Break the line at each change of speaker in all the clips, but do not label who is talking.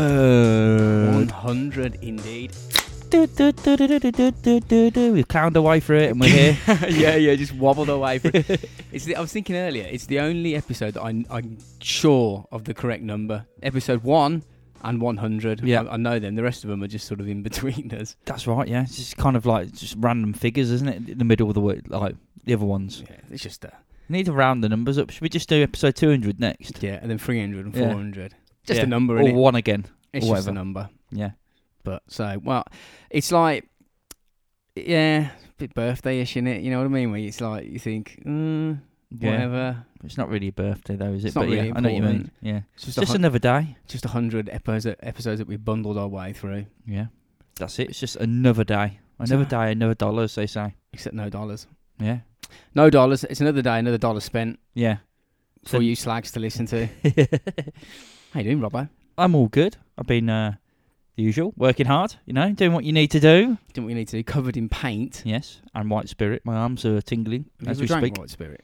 100.
100 indeed.
Do, do, do, do, do, do, do, do, do. We've clowned our way through it and we're here.
yeah, yeah, just wobbled away. For it. It's the, I was thinking earlier, it's the only episode that I, I'm sure of the correct number. Episode 1 and 100.
Yeah.
I, I know them. The rest of them are just sort of in between us.
That's right, yeah. It's just kind of like just random figures, isn't it? In the middle of the word, like the other ones.
Yeah, it's just a.
need to round the numbers up. Should we just do episode 200 next?
Yeah, and then 300 and
Yeah.
400. Just
Yeah.
a number,
or
innit?
one again.
It's
or
just a
whatever.
number.
Yeah.
But so, well, it's like, yeah, bit birthday ish, innit? You know what I mean? Where it's like, you think, mm,
Yeah.
whatever.
It's not really a birthday, though, is it?
It's not
but yeah,
really
I know what you mean.
important.
Yeah.
It's just,
eh? It's just
a, hun-
another day.
just a 100 episodes, episodes that we've bundled our way through,
Yeah. That's it. It's just another day. Another day, another dollar, as they say.
except no dollars.
Yeah.
No dollars. It's another day, another dollar spent
Yeah.
for you slags to listen to. How you doing, Robbo?
I'm all good. I've been uh the usual, working hard, you know, doing what you need to do.
Didn't we need to? Covered in paint.
Yes, and white spirit. My arms are tingling
Have you
as
ever
we
drank
speak.
White Spirit?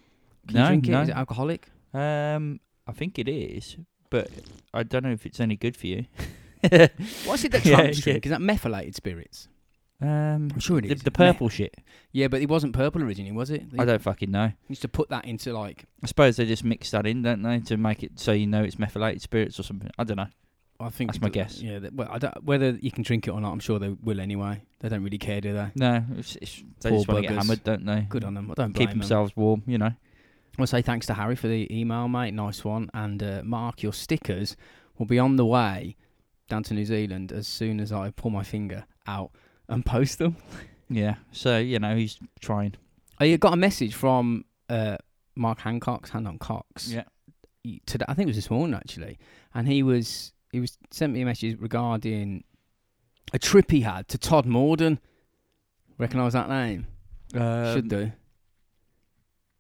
Can
No,
you drink
no.
it? Is it alcoholic?
Um I think it is, but I don't know if it's any good for you.
What's it that
Yeah,
Trump's
yeah.
drink? Is that methylated spirits?
um
I'm sure it
the,
is.
the purple shit.
Me- yeah, but it wasn't purple originally, was it? They
I don't fucking know.
used to put that into like.
I suppose they just mix that in, don't they, to make it so you know it's methylated spirits or something. I don't know.
I think
That's my
it-
guess.
Yeah, that, well, I don't, whether you can drink it or not, I'm sure they will anyway. They don't really care, do they?
No, it's, it's, they
Poor
just want to get
buggers.
hammered, don't they?
Good on them. I don't blame
Keep
them.
themselves warm, you know.
I want to say thanks to Harry for the email, mate. Nice one. And uh, Mark, your stickers will be on the way down to New Zealand as soon as I pull my finger out and post them.
Yeah. So you know he's trying.
I got a message from uh, Mark Hancock's Hand on Cox.
Yeah.
he- Today, I think it was this morning actually, and he was he was sent me a message regarding a trip he had to Todd Morden. Recognise that name?
Um,
Should do.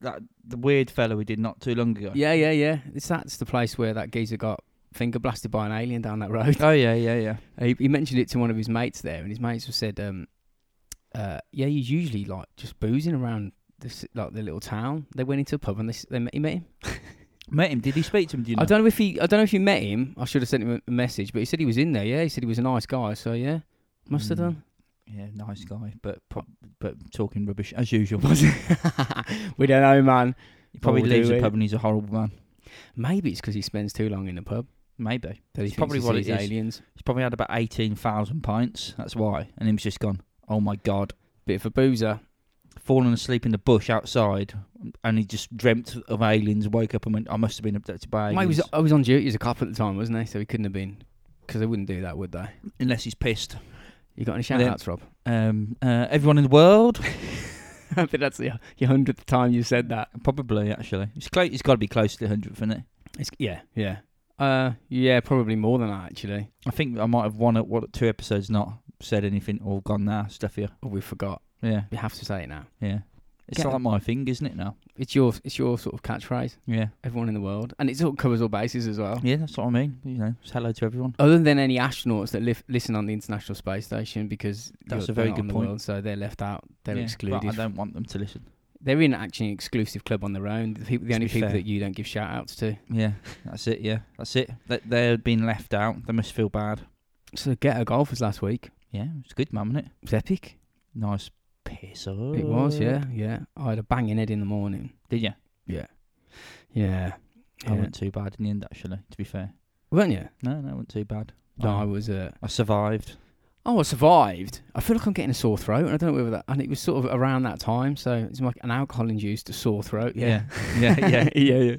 that the weird fellow we did not too long ago.
Yeah, yeah, yeah. It's that's the place where that geezer got finger blasted by an alien down that road.
Oh yeah, yeah, yeah.
He, he mentioned it to one of his mates there, and his mates was said, um, uh, "Yeah, he's usually like just boozing around this like the little town." They went into a pub and they, s- they met, he met him.
Met him. Did he speak to him? Do you know?
I don't know if he, I don't know if you met him. I should have sent him a message, but he said he was in there. Yeah, he said he was a nice guy. So yeah, must have
Mm.
done.
Yeah, nice guy, but prob- but talking rubbish as usual.
we don't know, man.
he probably
Or do
leaves the
we?
pub and he's a horrible man.
Maybe it's because he spends too long in the pub.
Maybe
That he
It's
thinks
probably
he
what it
sees
is.
aliens.
he's probably had about eighteen thousand pints. That's why, and him's just gone. Oh my god,
Bit of a boozer.
fallen asleep in the bush outside, and he just dreamt of aliens. Woke up and went, I must have been abducted by
Mate, he
aliens.
was, I was on duty as a cop at the time, wasn't I? So he couldn't have been, because they wouldn't do that, would they?
Unless he's pissed.
You got any
Well,
shout
then-
outs, Rob?
Um, uh, everyone in the world,
I think that's your your hundredth time you said that.
probably actually. It's close. It's got to be close to hundredth, isn't it?
It's, yeah, yeah, uh, yeah, probably more than that actually.
I think I might have one at what two episodes not said anything or gone nah stuff here.
Oh, we forgot.
Yeah,
We have to say it now.
yeah. It's
Get-
like my thing, isn't it now?
It's your it's your sort of catchphrase.
Yeah,
Everyone in the world, and it sort of covers all bases as well.
yeah. That's what I mean. You know, it's hello to everyone.
Other than any astronauts that lif- listen on the International Space Station, because
That's
you're-
a very
they're not
good
on the
point.
world, so they're left out. They're
Yeah,
excluded.
But I don't want them to listen.
they're in actually an exclusive club on their own. The, people, the
To
only
be
people
fair.
that you don't give shout outs to.
Yeah, that's it. Yeah, that's it. That they're being left out. They must feel bad.
So get a golfers last week.
Yeah, it's good, man, wasn't it?
It was epic.
Nice piss. Up.
It was, yeah, yeah. I had a banging head in the morning.
Did you?
Yeah, yeah.
I wasn't too bad in the end, actually. To be fair,
weren't you?
no, no, it wasn't too bad.
No,
I,
I was. Uh,
I survived.
oh, I survived. I feel like I'm getting a sore throat, and I don't know whether that. And it was sort of around that time, so it's like an alcohol-induced sore throat. Yeah,
yeah, yeah. yeah.
yeah, yeah.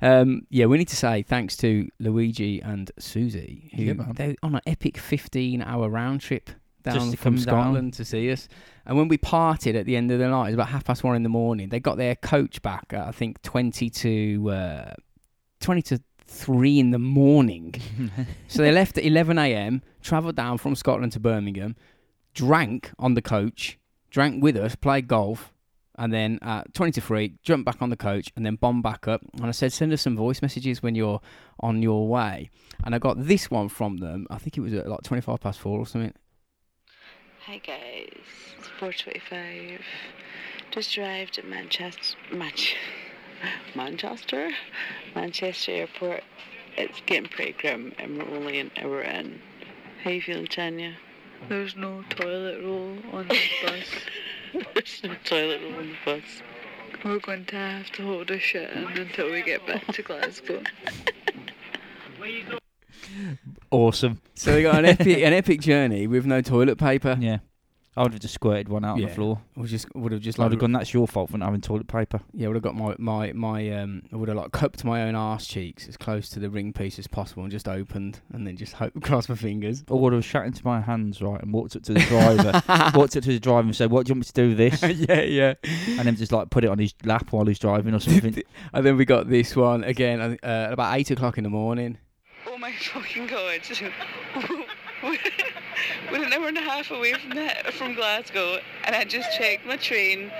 Um, yeah, we need to say thanks to Luigi and Susie, who
Yeah, man.
they're on an epic 15-hour round trip down
Just to
from
come down.
Scotland to see us. And when we parted at the end of the night, it was about half past one in the morning. They got their coach back, at, I think twenty to uh, twenty to three in the morning. So they left at 11 a.m., travelled down from Scotland to Birmingham, drank on the coach, drank with us, played golf, and then at 20 to 3, jumped back on the coach and then bombed back up. And I said, send us some voice messages when you're on your way. And I got this one from them. I think it was at like 25 past four or something.
Hi guys, it's 4:25. Just arrived at Manchester, Manch- Manchester, Manchester Airport. It's getting pretty grim and we're only an hour in. How you feeling, Tanya?
There's no toilet roll on this bus.
There's no toilet roll on the bus.
We're going to have to hold a shit in until we get back to Glasgow.
Awesome.
So they got an epic, an epic journey with no toilet paper.
Yeah. I would have just squirted one out on
Yeah.
the floor.
Or just would have just
I'd
like
have gone, that's your fault for not having toilet paper.
yeah, would have got my my my um, I would have like cupped my own arse cheeks as close to the ring piece as possible and just opened and then just hope cross my fingers.
Or would have shut into my hands, right, and walked up to the driver. walked up to the driver and said, what do you want me to do with this?
yeah, yeah.
And then just like put it on his lap while he's driving or something.
And then we got this one again I think, uh, about eight o'clock in the morning.
Oh my fucking god. We're we're an hour and a half away from that, from Glasgow, and I just checked my train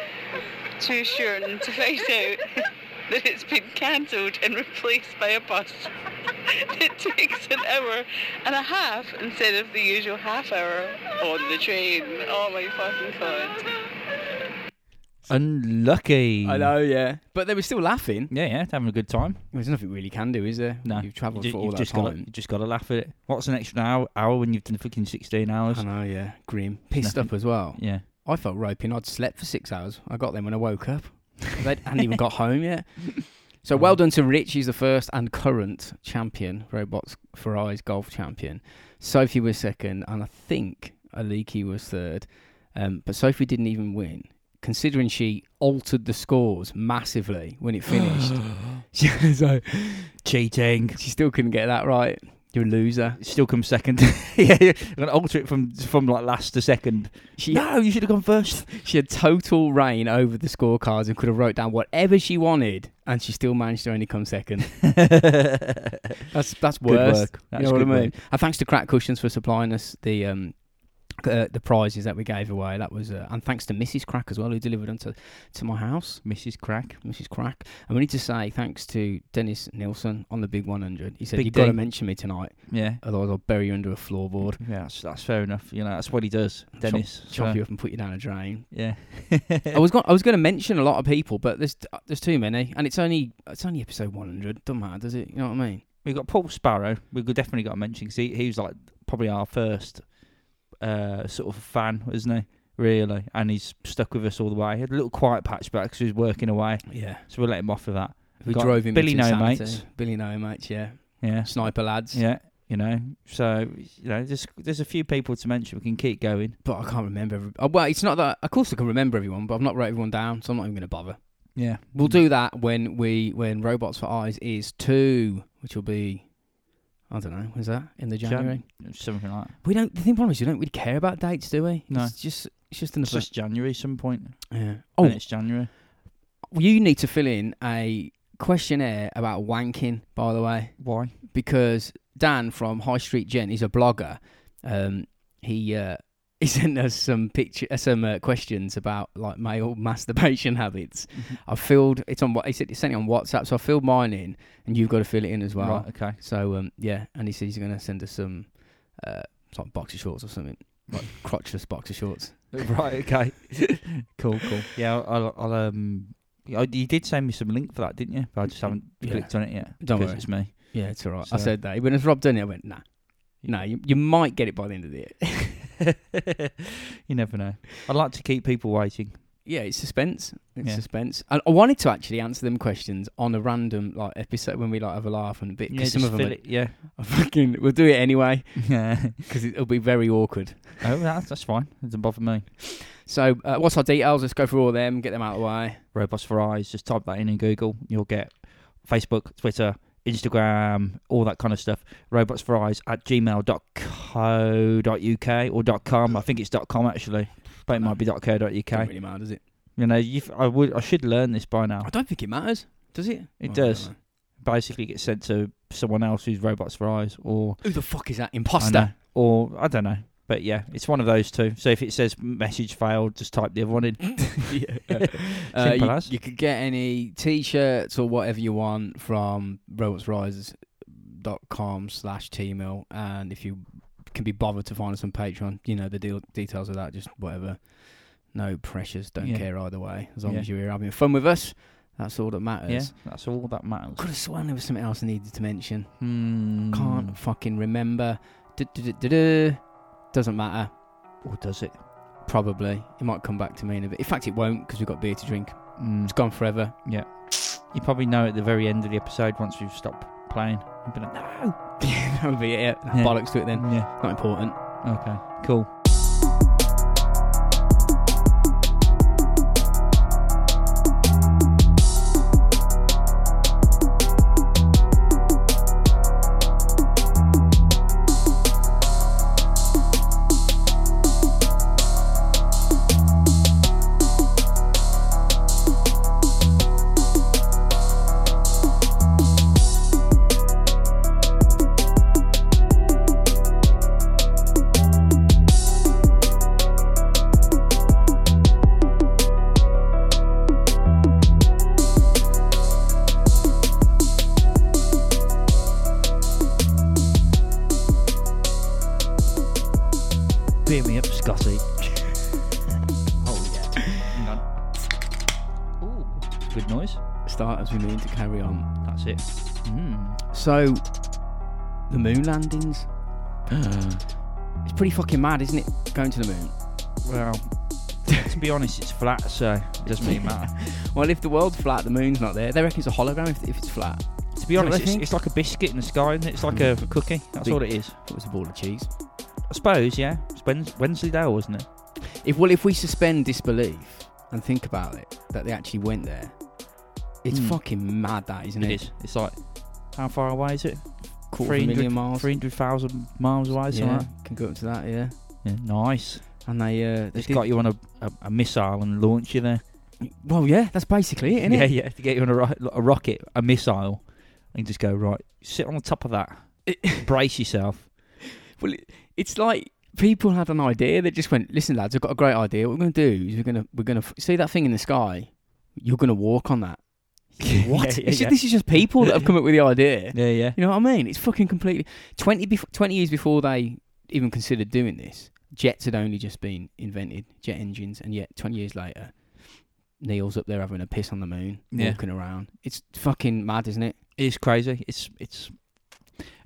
to Shorten to find out that it's been cancelled and replaced by a bus that takes an hour and a half instead of the usual half hour on the train. Oh my fucking god.
Unlucky.
I know, yeah. Mm. But they were still laughing.
Yeah, yeah, having a good time.
There's nothing really can do, is there?
No,
You've travelled
You ju-
for all
you've
that
just Gotta,
time.
you just got to laugh at it. What's an extra hour, hour when you've done fucking sixteen hours?
I know, yeah. Grim. Pissed
Nothing.
up as well.
Yeah,
I felt roping. I'd slept for six hours. I got them when I woke up. They hadn't even got home yet.
Oh.
So well done to Rich. He's the first and current champion, Robots for Eyes golf champion. Sophie was second, and I think Aliki was third. Um, but Sophie didn't even win, considering she altered the scores massively when it finished. so
cheating.
she still couldn't get that right. You're a loser.
Still come second. yeah, yeah. I'm gonna alter it from from like last to second.
She
No, you should have gone first.
She had total reign over the scorecards and could have wrote down whatever she wanted, and she still managed to only come second. That's that's
Good
worse.
work. That's
you know what I
good
mean?
work.
And thanks to Crack Cushions for supplying us the um, c- uh, the prizes that we gave away. That was uh, and thanks to Mrs. Crack as well, who delivered them to, to my house.
Mrs. Crack.
Mrs. Crack. And we need to say thanks to Dennis Nilsson on the Big 100. He said,
Big
You've got to
D.
mention me tonight,
Yeah.
otherwise I'll bury you under a floorboard,
Yeah, that's, that's fair enough. You know, that's what he does, Dennis.
chop
So,
you up and put you down a drain.
Yeah.
I was going I was going to mention a lot of people, but there's there's too many, and it's only it's only episode 100. Doesn't matter, does it? You know what I mean?
We've got Paul Sparrow. We've got- definitely got to mention 'cause he, he was like probably our first uh, sort of fan, isn't he? Really, and he's stuck with us all the way. He had a little quiet patch back because he was working away,
Yeah.
so we'll let him off for that.
Who
Got
drove him?
Billy
into
No
insanity.
Mates.
Billy No Mates. Yeah.
Yeah,
Sniper lads.
yeah, you know. So you know, there's there's a few people to mention. We can keep going.
But I can't remember. Every, oh, well, it's not that. Of course, I can remember everyone, but I've not wrote everyone down, so I'm not even going to bother.
Yeah,
We'll do that when we when Robots for Eyes is two, which will be. I don't know. Is that in the
Jan-
January?
something like that.
We don't. The thing problem is, we don't really care about dates, do we?
No.
It's just it's just in the
It's just January, some point.
yeah.
Oh,
Oh,
it's January.
you need to fill in a questionnaire about wanking, by the way,
Why?
because Dan from High Street Gent, he's a blogger. Um, he uh, he sent us some picture, uh, some uh, questions about like male masturbation habits. I filled it's on what he said he sent it on WhatsApp, so I filled mine in, and you've got to fill it in as well.
right. Okay.
So um, yeah, and he said he's going to send us some uh, sort of boxer shorts or something, like crotchless boxer shorts.
right. Okay. cool. Cool. Yeah. I'll. I'll um. I, you did send me some link for that, didn't you? But I just haven't
Yeah.
clicked on it yet.
Don't
because
worry.
It's me.
Yeah, it's all right. I
So-
said that when Rob done it, I went nah. No, you, you might get it by the end of the year.
you never know. I like to keep people waiting.
Yeah, it's suspense. It's
Yeah.
suspense. And I wanted to actually answer them questions on a random like episode when we like have a laugh and a bit.
Yeah.
Because some of
just
them,
fill it. Yeah.
are- are fucking, we'll do it anyway
Yeah.
because it'll be very awkward.
oh, that's that's fine. It doesn't bother me.
So, uh, what's our details? Let's go through all of them, get them out of the way.
Robots for Eyes. Just type that in in Google. You'll get Facebook, Twitter, Instagram, all that kind of stuff. Robots for Eyes at gmail.co.uk or .com. I think it's .com actually, but it might be
Doesn't
.co.uk.
really matter, does it?
You know, you've, I would, I should learn this by now.
I don't think it matters, does it?
Oh. It
I
does.
don't know.
Basically, it gets sent to someone else who's Robots for Eyes or
Who the fuck is that
I know,
imposter?
or I don't know. But yeah, it's one of those two. So if it says message failed, just type the other one in.
Yeah. uh,
Simple
you,
as.
you could get any t-shirts or whatever you want from robotsrisers.com slash tmail and if you can be bothered to find us on patreon you know the deal, details of that just whatever no pressures don't
Yeah.
care either way as long
Yeah.
as you're here having fun with us That's all that matters.
Yeah, that's all that matters.
Could have sworn there was something else I needed to mention.
Hmm.
Can't fucking remember. Du-du-du-du-du. Doesn't matter.
Or does it?
Probably. It might come back to me in a bit. In fact, it won't because we've got beer to drink.
Mm.
It's gone forever.
You probably know at the very end of the episode once we've stopped playing. You'd be like, no.
that would be it. yeah.
Yeah.
Bollocks to it then.
Yeah.
Not important.
Okay. Cool. Beer me up, Scotty. oh yeah. Hang on. Ooh, good noise.
Start as we mean to carry on.
That's it. Mm.
So, the moon landings. It's pretty fucking mad, isn't it? Going to the moon.
well, to be honest, it's flat, so it doesn't really matter.
Well, if the world's flat, the moon's not there. They reckon it's a hologram if, if it's flat.
to be
Don't
honest,
you
it's,
think? Mm.
it's like a biscuit in the sky, isn't it? It's like a cookie. That's
Big-
all it is.
It was a ball of cheese.
I suppose, yeah. It's Wednes- Wednesday, wasn't it?
If well, if we suspend disbelief and think about it, that they actually went there, it's
Mm.
fucking mad, that isn't it?
It is. It's like, how far away is it?
Quarter of a
300
million miles.
300,000 miles away, something
yeah,
like
can go up to that, yeah.
that. Yeah, nice.
And they, uh, they
They've
did-
got you on a, a, a missile and launch you there.
Well, yeah, that's basically it, isn't
yeah,
it?
yeah. To get you on a, ro- a rocket, a missile, and just go, right, sit on the top of that. Brace yourself.
Well, it, it's like people had an idea. They just went, "Listen, lads, I've got a great idea. What we're going to do is we're going to we're going to f- see that thing in the sky. You're going to walk on that.
what?
It's ju- This is just people that have come up with the idea.
yeah, yeah.
You know what I mean? It's fucking completely twenty bef- twenty years before they even considered doing this. Jets had only just been invented, jet engines, and yet twenty years later, Neil's up there having a piss on the moon,
Yeah.
walking around. It's fucking mad, isn't it?
It's crazy. It's it's,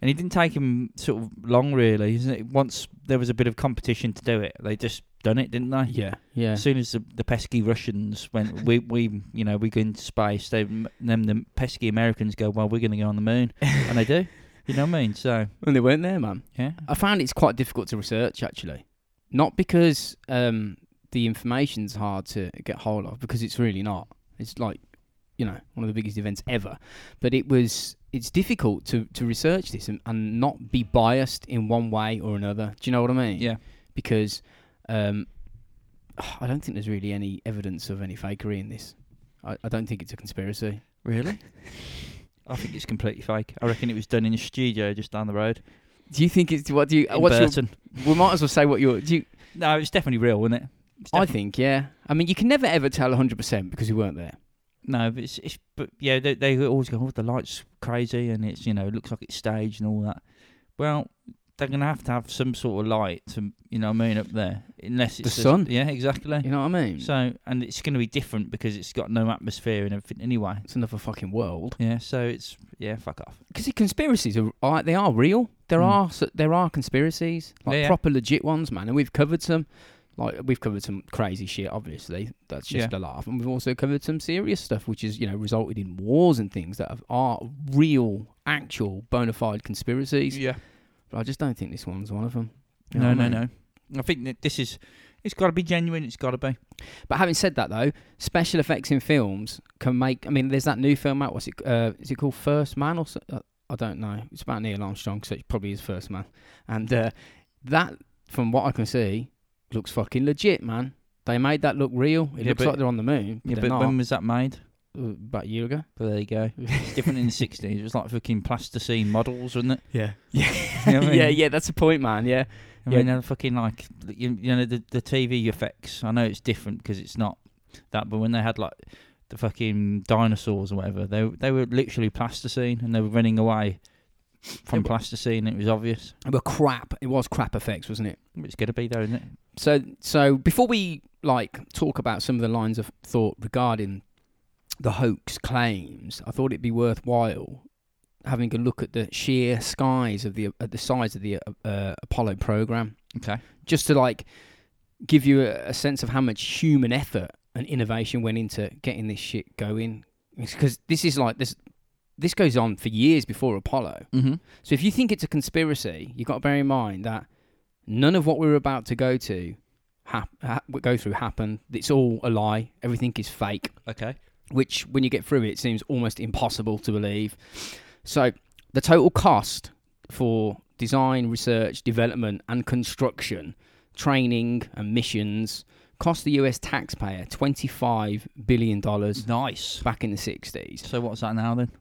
and it didn't take him sort of long, really, isn't it? Once there was a bit of competition to do it, they just done it, didn't they?
Yeah, yeah.
As soon as the, the pesky Russians went, we we you know we go into space. They m- them the pesky Americans go, well, we're going to go on the moon, and they do. You know what I mean? So
and they weren't there, man.
yeah,
I found it's quite difficult to research actually, not because um, the information's hard to get hold of, because it's really not. It's like, you know, one of the biggest events ever. But it was, it's difficult to to research this and, and not be biased in one way or another. Do you know what I mean?
yeah,
Because um, I don't think there's really any evidence of any fakery in this. I, I don't think it's a conspiracy.
really. I think it's completely fake. I reckon it was done in a studio just down the road.
Do you think it's what do you?
In
Uh, What's your,
Burton.
we might as well say what your do you,
No, it's definitely real, isn't it? It's
I think, yeah. I mean, you can never ever tell 100% because you weren't there.
No, but it's, it's but yeah, they, they always go, oh, the lights crazy, and it's you know, it looks like it's staged and all that. Well, they're gonna have to have some sort of light to, you know, what I mean, up there, unless it's a-
sun.
yeah, exactly.
You know what I mean?
So, and it's gonna be different because it's got no atmosphere and everything anyway.
it's another fucking world.
Yeah, so it's yeah, fuck off.
Because conspiracies are, are they are real. There
Mm.
are so, there are conspiracies, like
Yeah, yeah.
proper legit ones, man. And we've covered some, like we've covered some crazy shit. Obviously, that's just a laugh. And we've also covered some serious stuff, which is you know resulted in wars and things that have, are real, actual, bona fide conspiracies. But I just don't think this one's one of them. You know
No,
what I
no,
mean?
no. I think that this is, it's got to be genuine. It's got to be.
But having said that, though, special effects in films can make. I mean, there's that new film out. What's it? Uh, is it called First Man or? So, uh, I don't know. It's about Neil Armstrong, so it probably is First Man. And uh, that, from what I can see, looks fucking legit, man. They made that look real. It
Yeah,
looks
but-
like they're on the moon. But
Yeah,
they're
but
not.
when was that made?
Uh, about a year ago.
But there you go. It's different in the sixties. It was like fucking plasticine models, wasn't it?
Yeah. Yeah.
You know what I mean?
yeah. Yeah. That's the point, man. Yeah.
I
Yeah.
mean, they're fucking like you, you know the the TV effects. I know it's different because it's not that, but when they had like the fucking dinosaurs or whatever, they they were literally plasticine and they were running away from
Yeah, but-
plasticine. It was obvious.
It was crap. It was crap effects, wasn't it?
It's gonna be though, isn't it?
so so before we like talk about some of the lines of thought regarding the hoax claims, I thought it'd be worthwhile having a look at the sheer skies of the at the size of the uh, uh, Apollo program
Okay.
just to like give you a, a sense of how much human effort and innovation went into getting this shit going because this is like this this goes on for years before apollo
Mm-hmm.
so if you think it's a conspiracy you've got to bear in mind that none of what we we're about to go to hap- ha- go through happened it's all a lie everything is fake
Okay.
which when you get through it, it seems almost impossible to believe. So the total cost for design, research, development, and construction, training, and missions cost the US taxpayer $25 billion
Nice.
back in the 60s.
So what's that now then? Something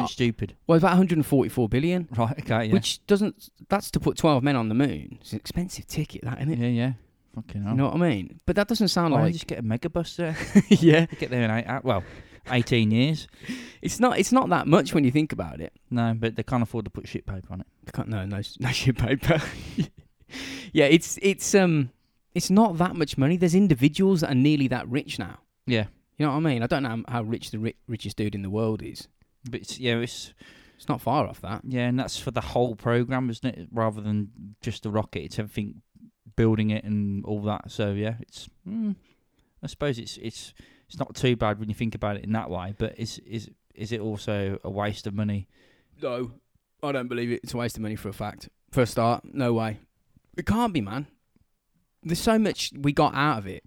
About,
stupid.
well, about 144 billion,
Right. Okay. Yeah.
which doesn't, that's to put 12 men on the moon. It's an expensive ticket, that, isn't it?
yeah. Yeah. Fucking hell.
You know what I mean? But that doesn't sound
Why don't you
like,
just get a mega bus there?
yeah,
get there in eight. uh, Well, eighteen years.
it's not, it's not that much when you think about it.
No, but they can't afford to put shit paper on it.
I can't- no, no, no shit paper. yeah, it's it's um, it's not that much money. There's individuals that are nearly that rich now.
Yeah.
You know what I mean? I don't know how- how rich the ri- richest dude in the world is.
But it's, yeah, it's
It's not far off that.
Yeah, and that's for the whole program, isn't it? Rather than just the rocket, it's everything building it and all that. So yeah, it's. Mm, I suppose it's it's it's not too bad when you think about it in that way, but is is is it also a waste of money?
No, I don't believe it. It's a waste of money for a fact. For a start, no way. It can't be, man. There's so much we got out of it,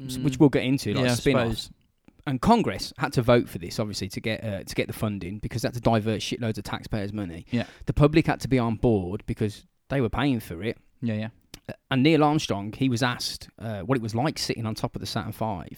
s- which we'll get into, like
Mm. Yeah, I
spin-offs. And Congress had to vote for this, obviously, to get uh, to get the funding because they had to divert shitloads of taxpayers' money.
Yeah.
the public had to be on board because they were paying for it.
yeah, yeah,
And Neil Armstrong, he was asked uh, what it was like sitting on top of the Saturn V,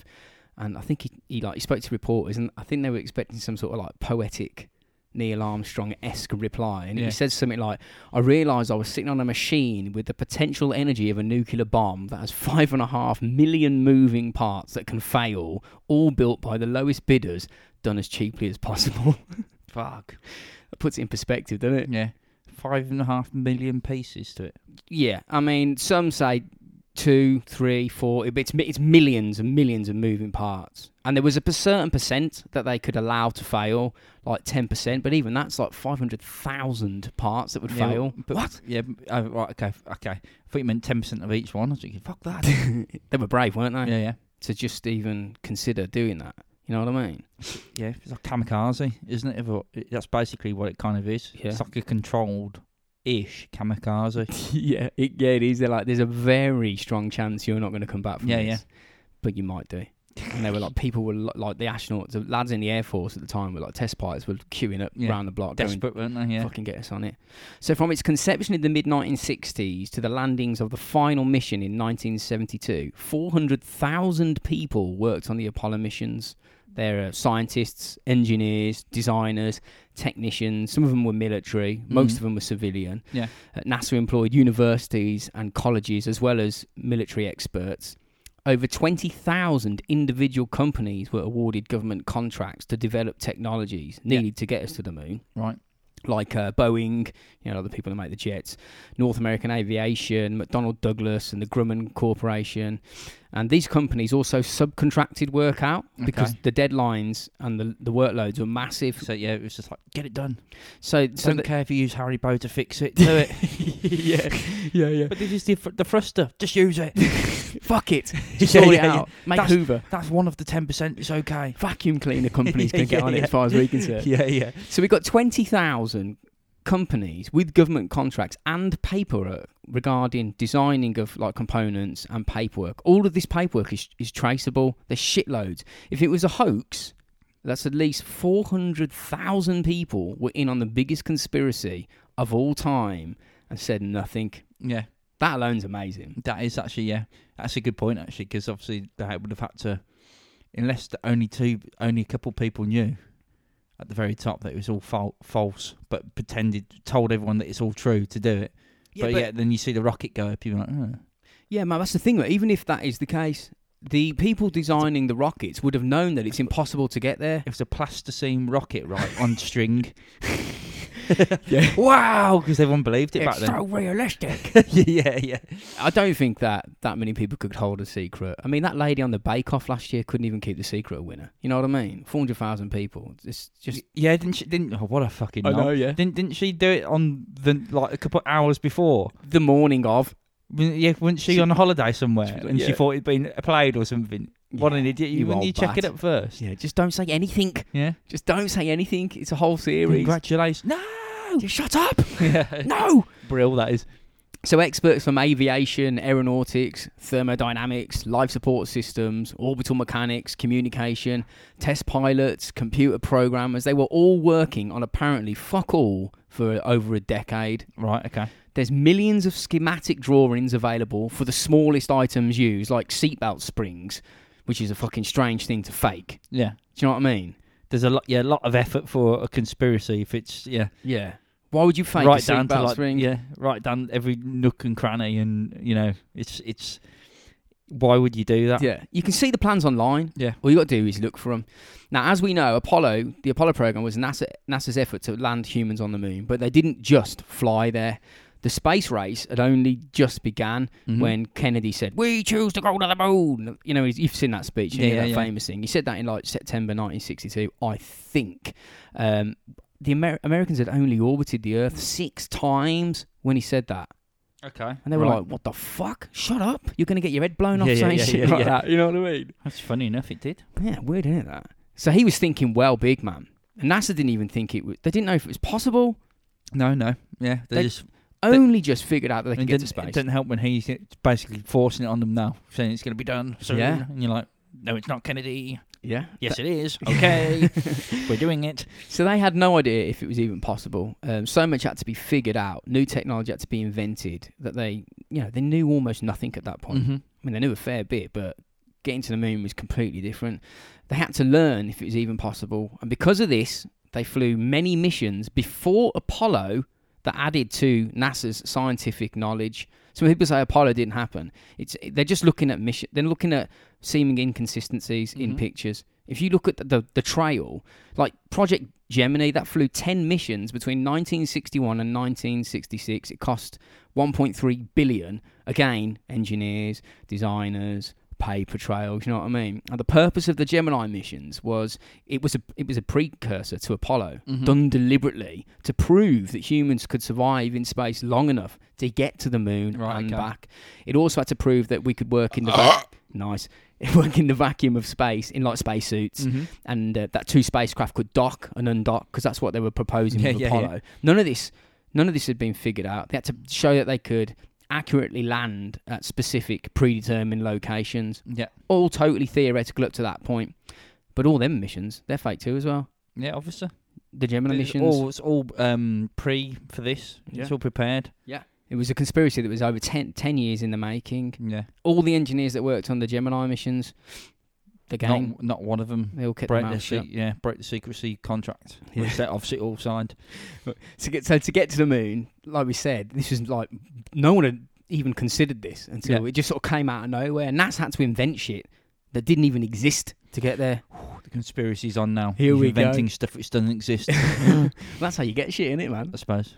and I think he, he like he spoke to reporters, and I think they were expecting some sort of like poetic Neil Armstrong esque reply, and
Yeah.
he said something like, "I realised I was sitting on a machine with the potential energy of a nuclear bomb that has five and a half million moving parts that can fail, all built by the lowest bidders, done as cheaply as possible." Fuck, that puts it in perspective, doesn't it?
yeah. Five and a half million pieces to it.
Yeah, I mean, some say two, three, four. it- It's mi- it's millions and millions of moving parts, and there was a per- certain percent that they could allow to fail, like ten percent. But even that's like five hundred thousand parts that would
Yeah,
fail.
but-
what?
Yeah, m- oh, right. Okay, f- okay. I thought you meant ten percent of each one. I was thinking, fuck that.
they were brave, weren't they?
yeah, yeah,
To just even consider doing that. You know what I mean?
yeah. It's like kamikaze, isn't it? If it- That's basically what it kind of is.
Yeah.
It's like a controlled. Ish kamikaze.
yeah, it, yeah, it is. They're like, there's a very strong chance you're not going to come back from
Yeah,
this.
yeah.
But you might do. And they were like, people were lo- like, the astronauts, the lads in the Air Force at the time were like, test pilots were queuing up
Yeah.
round the block, going,
Desperate, weren't they? Yeah.
fucking get us on it. So, from its conception in the mid 1960s to the landings of the final mission in 1972, 400,000 people worked on the Apollo missions. They're uh, scientists, engineers, designers, technicians. Some of them were military, most
Mhm.
of them were civilian.
Yeah.
Uh, NASA employed universities and colleges as well as military experts. Over 20,000 individual companies were awarded government contracts to develop technologies
Yeah.
needed to get us to the moon
Right.
like uh, Boeing, you know, the people that make the jets, North American Aviation, McDonnell Douglas, and the Grumman Corporation. And these companies also subcontracted work out because
Okay.
the deadlines and the, the workloads were massive.
So yeah, it was just like get it done.
So,
So
so
don't care if you use Harry Bow to fix it. Do it.
yeah, yeah, yeah.
but this is the, fr- the thruster. Just use it.
Fuck it. Just
Yeah,
sort it
yeah,
out. Make
That's-
Hoover.
That's one of the ten percent. It's okay.
Vacuum cleaner companies
Yeah,
can get
yeah,
on it
yeah.
as far as we can see.
Yeah, yeah.
So we've got 20,000 companies with government contracts and paperwork regarding designing of like components and paperwork. All of this paperwork is, is traceable. There's shitloads. If it was a hoax, that's at least 400,000 people were in on the biggest conspiracy of all time and said nothing.
Yeah,
That alone's amazing.
that is actually yeah, that's a good point actually because obviously they would have had to, unless the only two, only a couple people knew, at the very top that it was all fal- false, but pretended, told everyone that it's all true to do it. but, yeah, then you see the rocket go up, you're like, oh.
Yeah, man, that's the thing. Like, even if that is the case, the people designing the rockets would have known that it's impossible to get there.
it was a plasticine rocket right on string.
Yeah.
wow, because everyone believed it back
It's
then.
so realistic.
yeah, yeah.
I don't think that that many people could hold a secret. I mean, that lady on the Bake Off last year couldn't even keep the secret a winner. You know what I mean? Four hundred thousand people. It's just.
yeah, didn't she? Didn't oh, what a fucking. knob.
yeah.
Didn't didn't she do it on the like a couple hours before?
The morning of.
W- Yeah, wasn't she,
She-
on holiday somewhere
she was like,
and she
yeah.
thought it'd been played or something? What
Yeah,
an idiot! You,
you
wouldn't you
old
check it
bat.
up first?
Yeah, just don't say anything.
Yeah.
Just don't say anything. It's a whole series.
Congratulations. No.
Just shut up.
yeah.
No.
Brill that is.
So experts from aviation, aeronautics, thermodynamics, life support systems, orbital mechanics, communication, test pilots, computer programmers, they were all working on apparently fuck all for over a decade.
Right. Okay.
There's millions of schematic drawings available for the smallest items used, like seatbelt springs, which is a fucking strange thing to fake.
Yeah.
Do you know what I mean?
There's a lot. Yeah, a lot of effort for a conspiracy if it's yeah.
Yeah. Why would you fake
right
a
down to
seatbelt
like
spring?
yeah, right down every nook and cranny, and you know it's it's. Why would you do that?
Yeah, you can see the plans online.
Yeah.
all you got to do is look for them. Now, as we know, Apollo, the Apollo program, was NASA, NASA's effort to land humans on the moon, but they didn't just fly there. The space race had only just began
Mhm.
when Kennedy said, "We choose to go to the moon." You know, he's- you've seen that speech, you
Yeah,
know,
yeah,
that
yeah.
famous thing. He said that in like September 1962, I think. Um, the Amer- Americans had only orbited the Earth six times when he said that.
Okay.
And they were
Right.
like, "What the fuck? Shut up! You're gonna get your head blown
Yeah,
off
yeah,
saying
yeah,
shit
yeah,
like
yeah.
that." You know what I mean?
That's funny enough. It did.
Yeah, weird, isn't it? That. So he was thinking, well, big man. And NASA didn't even think it was. They didn't know if it was possible.
No, no. Yeah, they,
They-
just
Only just figured out that they
I mean,
could
it
get to
didn't, it
space.
didn't help when he's basically forcing it on them now, saying it's going to be done soon.
Yeah.
And you're like, no, it's not Kennedy.
Yeah.
Yes, it is. Okay, we're doing it.
So they had no idea if it was even possible. Um, so much had to be figured out. New technology had to be invented that they, you know, they knew almost nothing at that point.
Mhm.
I mean, they knew a fair bit, but getting to the moon was completely different. They had to learn if it was even possible. And because of this, they flew many missions before Apollo that added to NASA's scientific knowledge. So when people say Apollo didn't happen, it's they're just looking at mission. They're looking at seeming inconsistencies in
Mhm.
pictures. If you look at the, the, the trail, like Project Gemini, that flew 10 missions between 1961 and 1966. It cost 1.3 billion. Again, engineers, designers, paper trails. You know what I mean? And the purpose of the Gemini missions was it was a it was a precursor to Apollo, done deliberately to prove that humans could survive in space long enough to get to the moon
Right,
and
okay.
back. It also had to prove that we could work in the va- nice work in the vacuum of space in like spacesuits
Mhm.
and uh, that two spacecraft could dock and undock because that's what they were proposing
Yeah,
with
yeah, yeah.
Apollo. None of this, none of this had been figured out. They had to show that they could accurately land at specific predetermined locations.
Yeah,
All totally theoretical up to that point, but all them missions they're fake too as well.
yeah, obviously.
The Gemini
It's
missions.
all, it's all um, pre for this.
Yeah.
It's all prepared.
it was a conspiracy that was over 10, 10 years in the making.
Yeah,
All the engineers that worked on the Gemini missions, the game,
not not one of them.
they all kept their
Break the
mouths
se-
shut.
yeah, break the secrecy contract.
Yeah.
Which they obviously all signed.
to get so to get to the moon, like we said, this was like no one had even considered this until
Yeah.
it just sort of came out of nowhere. NASA had to invent shit that didn't even exist to get there.
The conspiracy's on now.
Here
He's
we go.
inventing stuff which doesn't exist.
That's how you get shit in it, man.
I suppose.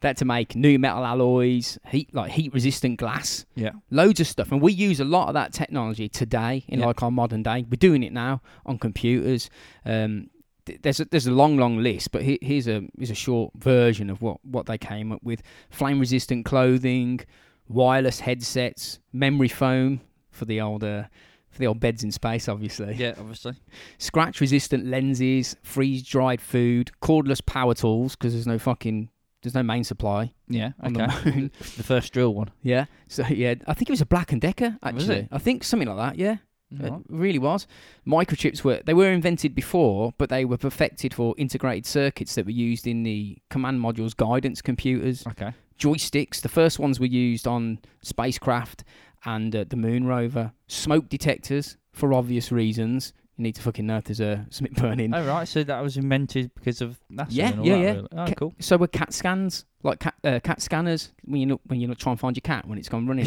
They had to make new metal alloys, heat like heat resistant glass,
Yeah.
loads of stuff, and we use a lot of that technology today in
Yeah.
like our modern day. We're doing it now on computers. Um, th- there's a, there's a long long list, but he- here's a here's a short version of what what they came up with: flame resistant clothing, wireless headsets, memory foam for the old uh, for the old beds in space, obviously.
Yeah, obviously.
Scratch resistant lenses, freeze dried food, cordless power tools because there's no fucking there's no main supply
Yeah,
on
okay.
the moon.
The first drill one.
Yeah. So yeah, I think it was a Black and Decker actually.
Was it?
I think something like that. Yeah,
Right.
it really was. Microchips were they were invented before, but they were perfected for integrated circuits that were used in the command modules, guidance computers,
Okay.
joysticks. The first ones were used on spacecraft and uh, the moon rover. Smoke detectors for obvious reasons. You need to fucking know if there's a something burning.
Oh right, so that was invented because of NASA.
Yeah,
and all
yeah,
that,
yeah.
really. Oh,
Ca-
cool.
So were CAT scans like CAT, uh, CAT scanners when you look, when you look, try and find your cat when it's gone running.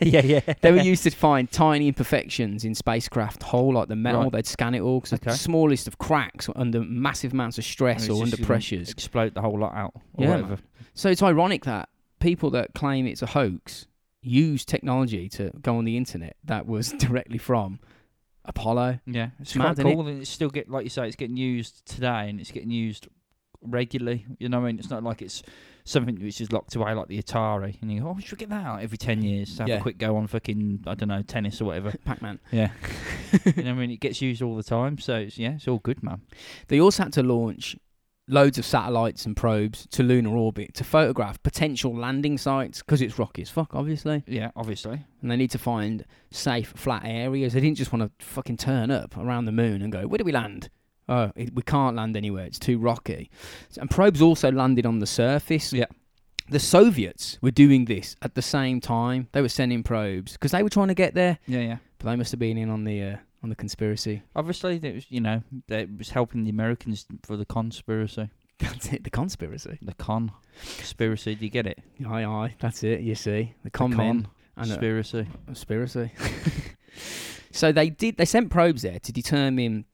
yeah, yeah.
They were used to find tiny imperfections in spacecraft hull, like the metal.
Right.
They'd scan it all. 'cause
Okay.
the smallest of cracks under massive amounts of
And
stress
it's just
or under
gonna
pressures.
Explode the whole lot out. Or
Yeah,
whatever.
So it's ironic that people that claim it's a hoax use technology to go on the internet that was directly from Apollo.
Yeah, it's
mad,
quite
isn't it?
cool, and it's still get like you say, it's getting used today, and it's getting used regularly. You know, what I mean, it's not like it's something which is locked away like the Atari, and you go, oh, we should get that out every ten years to have
Yeah.
a quick go on fucking I don't know tennis or whatever.
Pac-Man.
Yeah, you know, what I mean, it gets used all the time, so it's, yeah, it's all good, man.
They also had to launch loads of satellites and probes to lunar orbit to photograph potential landing sites because it's rocky as fuck, obviously.
Yeah, obviously.
And they need to find safe, flat areas. They didn't just want to fucking turn up around the moon and go, where do we land? Oh, it, we can't land anywhere. It's too rocky. S- And probes also landed on the surface.
Yeah.
The Soviets were doing this at the same time. They were sending probes because they were trying to get there,
Yeah, yeah.
but they must have been in on the uh, on the conspiracy.
Obviously, it was you know it was helping the Americans for the conspiracy,
That's it. The conspiracy.
the con, conspiracy. Do you get it?
Aye, aye. That's it. You see, the
The
con, men and uh,
conspiracy.
conspiracy. so they did. They sent probes there to determine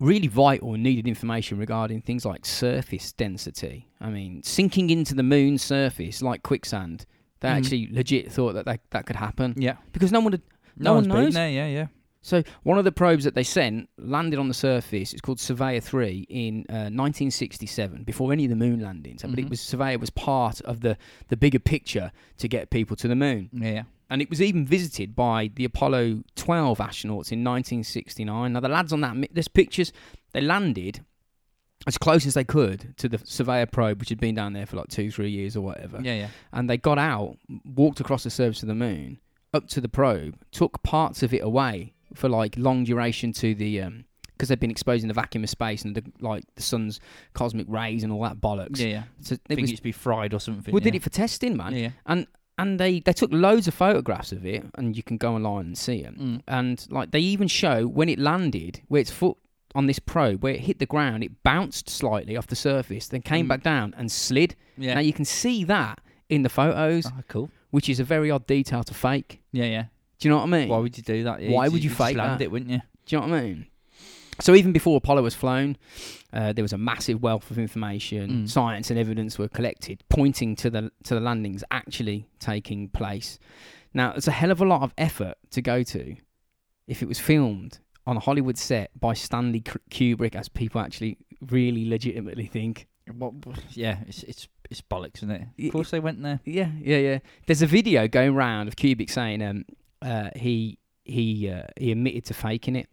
really vital and needed information regarding things like surface density. I mean, sinking into the moon's surface like quicksand. They
Mhm.
actually legit thought that, that that could happen
Yeah,
because no one had. No
one's
one
been
knows.
there, Yeah, yeah.
So one of the probes that they sent landed on the surface. It's called Surveyor Three in uh, 1967, before any of the moon landings. I believe it
Mhm.
was Surveyor was part of the the bigger picture to get people to the moon.
Yeah, yeah.
And it was even visited by the Apollo 12 astronauts in 1969. Now, the lads on that, mi- there's pictures, they landed as close as they could to the Surveyor probe, which had been down there for like two, three years or whatever.
Yeah, yeah.
And they got out, walked across the surface of the moon, up to the probe, took parts of it away for like long duration to the. um because they've been exposed in the vacuum of space and the, like the sun's cosmic rays and all that bollocks.
Yeah, yeah. I
So it
think
was,
it's be fried or something.
we
yeah.
did it for testing, man
Yeah, yeah.
and they they took loads of photographs of it, and you can go online and see them.
Mm.
And like they even show when it landed, where its foot on this probe, where it hit the ground, it bounced slightly off the surface, then came
Mm.
back down and slid.
Yeah.
Now you can see that in the photos,
Ah, cool.
which is a very odd detail to fake.
Yeah, yeah.
Do you know what I mean?
Why would you do that? Yeah,
Why
you'd
would you
just
fake
land
that?
it, wouldn't you?
Do you know what I mean? So even before Apollo was flown, uh, there was a massive wealth of information,
Mm.
science and evidence were collected, pointing to the to the landings actually taking place. Now it's a hell of a lot of effort to go to if it was filmed on a Hollywood set by Stanley Kr- Kubrick, as people actually really legitimately think.
Yeah, it's it's it's bollocks, isn't it?
Y-
Of course they went there.
Yeah, yeah, yeah. There's a video going round of Kubrick saying um, uh, he he uh, he admitted to faking it,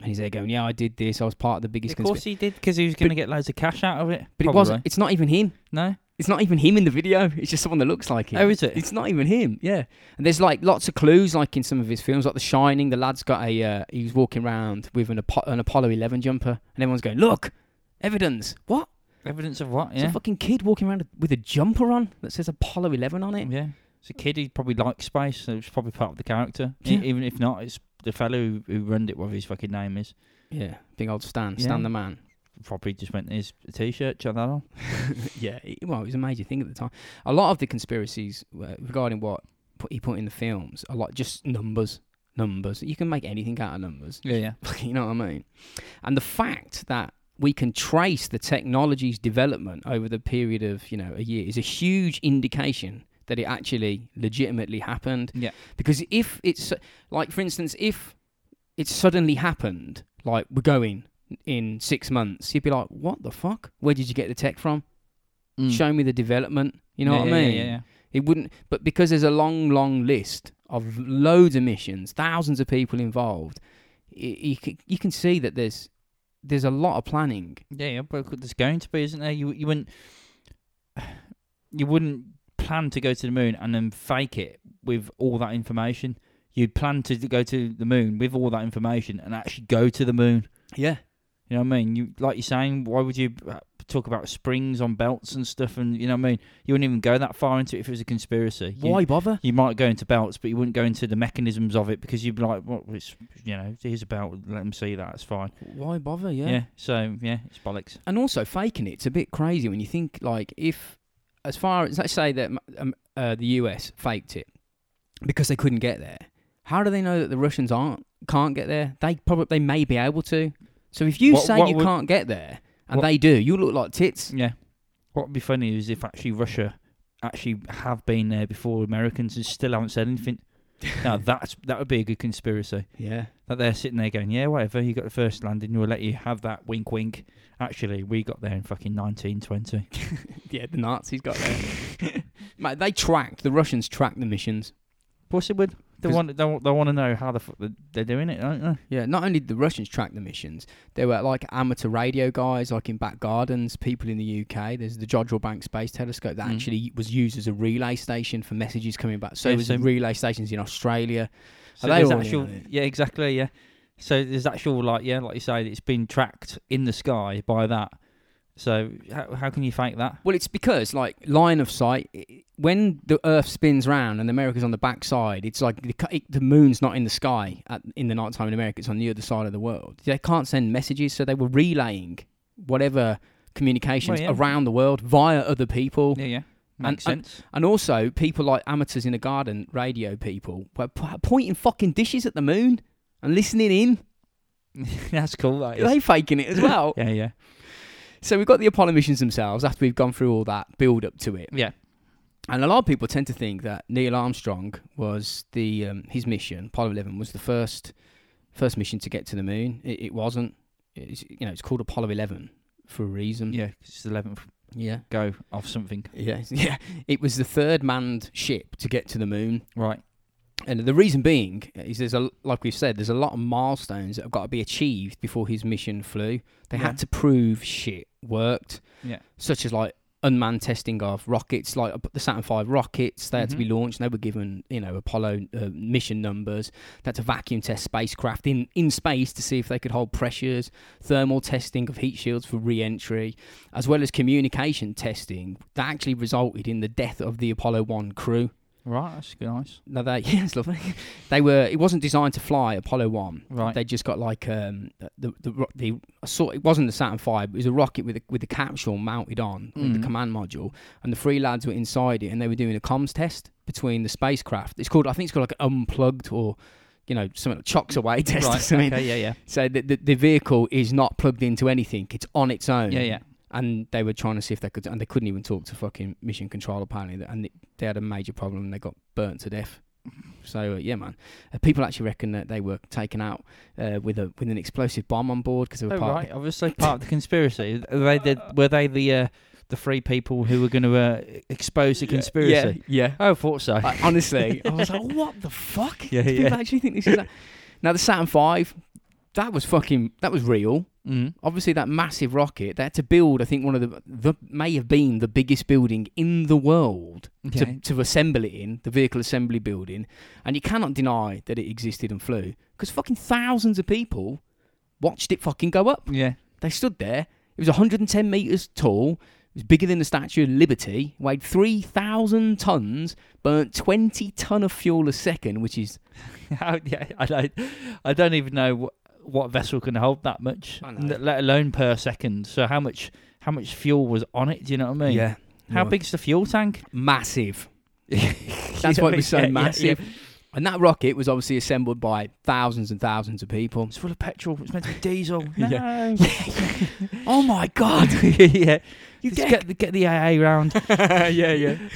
and he's there going, "Yeah, I did this. I was part of the biggest."
Of course he did, because he was going to get loads of cash out of it.
But it wasn't. It's not even him.
No.
It's not even him in the video. It's just someone that looks like him.
Oh, is it?
It's not even him. Yeah. And there's like lots of clues, like in some of his films, like The Shining. The lad's got a. Uh, he was walking around with an, Apo- an Apollo 11 jumper, and everyone's going, "Look, evidence. What?
Evidence of what?
It's
Yeah.
a fucking kid walking around with a jumper on that says Apollo 11 on it."
yeah. It's a kid. He probably likes space, so it's probably part of the character. E-
Yeah.
even if not, it's the fellow who, who runned it, whatever his fucking name is,
Yeah. Big old Stan.
Yeah.
Stan the man.
probably just went his t-shirt, chuck that on.
yeah, it, well, it was a major thing at the time. A lot of the conspiracies uh, regarding what put, he put in the films are like just numbers, numbers. You can make anything out of numbers.
Yeah, yeah.
you know what I mean? And the fact that we can trace the technology's development over the period of you know a year is a huge indication that it actually legitimately happened.
Yeah.
Because if it's like, for instance, if it suddenly happened, like we're going in six months, you'd be like, "What the fuck? Where did you get the tech from?
Mm.
Show me the development." You know
Yeah,
what
yeah,
I
yeah,
mean?
Yeah, yeah.
It wouldn't, but because there's a long, long list of loads of missions, thousands of people involved, y- you can, you can see that there's there's a lot of planning.
Yeah, yeah, but there's going to be, isn't there? You you wouldn't you wouldn't plan to go to the moon and then fake it with all that information. You'd plan to go to the moon with all that information and actually go to the moon.
Yeah,
You know what I mean? You like you're saying, why would you uh, talk about springs on belts and stuff? And you know what I mean? You wouldn't even go that far into it if it was a conspiracy. You-
why bother?
you might go into belts, but you wouldn't go into the mechanisms of it because you'd be like, "Well, it's you know, here's a belt. Let them see that. It's fine."
Why bother? Yeah.
Yeah. So yeah, it's bollocks.
and also faking it's a bit crazy when you think like if as far as let's say that um, uh, the US faked it, because they couldn't get there. How do they know that the Russians aren't can't get there? They probably they may be able to. So if you
What-
say
what
you
would-
can't get there and
what-
they do, you look like tits.
Yeah. What would be funny is if actually Russia actually have been there before Americans and still haven't said anything. now that's that would be a good conspiracy.
Yeah.
That they're sitting there going, yeah, whatever. You got the first landing, we'll let you have that. Wink, wink. Actually, we got there in fucking 1920.
Yeah, the Nazis got there. Mate, they tracked the Russians tracked the missions.
Of course it would. They
'Cause-
want they want, they want to know how the fuck they- they're doing it, don't they?
Yeah, not only did the Russians track the missions, there were like amateur radio guys, like in back gardens, people in the UK. There's the Jodrell Bank Space Telescope that
Mm.
actually was used as a relay station for messages coming back. So
Yeah,
it was
so-
relay stations in Australia.
So
they
there's
all in
actual,
on it?
yeah, exactly, yeah. So there's actual like yeah, like you say, it's been tracked in the sky by that. So how how can you fake that?
Well, it's because like line of sight. i- When the Earth spins round and America's on the backside, it's like the, c- it, the moon's not in the sky at, in the nighttime in America. It's on the other side of the world. They can't send messages, so they were relaying whatever communications
Well, yeah.
around the world via other people.
Yeah, yeah,
And-
makes
and-
sense.
And also, people like amateurs in a garden, radio people, were p- pointing fucking dishes at the moon and listening in.
That's cool. That is.
They faking it as well.
Yeah, yeah,
So we've got the Apollo missions themselves after we've gone through all that build up to it.
yeah.
And a lot of people tend to think that Neil Armstrong was the um, his mission, Apollo Eleven, was the first first mission to get to the moon. It, it wasn't. It's, you know, it's called Apollo Eleven for a reason.
Yeah, 'cause it's the eleventh
yeah,
go of something,
yeah, yeah. It was the third manned ship to get to the moon,
right?
and the reason being is there's a like we've said, there's a lot of milestones that have got to be achieved before his mission flew. They
Yeah.
had to prove shit worked.
Yeah.
such as like unmanned testing of rockets, like the Saturn V rockets. They had to be
Mhm.
launched. and They were given, you know, Apollo uh, mission numbers. They had to vacuum test spacecraft in, in space to see if they could hold pressures. Thermal testing of heat shields for re-entry, as well as communication testing that actually resulted in the death of the Apollo One crew.
Right, that's good, nice.
No, they yeah, it's lovely. They were. It wasn't designed to fly Apollo One.
Right.
They just got like um the the ro- the I saw it wasn't the Saturn V. It was a rocket with a, with the capsule mounted on with the
Mm.
command module, and the three lads were inside it, and they were doing a comms test between the spacecraft. It's called I think it's called like unplugged or you know something like chocks away test or
right.
something.
okay, yeah, yeah,
So the, the the vehicle is not plugged into anything. It's on its own
yeah, yeah.
and they were trying to see if they could, and they couldn't even talk to fucking mission control apparently, and it- they had a major problem and they got burnt to death. So uh, yeah, man, uh, people actually reckon that they were taken out uh, with a with an explosive bomb on board because they were
Oh,
part.
right, obviously part of the conspiracy. Are they did, were they the uh, the three people who were going to uh, expose the conspiracy?
Yeah,
Oh, I thought so.
I, Uh, honestly, I was like, what the fuck?
Yeah,
Do people
yeah.
actually think this is that? now the Saturn Five, that was fucking that was real.
mm.
Obviously, that massive rocket they had to build. I think one of the the may have been the biggest building in the world.
Okay.
to, to assemble it in, the vehicle assembly building, and you cannot deny that it existed and flew because fucking thousands of people watched it fucking go up.
yeah.
They stood there. It was 110 meters tall. It was bigger than the Statue of Liberty. Weighed 3,000 tons. Burnt 20 ton of fuel a second, which is
How, Oh, yeah, I don't, I don't even know what, what vessel can hold that much,
I know.
n- let alone per second. So how much how much fuel was on it? Do you know what I mean? How
Yeah.
big's the fuel tank?
Massive.
That's
That's why it was so massive. And that rocket was obviously assembled by thousands and thousands of people.
It's full of petrol. It's meant to be diesel.
Yeah.
No.
Oh my god!
yeah.
You
Just get the, get the AA round.
yeah, yeah.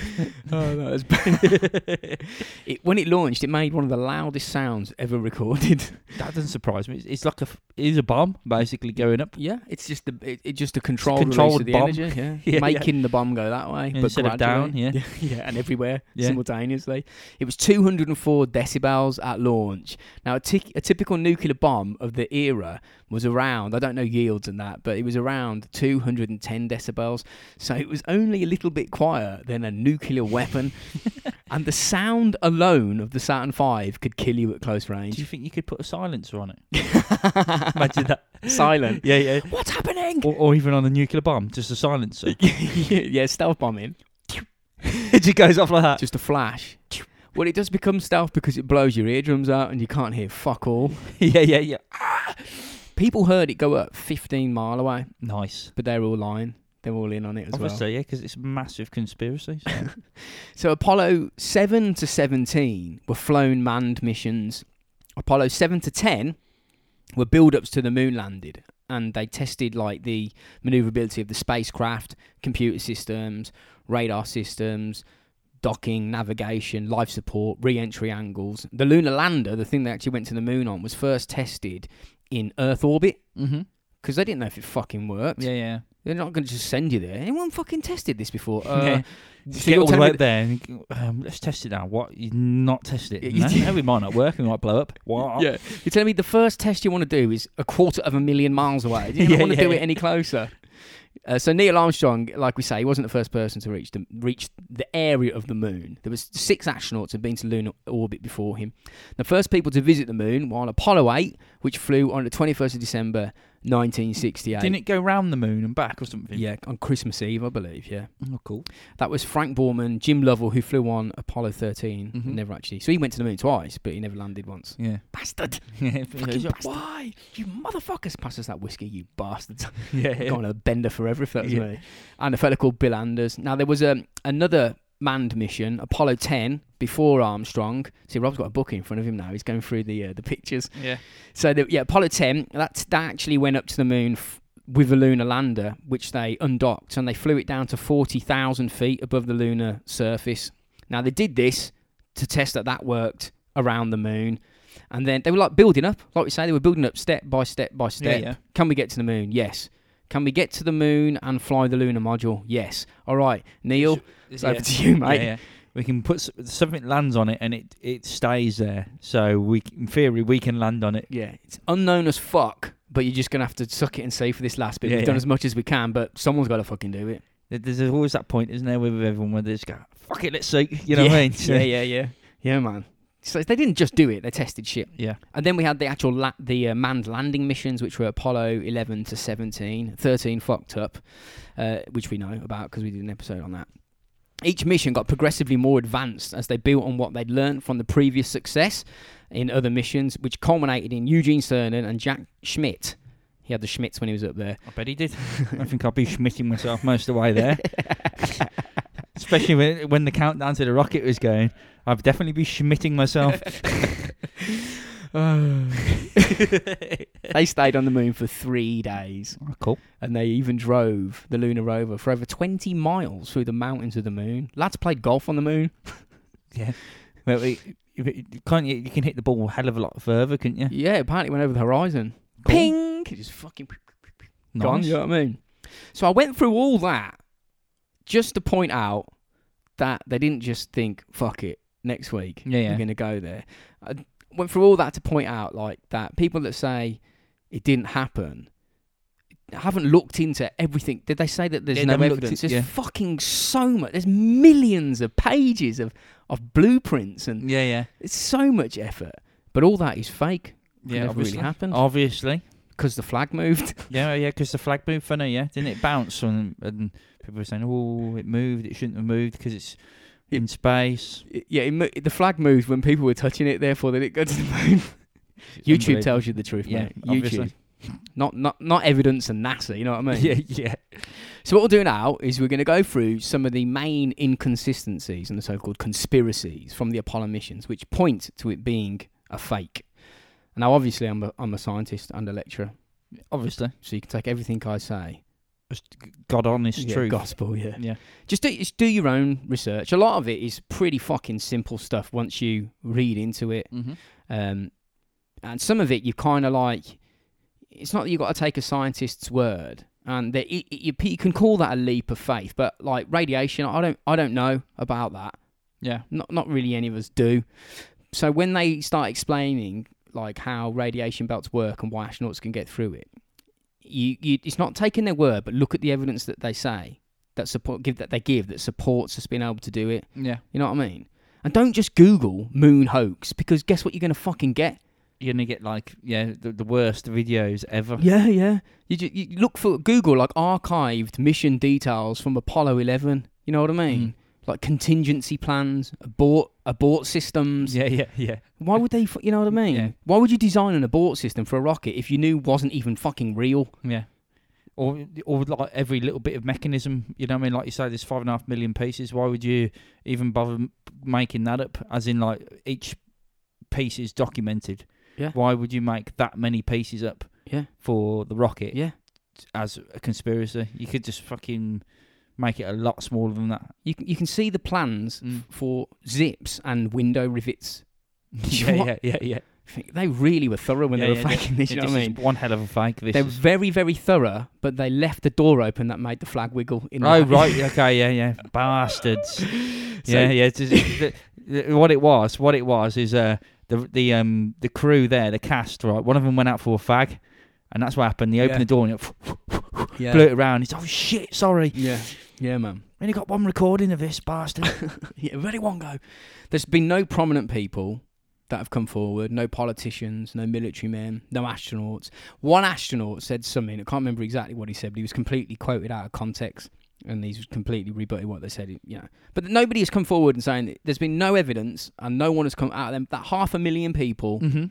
Oh, that was bad. it, when it launched, it made one of the loudest sounds ever recorded.
That doesn't surprise me. It's, it's like a f- it is a bomb basically going up
Yeah, it's just the it, it's just a controlled,
controlled
release
bomb.
of the energy, yeah.
Yeah, yeah.
making the bomb go that way, but
instead of down.
gradually.
Yeah.
yeah, and everywhere
Yeah.
simultaneously. It was 204 decibels at launch. Now, a, tic- a typical nuclear bomb of the era was around, I don't know yields and that, but it was around 210 decibels. So it was only a little bit quieter than a nuclear weapon. and the sound alone of the Saturn V could kill you at close
Do you
range.
think you could put a silencer on it? Imagine that.
Silent.
Yeah, yeah.
What's happening?
Or, or even on a nuclear bomb, just a silencer.
yeah, stealth bombing.
it just goes off like that.
Just a flash. Well, it does become stealth because it blows your eardrums out and you can't hear fuck all.
yeah, yeah, yeah.
People heard it go up 15 mile away,
Nice.
but they're all lying. They're all in on it as well.
Obviously, yeah, 'cause it's massive conspiracies.
So Apollo 7 to 17 were flown manned missions. Apollo 7 to 10 were build-ups to the moon landed and they tested like the maneuverability of the spacecraft, computer systems, radar systems, docking, navigation, life support, re-entry angles. The lunar lander, the thing they actually went to the moon on, was first tested in Earth orbit
mm-hmm.
because they didn't know if it fucking worked.
Yeah, yeah.
They're not going to just send you there. Anyone fucking tested this before? Uh,
yeah. So
so
get
you're
all the
telling me
way up there and you go, um, let's test it now. What? You not test it?
Yeah,
No,
you-
no, we might not work. We might blow up. What?
Yeah. You're telling me the first test you want to do is a quarter of a million miles away. Do you
Yeah,
want to
yeah.
do it any closer? Uh, so Neil Armstrong, like we say, he wasn't the first person to reach the reach the area of the moon. There was six astronauts had been to lunar orbit before him. The first people to visit the moon were on Apollo 8, which flew on the 21st of December 1968.
Didn't it go round the moon and back or something?
Yeah, on Christmas Eve, I believe. Yeah.
Oh, cool.
That was Frank Borman, Jim Lovell, who flew on Apollo 13.
Mhm.
Never actually. So he went to the moon twice, but he never landed once.
Yeah.
Bastard.
yeah.
Fucking why? You motherfuckers. Pass us that whiskey, you bastards.
Yeah.
Go on a bender forever if that's
Yeah.
me. And a fella called Bill Anders. Now, there was um, another manned mission, Apollo 10, before Armstrong. See, Rob's got a book in front of him now. He's going through the uh, the pictures.
Yeah.
So, the, yeah, Apollo 10, that, that actually went up to the moon f- with a lunar lander, which they undocked, and they flew it down to 40,000 feet above the lunar surface. Now, they did this to test that that worked around the moon. And then they were like building up, like we say, they were building up step by step by step.
yeah.
Can we get to the moon? Yes. Can we get to the moon and fly the lunar module? Yes. All right, Neil, it's over to you, mate.
Yeah, yeah. We can put s- something lands on it and it it stays there. So we, c- in theory, we can land on it.
Yeah, it's unknown as fuck, but you're just gonna have to suck it and see for this last bit.
Yeah,
We've done
yeah.
as much as we can, but someone's got to fucking do it.
There- There's always that point, isn't there, with everyone where they just go, "Fuck it, let's see." You know what I mean? So-
Yeah, yeah, yeah, yeah, man. So they didn't just do it; they tested shit.
yeah.
And then we had the actual la- the uh, manned landing missions, which were Apollo 11 to 17, 13 fucked up, uh, which we know about because we did an episode on that. Each mission got progressively more advanced as they built on what they'd learned from the previous success in other missions, which culminated in Eugene Cernan and Jack Schmidt. He had the Schmidts when he was up there.
I bet he did. I think I'll be schmitting myself most of the way there. Especially when, when the countdown to the rocket was going. I'd definitely be schmitting myself.
They stayed on the moon for three days,
Oh, cool.
and they even drove the lunar rover for over 20 miles through the mountains of the moon. Lads played golf on the moon.
Yeah. Well, it, if it- can't you, you can hit the ball a hell of a lot further, couldn't you?
Yeah, apparently it went over the horizon.
Cool.
Ping! It Just fucking gone.
Nice.
You know what I mean? So I went through all that just to point out that they didn't just think, "Fuck it, next week
Yeah, yeah.
we're going to go there." I went through all that to point out, like that people that say it didn't happen haven't looked into everything. Did they say that there's
Yeah, they
no
haven't looked
evidence?
in-
There's
yeah.
fucking so much. There's millions of pages of of blueprints, and
Yeah, yeah.
it's so much effort. But all that is fake.
Yeah,
never
obviously.
really happened
Obviously.
because the flag moved.
Yeah, yeah, because the flag moved funny, yeah. Didn't it bounce? And, and people were saying, oh, it moved. It shouldn't have moved because it's
Yeah.
in space.
yeah, it mo- the flag moved when people were touching it. Therefore, they didn't go to the moon. YouTube
Unbelievable.
tells you the truth,
Yeah,
mate.
obviously.
YouTube, not not not evidence and NASA. You know what I mean?
Yeah, yeah.
So what we'll do now is we're going to go through some of the main inconsistencies and the so-called conspiracies from the Apollo missions, which point to it being a fake. Now, obviously, I'm a, I'm a scientist and a lecturer,
Obviously.
so you can take everything I say.
It's g- God honest
Yeah,
truth.
gospel, yeah.
Yeah.
just do, just do your own research. A lot of it is pretty fucking simple stuff once you read into it.
Mm-hmm.
Um, and some of it you kind of like, it's not that you've got to take a scientist's word. And that it, it, you, pe- you can call that a leap of faith, but like radiation, I don't, I don't know about that.
Yeah.
Not, not really any of us do. So when they start explaining like how radiation belts work and why astronauts can get through it, you, you it's not taking their word, but look at the evidence that they say that support give that they give that supports us being able to do it.
Yeah.
You know what I mean? And don't just Google moon hoax because guess what you're going to fucking get?
You're going to get like, yeah, the, the worst videos ever.
Yeah, yeah. You, ju- you look for Google like archived mission details from Apollo 11. You know what I mean?
Mm-hmm.
Like contingency plans, abort abort systems.
Yeah, yeah, yeah.
Why would they? fu- You know what I mean?
Yeah.
Why would you design an abort system for a rocket if you knew wasn't even fucking real?
Yeah. or or like every little bit of mechanism. You know what I mean? Like you say, there's five and a half million pieces. Why would you even bother m- making that up? As in, like each piece is documented.
Yeah.
Why would you make that many pieces up
Yeah.
for the rocket
Yeah.
as a conspiracy? You could just fucking make it a lot smaller than that.
You can, you can see the plans
Mm.
for zips and window rivets.
yeah,
What?
yeah, yeah, yeah.
Think They really were thorough when
Yeah,
they were
yeah,
faking this. You know
this
what I mean?
is one hell of a fake. This
They're
is.
very, very thorough, but they left the door open that made the flag wiggle. In
Oh
the-
right, okay, yeah, yeah, bastards. yeah, yeah. it's just- the- the- what it was, what it was is uh the the um the crew there, the cast, right? One of them went out for a fag, and that's what happened. They opened
Yeah.
the door and it
yeah,
blew it around. It's oh shit, sorry,
yeah, yeah, man.
we only got one recording of this bastard.
Yeah, ready one go. There's been no prominent people that have come forward, no politicians, no military men, no astronauts. One astronaut said something, I can't remember exactly what he said, but he was completely quoted out of context and he's completely rebutted what they said, you know. But nobody has come forward and saying that there's been no evidence and no one has come out of them. That half a million people
mm-hmm.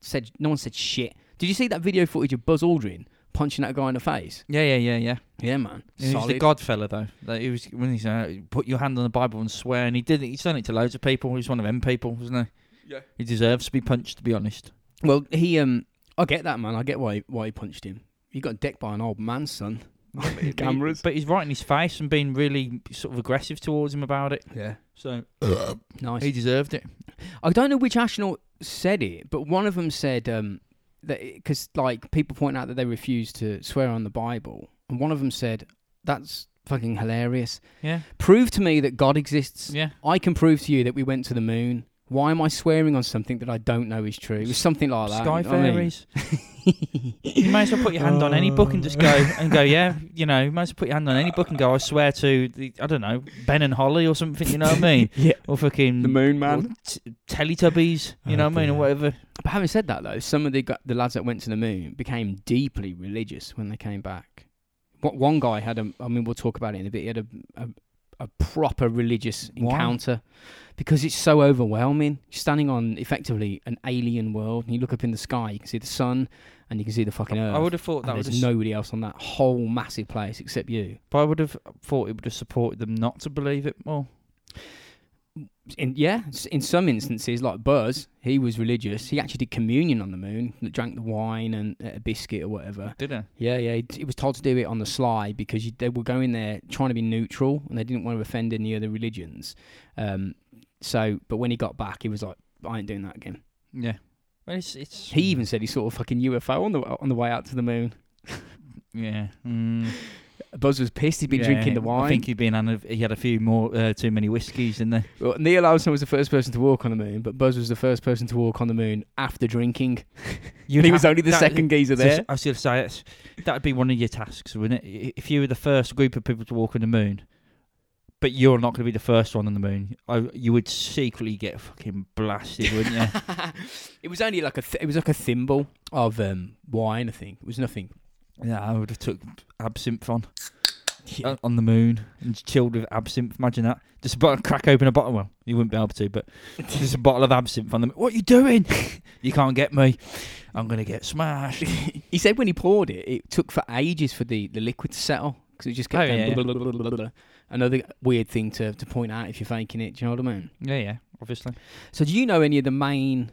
said no one said shit. Did you see that video footage of Buzz Aldrin punching that guy in the face?
Yeah, yeah, yeah, yeah.
Yeah, man.
He's
Solid.
the Godfella though. Like, he was when he said, "Put your hand on the Bible and swear," and he did it. He's done it to loads of people. He's one of them people, wasn't he?
Yeah.
He deserves to be punched, to be honest.
Well, he um, I get that man. I get why why he punched him. He got decked by an old man, son. Cameras.
But he's right in his face and being really sort of aggressive towards him about it.
Yeah,
So
nice.
he deserved it.
I don't know which astronaut said it, but one of them said um that because like people point out that they refuse to swear on the Bible, and one of them said that's fucking hilarious.
Yeah.
Prove to me that God exists.
Yeah.
I can prove to you that we went to the moon. Why am I swearing on something that I don't know is true? It was something like that.
Sky
you know what I mean?
fairies. you may as well put your hand on any book and just go and go. Yeah, you know, you may as well put your hand on any book and go. I swear to the, I don't know, Ben and Holly or something. You know what I mean?
Yeah.
Or fucking
The moon
or
man.
t- Teletubbies. You
Oh,
know what I mean? Or
dear.
whatever.
But having said that, though, some of the gu- the lads that went to the moon became deeply religious when they came back. What one guy had a, I mean, we'll talk about it in a bit. He had a a, a proper religious
Why?
encounter because it's so overwhelming. You're standing on effectively an alien world, and you look up in the sky, you can see the sun, and you can see the fucking earth.
I would have thought
and
that would
there's
have
nobody else on that whole massive place except you.
But I would have thought it would have supported them not to believe it more.
in, yeah, s- in some instances, like Buzz, he was religious. He actually did communion on the moon, drank the wine and ate a biscuit or whatever.
Did I?
Yeah, yeah, he, he was told to do it on the sly because you, they were going there trying to be neutral and they didn't want to offend any other religions. Um, so, but when he got back, he was like, "I ain't doing that again."
Yeah. Well, it's it's
He even said he saw a fucking UFO on the on the way out to the moon.
yeah. Mm.
Buzz was pissed. He'd been
Yeah,
drinking the
I
wine.
think he'd been on a, he had a few more uh, too many whiskies in there.
Well, Neil Armstrong was the first person to walk on the moon, but Buzz was the first person to walk on the moon after drinking.
You
he was only the
that-
second geezer
So s-
there.
I was going to say that's, that'd be one of your tasks, wouldn't it? I- If you were the first group of people to walk on the moon, but you're not going to be the first one on the moon, I, you would secretly get fucking blasted, wouldn't you?
it was only like a th- it was like a thimble of um, wine. I think it was nothing.
yeah, I would have took absinthe on uh, on the moon and just chilled with absinthe. Imagine that. Just about crack open a bottle. Well, you wouldn't be able to, but just a bottle of absinthe on the moon. What are you doing? you can't get me. I'm going to get smashed.
He said when he poured it, it took for ages for the, the liquid to settle because it just kept
Oh,
going.
yeah, yeah.
blah, blah, blah, blah, blah, blah. Another weird thing to, to point out if you're faking it. Do you know what I mean?
yeah, yeah, obviously.
So do you know any of the main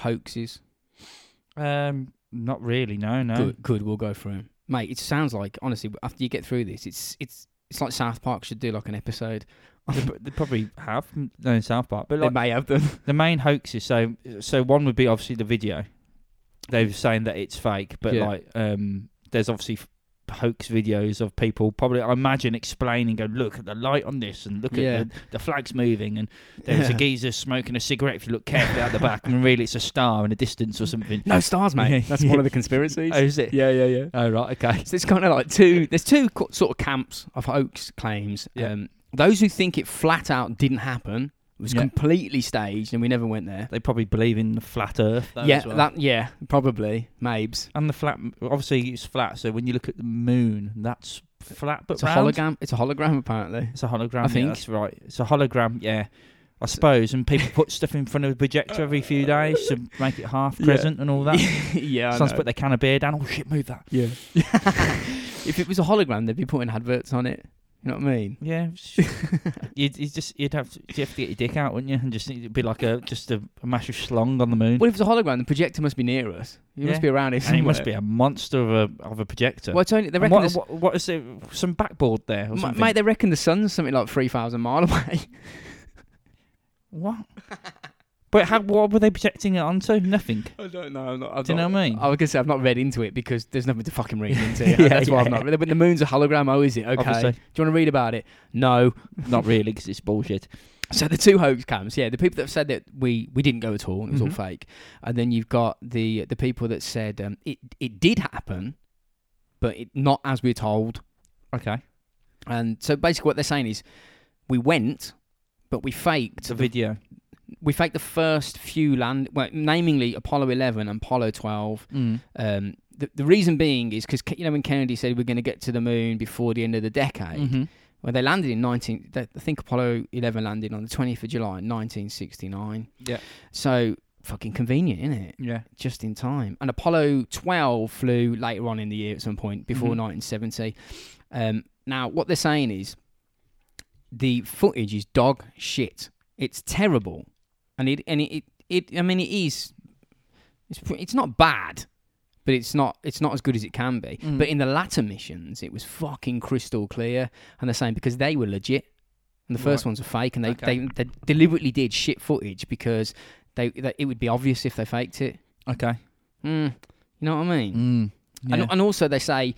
hoaxes?
Um, Not really, no, no.
Good, good. We'll go through 'em. mate. It sounds like honestly, after you get through this, it's it's it's like South Park should do like an episode.
They, pr- they probably have known South Park, but
They
like
may have them.
the main hoaxes. So, so one would be obviously the video. They were saying that it's fake, but
Yeah.
like, um, there's obviously f- hoax videos of people probably, I imagine, explaining, go look at the light on this, and look
Yeah.
at the, the flags moving, and there's a
Yeah.
geezer smoking a cigarette. If you look carefully out the back, and really it's a star in the distance or something.
No stars, mate.
Yeah.
That's one of the conspiracies.
oh, is it?
Yeah, yeah, yeah.
Oh, right, okay.
So it's kind of like two. There's two co- sort of camps of hoax claims.
Yeah.
Um, those who think it flat out didn't happen it was
Yeah.
completely staged and we never went there.
They probably believe in the flat Earth. Though,
yeah,
as well.
that yeah, probably Mabes.
and the flat. Obviously, it's flat. So when you look at the moon, that's flat, but
It's
round.
a hologram. It's a hologram apparently.
It's a hologram.
I
I think
think.
that's right. It's a hologram. Yeah, I I suppose, and people put stuff in front of the projector every few days to make it half
Yeah.
crescent and all that.
yeah, I
Someone's
know.
put their can of beer down. Oh shit, move that.
yeah. if it was a hologram, they'd be putting adverts on it. You know what I mean?
Yeah, it's- you'd, you'd just you'd have, to, you'd have to get your dick out, wouldn't you? And just it'd be like a just a, a massive slung on the moon.
Well, if it's a hologram, the projector must be near us. It
Yeah.
must be around us.
and it must be a monster of a of a projector.
Well, Tony, they
And
reckon
what,
the
what, what is it? Some backboard there or
s-
something?
mate, they reckon the sun's something like three thousand mile away.
what? but how, what were they projecting it onto? Nothing.
I don't know. I'm not, i
Do you know what I mean?
I was gonna say I've not read into it because there's nothing to fucking read into.
Yeah,
That's why I've
yeah.
not read it. But the moon's a hologram. Oh, is it? Okay.
Obviously.
Do you want to read about it? No.
Not really, because it's bullshit.
So the two hoax cams, yeah, the people that have said that we we didn't go at all and it was
Mhm.
all fake, and then you've got the the people that said um, it it did happen, but it, not as we are told.
Okay.
And so basically, what they're saying is we went, but we faked
It's a video.
we faked the first few land, well, namely Apollo 11 and Apollo 12.
Mm.
Um, the, the reason being is because you know when Kennedy said we're going to get to the moon before the end of the decade.
Mhm.
Well, they landed in 19. they- I think Apollo 11 landed on the 20th of July, 1969.
Yeah.
So fucking convenient, isn't it?
Yeah.
Just in time. And Apollo 12 flew later on in the year at some point before
Mhm.
1970. Um, now, what they're saying is the footage is dog shit. It's terrible, and it and it, it, it I mean it is. It's pr- it's not bad. But it's not it's not as good as it can be.
Mm.
But in the latter missions, it was fucking crystal clear, and they're saying because they were legit, and the first
Right.
ones were fake, and they,
Okay.
they they deliberately did shit footage because they, they it would be obvious if they faked it.
Okay.
Mm, you know what I mean?
Mm. Yeah.
And, and also they say,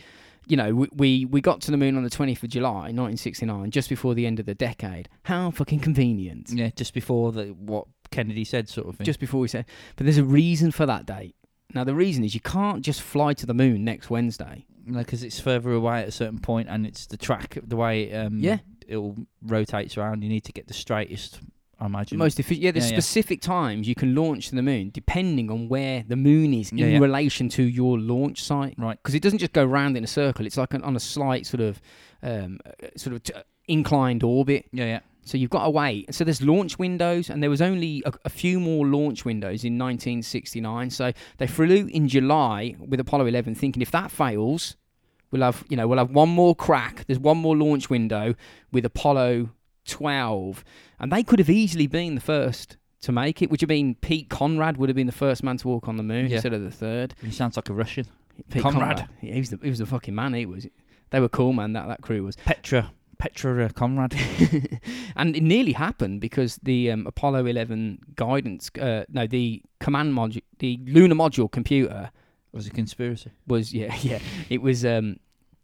you know, we, we we got to the moon on the 20th of July 1969, just before the end of the decade. How fucking convenient.
yeah. Just before the what Kennedy said, sort of thing.
Just before we said, but there's a reason for that date. Now the reason is you can't just fly to the moon next Wednesday.
because it's further away at a certain point, and it's the track, the way um,
Yeah.
it all rotates around. You need to get the straightest, I imagine.
Most efficient. Yeah, there's
Yeah, yeah.
specific times you can launch to the moon depending on where the moon is in
Yeah, yeah.
relation to your launch site.
Right.
Because it doesn't just go round in a circle. It's like an, on a slight sort of, um, uh, sort of t- inclined orbit.
Yeah, yeah.
So you've got to wait. So there's launch windows, and there was only a, a few more launch windows in 1969. So they flew in July with Apollo 11, thinking if that fails, we'll have you know we'll have one more crack. There's one more launch window with Apollo 12, and they could have easily been the first to make it. Which would have been Pete Conrad would have been the first man to walk on the moon
Yeah.
instead of the third.
He sounds like a Russian.
Pete
Conrad.
Yeah, he was the he was the fucking man. He was. They were cool, man. That that crew was.
Petra, Petra uh, Conrad.
and it nearly happened because the um, Apollo 11 guidance, uh, no, the command module, the lunar module computer
was a conspiracy.
was, yeah, yeah, it was um,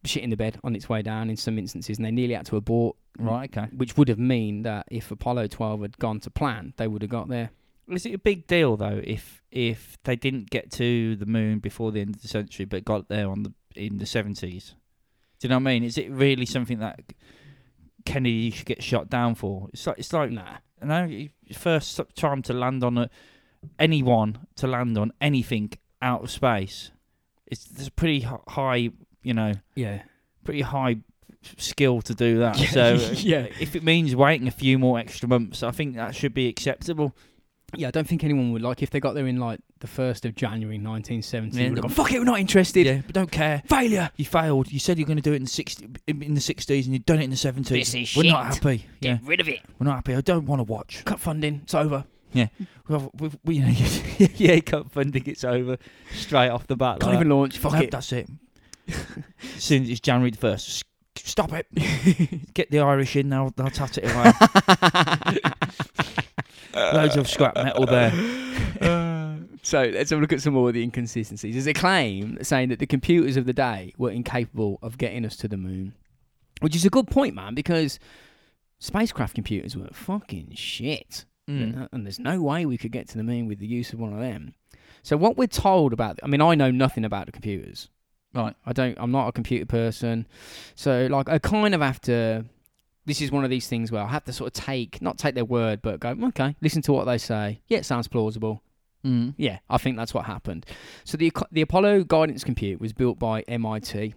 shit in the bed on its way down in some instances, and they nearly had to abort,
Right. Okay.
which would have mean that if Apollo 12 had gone to plan, they would have got there.
Is it a big deal though if if they didn't get to the moon before the end of the century, but got there on the in the seventies? Do you know what I mean? Is it really something that Kennedy should get shot down for? It's like it's like
Nah.
you know, y- first s- time to land on a, anyone to land on anything out of space. It's there's a pretty h- high, you know,
Yeah.
pretty high skill to do that.
Yeah,
So
yeah.
if it means waiting a few more extra months, I think that should be acceptable.
Yeah, I don't think anyone would like if they got there in like the 1st of January 1970.
Yeah.
Yeah, gone, Fuck it, we're not interested.
yeah, but don't care.
Failure.
You failed. You said you were going to do it in the 60, in in the sixties, and you've done it in the seventies.
This is
We're not
shit.
happy. Yeah,
Get rid of it.
we're not happy. I don't want to watch.
Cut funding. It's over.
We've, we've, we, you know, yeah, cup funding. It's over straight off the bat.
Can't
like that.
even launch. Fuck
No,
it.
That's it. as soon as it's January the first, stop it. Get the Irish in. They'll they'll tat it away. Loads of scrap metal there. Mm.
so let's have a look at some more of the inconsistencies. There's a claim saying that the computers of the day were incapable of getting us to the moon, which is a good point, man, because spacecraft computers were fucking shit.
Mm.
And there's no way we could get to the moon with the use of one of them. So what we're told about, I mean, I know nothing about the computers.
Right.
I don't. I'm not a computer person, so like I kind of have to. This is one of these things where I have to sort of take, not take their word, but go, okay, listen to what they say. Yeah, it sounds plausible.
Mm.
Yeah, I think that's what happened. So the Aco- the Apollo guidance computer was built by MIT,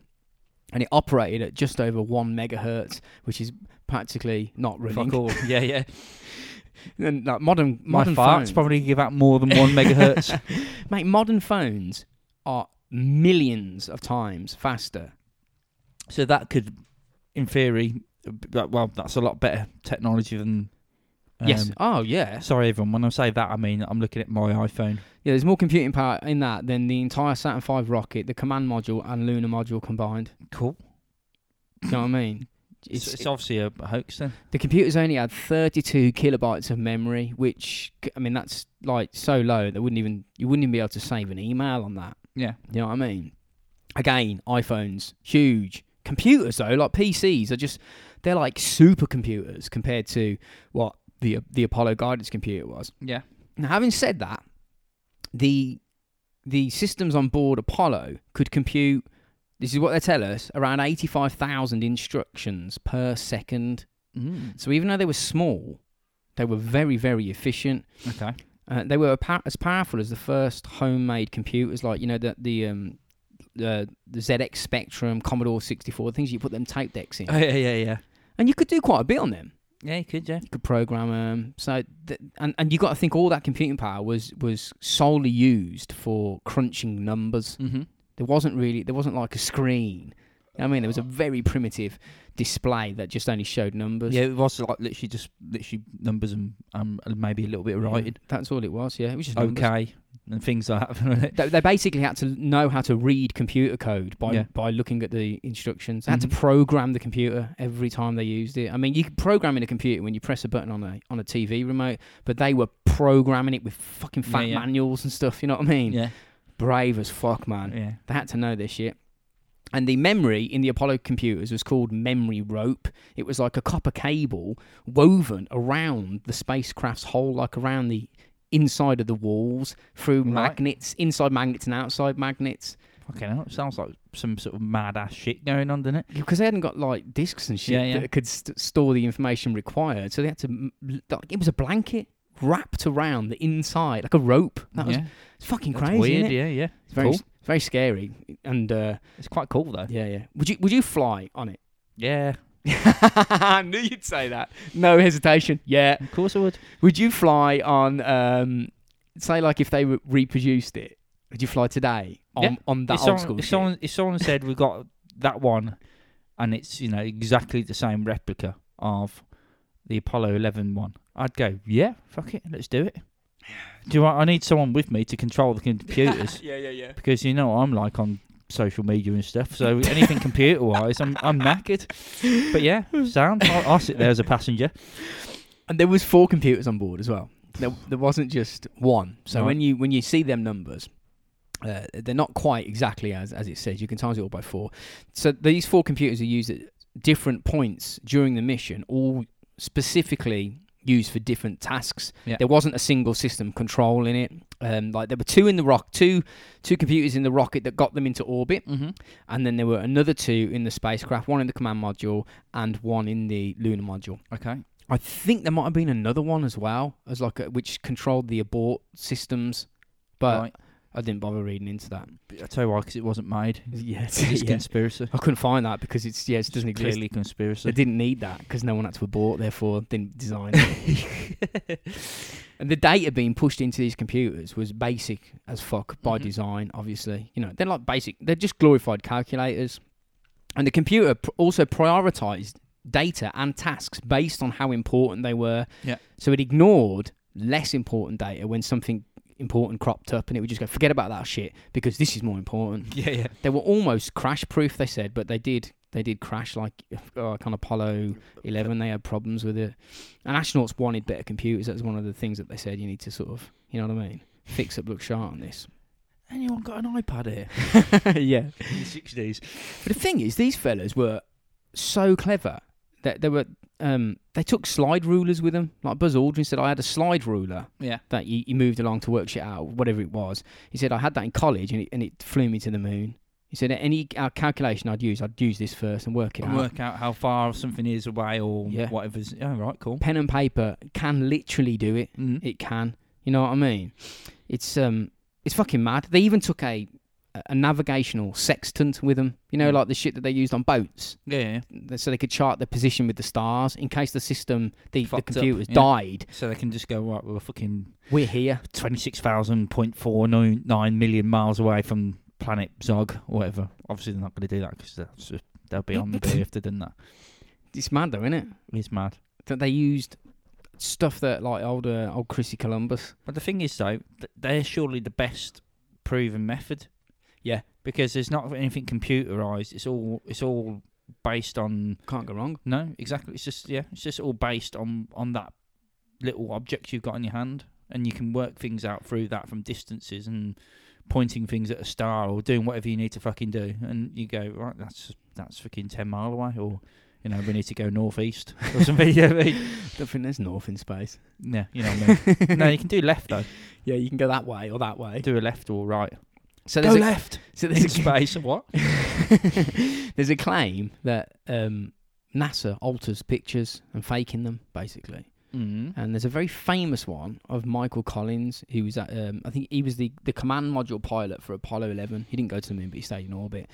and it operated at just over one megahertz, which is practically not running.
Fuck all. Yeah, yeah.
And like modern
My
modern
farts
phones,
probably give out more than one megahertz.
mate. Modern phones are millions of times faster.
So that could, in theory, uh, b- that- well, that's a lot better technology than.
yes.
um,
Oh yeah.
Sorry, everyone. When I say that, I mean I'm looking at my iPhone.
Yeah. There's more computing power in that than the entire Saturn V rocket, the command module, and lunar module combined.
Cool.
Do you know what I mean?
It's, it's obviously a hoax then.
The computers only had 32 kilobytes of memory, which c- I mean that's like so low that wouldn't even you wouldn't even be able to save an email on that.
Yeah.
You know what I mean? Again, iPhones huge. Computers though, like PCs, are just they're like supercomputers compared to what the the Apollo guidance computer was.
Yeah.
Now, having said that, the the systems on board Apollo could compute. This is what they tell us: around eighty-five thousand instructions per second.
Mm.
So even though they were small, they were very, very efficient.
Okay.
Uh, they were pa- as powerful as the first homemade computers, like you know the the um, the, the ZX Spectrum, Commodore 64, the things you put them tape decks in,
Oh yeah, yeah, yeah.
and you could do quite a bit on them.
Yeah, you could. Yeah.
You could program them. So th- and and you got to think all that computing power was was solely used for crunching numbers.
Mm-hmm.
There wasn't really there wasn't like a screen. I mean, there was a very primitive display that just only showed numbers.
Yeah, it was like literally just literally numbers and um, and maybe a little bit of
Yeah,
writing.
That's all it was. Yeah, it was just numbers.
Okay, and things like that. wasn't it?
they, they basically had to know how to read computer code by
Yeah.
by looking at the instructions. They had
Mhm.
to program the computer every time they used it. I mean, you could program in a computer when you press a button on a on a TV remote, but they were programming it with fucking
Yeah,
fat
yeah.
manuals and stuff. You know what I mean?
yeah,
Brave as fuck, man.
yeah.
They had to know this shit. And the memory in the Apollo computers was called memory rope. It was like a copper cable woven around the spacecraft's hull, like around the inside of the walls through
Right.
magnets, inside magnets and outside magnets.
Fucking hell, it sounds like some sort of mad ass shit going on, doesn't it?
Because they hadn't got like discs and shit
Yeah, yeah.
that could st- store the information required. So they had to, m- l- like, it was a blanket wrapped around the inside, like a rope. That was
yeah,
it's fucking
That's
crazy.
weird.
isn't it?
Yeah, yeah.
It's very,
Cool.
it's very scary. And, uh,
It's quite cool though.
yeah, yeah. Would you, would you fly on it?
Yeah,
I knew you'd say that. No hesitation. Yeah.
of course I would.
Would you fly on, um, say, like if they re- reproduced it? Would you fly today on,
Yeah.
on that
if,
old
someone,
school?
if,
shit?
someone, if someone said we got that one, and it's you know exactly the same replica of the Apollo 11 one, I'd go yeah, fuck it, let's do it. Do you want, I need someone with me to control the computers?
yeah, yeah, yeah.
because you know what I'm like on social media and stuff. So anything computer wise, I'm I'm knackered. But yeah, sound. I'll, I'll sit there as a passenger.
And there was four computers on board as well. There, there wasn't just one. So
Right.
when you when you see them numbers, uh, they're not quite exactly as as it says. You can times it all by four. So these four computers are used at different points during the mission, all specifically used for different tasks.
Yeah.
There wasn't a single system controlling it. Um, like there were two in the rock, two two computers in the rocket that got them into orbit
Mm-hmm.
and then there were another two in the spacecraft, one in the command module and one in the lunar module.
Okay.
I think there might have been another one as well, as like a, which controlled the abort systems, but
right.
I didn't bother reading into that.
But I tell you why, because it wasn't made.
Yes,
It's conspiracy.
I couldn't find that because it's yes, it doesn't
It's
exist.
clearly
They
conspiracy.
didn't need that because no one had to abort, therefore didn't design it. and the data being pushed into these computers was basic as fuck by
Mhm.
design, obviously. You know, they're like basic, they're just glorified calculators. And the computer pr- also prioritized data and tasks based on how important they were.
Yeah.
So it ignored less important data when something important cropped up and it would just go, forget about that shit because this is more important
Yeah, yeah.
they were almost crash proof they said but they did they did crash like uh, like on apollo 11 they had problems with it and astronauts wanted better computers that was one of the things that they said you need to sort of you know what i mean fix up look sharp on this
Anyone got an iPad here?
yeah
In the sixties.
but the thing is these fellas were so clever that they were um they took slide rulers with them like buzz aldrin said i had a slide ruler
Yeah.
that you, you moved along to work shit out, whatever it was. He said, I had that in college and it, and it flew me to the moon. He said, any uh, calculation I'd use, I'd use this first and work it
And
out.
work out how far something is away or
Yeah.
whatever's. Oh, right, cool.
Pen and paper can literally do it.
Mm.
It can. You know what I mean? It's um, it's fucking mad. They even took a a navigational sextant with them. You know,
Mm.
like the shit that they used on boats,
Yeah, yeah.
th- so they could chart their position with the stars in case the system, the, the
Fucked up,
computers
yeah.
died.
So they can just go right. We're fucking
We're here.
twenty six thousand point four nine nine million miles away from planet Zog or whatever. Obviously, they're not going to do that because they'll be on the day if they've done that.
It's mad though, isn't it?
It's mad.
That they used stuff that like old uh, old Chrissy Columbus.
But the thing is, though, th- they're surely the best proven method.
Yeah.
because there's not anything computerized. It's all it's all based on
Can't go wrong.
no, exactly. It's just yeah, it's just all based on on that little object you've got in your hand, and you can work things out through that from distances and pointing things at a star or doing whatever you need to fucking do, and you go right. That's that's fucking ten mile away, or you know we need to go northeast or something. you know what I mean?
Don't think there's north in space.
Yeah, you know what I mean. no, you can do left though.
Yeah, you can go that way or that way.
Do a left or right.
So
Go
there's a,
left
so
in
there's a,
space. What?
there's a claim that um, NASA alters pictures and faking them, basically.
Mm.
And there's a very famous one of Michael Collins, who was at, um, I think he was the, the command module pilot for Apollo 11. He didn't go to the moon, but he stayed in orbit.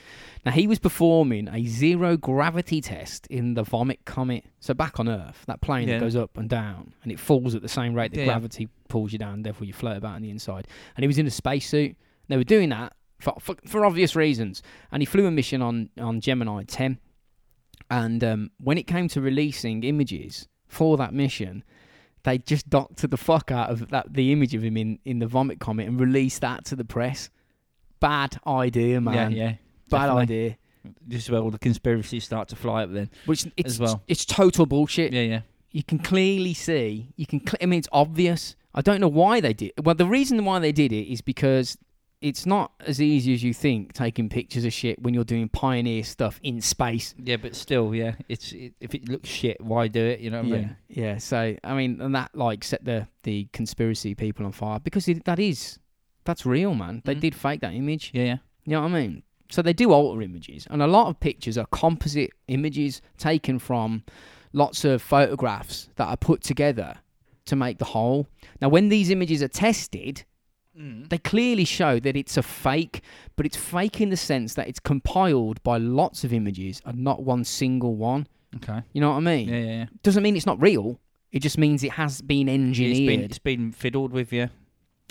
Now, he was performing a zero gravity test in the Vomit Comet. So, back on Earth, that plane
Yeah.
that goes up and down, and it falls at the same rate that
Yeah.
gravity pulls you down, therefore you float about on the inside. And he was in a spacesuit. And They were doing that for, for, for obvious reasons. And he flew a mission on, on Gemini 10. And um, when it came to releasing images for that mission, they just doctored the fuck out of that the image of him in, in the vomit comet and released that to the press. Bad idea,
Yeah,
man.
yeah.
Bad
definitely.
idea.
This is where all the conspiracies start to fly up. Then.
Which it's
As well.
it's total bullshit.
Yeah, yeah.
You can clearly see. You can. Cl- I mean, it's obvious. I don't know why they did. Well, the reason why they did it is because it's not as easy as you think taking pictures of shit when you're doing pioneer stuff in space.
Yeah, but still, yeah, it's it, if it looks shit, why do it? You know what I
yeah,
mean?
yeah. So I mean, and that like set the the conspiracy people on fire because it, that is that's real, man. They
Mhm.
did fake that image.
Yeah, yeah.
You know what I mean? So they do alter images, and a lot of pictures are composite images taken from lots of photographs that are put together to make the whole. Now, when these images are tested,
Mm.
they clearly show that it's a fake, but it's fake in the sense that it's compiled by lots of images and not one single one.
Okay.
You know what I mean?
Yeah, yeah. yeah.
doesn't mean it's not real. It just means it has been
It's
engineered,
been it's been fiddled with, yeah.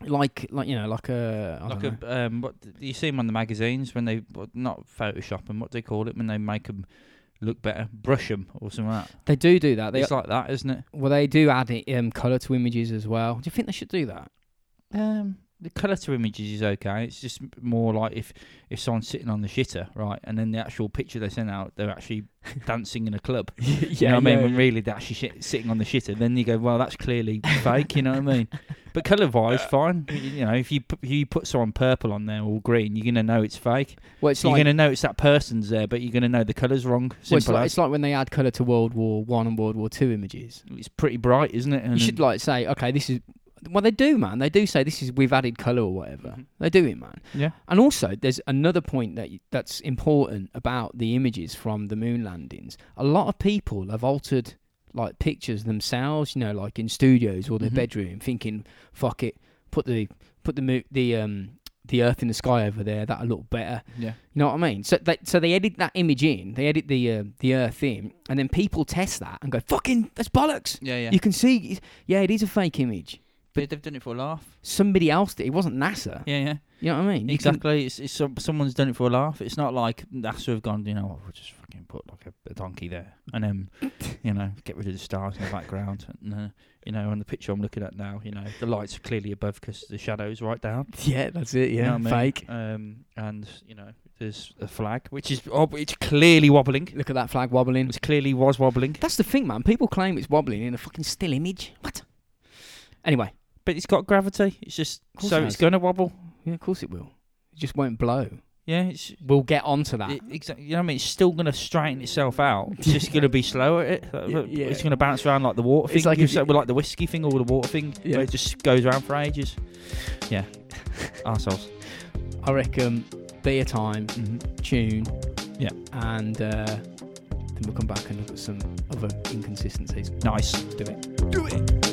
like like you know, like a I
Like
don't know.
a, um, what you see them on the magazines when they what- not Photoshop and what do they call it when they make them look better, brush them or something like that.
they do do that. They
It's like that, isn't it?
well, they do add it, um, color to images as well. Do you think they should do that?
Um, the colour to images is okay. It's just m- more like if if someone's sitting on the shitter, right, and then the actual picture they send out, they're actually dancing in a club.
yeah,
You know what I mean? When really they're actually shit, sitting on the shitter, then you go, well, that's clearly fake. You know what I mean? But colour wise, fine. You, you know, if you put, you put someone purple on there or green, you're gonna know it's fake.
Well, it's
you're
like
gonna know it's that person's there, but you're gonna know the colour's wrong.
well, it's
Simple
like,
as.
it's like when they add color to World War One and World War Two images.
It's, pretty bright, isn't it? And
you should like say, okay, this is. Well, they do, man. They do say this is we've added color or whatever.
Mhm.
They do it, man.
yeah,
And also, there's another point that that's important about the images from the moon landings. A lot of people have altered like pictures themselves, you know, like in studios or their
Mhm.
bedroom, thinking, "Fuck it, put the put the mo- the um the Earth in the sky over there. That'll look better."
yeah.
You know what I mean? So they so they edit that image in, they edit the uh, the Earth in, and then people test that and go, "Fucking, that's bollocks."
Yeah, yeah.
You can see, yeah, it is a fake image.
but they've done it for a laugh.
Somebody else did. It wasn't NASA.
Yeah, yeah.
You know what I mean? You can-
Exactly. It's, it's some, someone's done it for a laugh. It's not like NASA have gone, you know, what, we'll just fucking put like a, a donkey there and then, you know, get rid of the stars in the background. And, uh, you know, on the picture I'm looking at now, you know, the lights are clearly above because the shadow's right down.
yeah, that's it.
you
Yeah,
know what I mean?
fake.
Um, and, you know, there's a flag, which is ob- it's clearly wobbling.
Look at that flag wobbling.
It clearly was wobbling.
That's the thing, man. People claim it's wobbling in a fucking still image. What? Anyway,
But it's got gravity. It's just,
Of course
so
it
it's
has.
going to wobble.
yeah, of course it will. It just won't blow.
Yeah, it's.
We'll get onto that.
exactly. You know what I mean? It's still going to straighten itself out. It's just going to be slow at it.
Yeah, yeah.
It's going to bounce around like the water
It's
thing.
like
you
if
said,
you-
with, like the whiskey thing or the water thing.
Yeah.
Where it just goes around for ages. Yeah. Arseholes.
I reckon beer time,
hmm
tune.
Yeah.
And uh, then we'll come back and look at some other inconsistencies.
Nice. Do it.
Do it.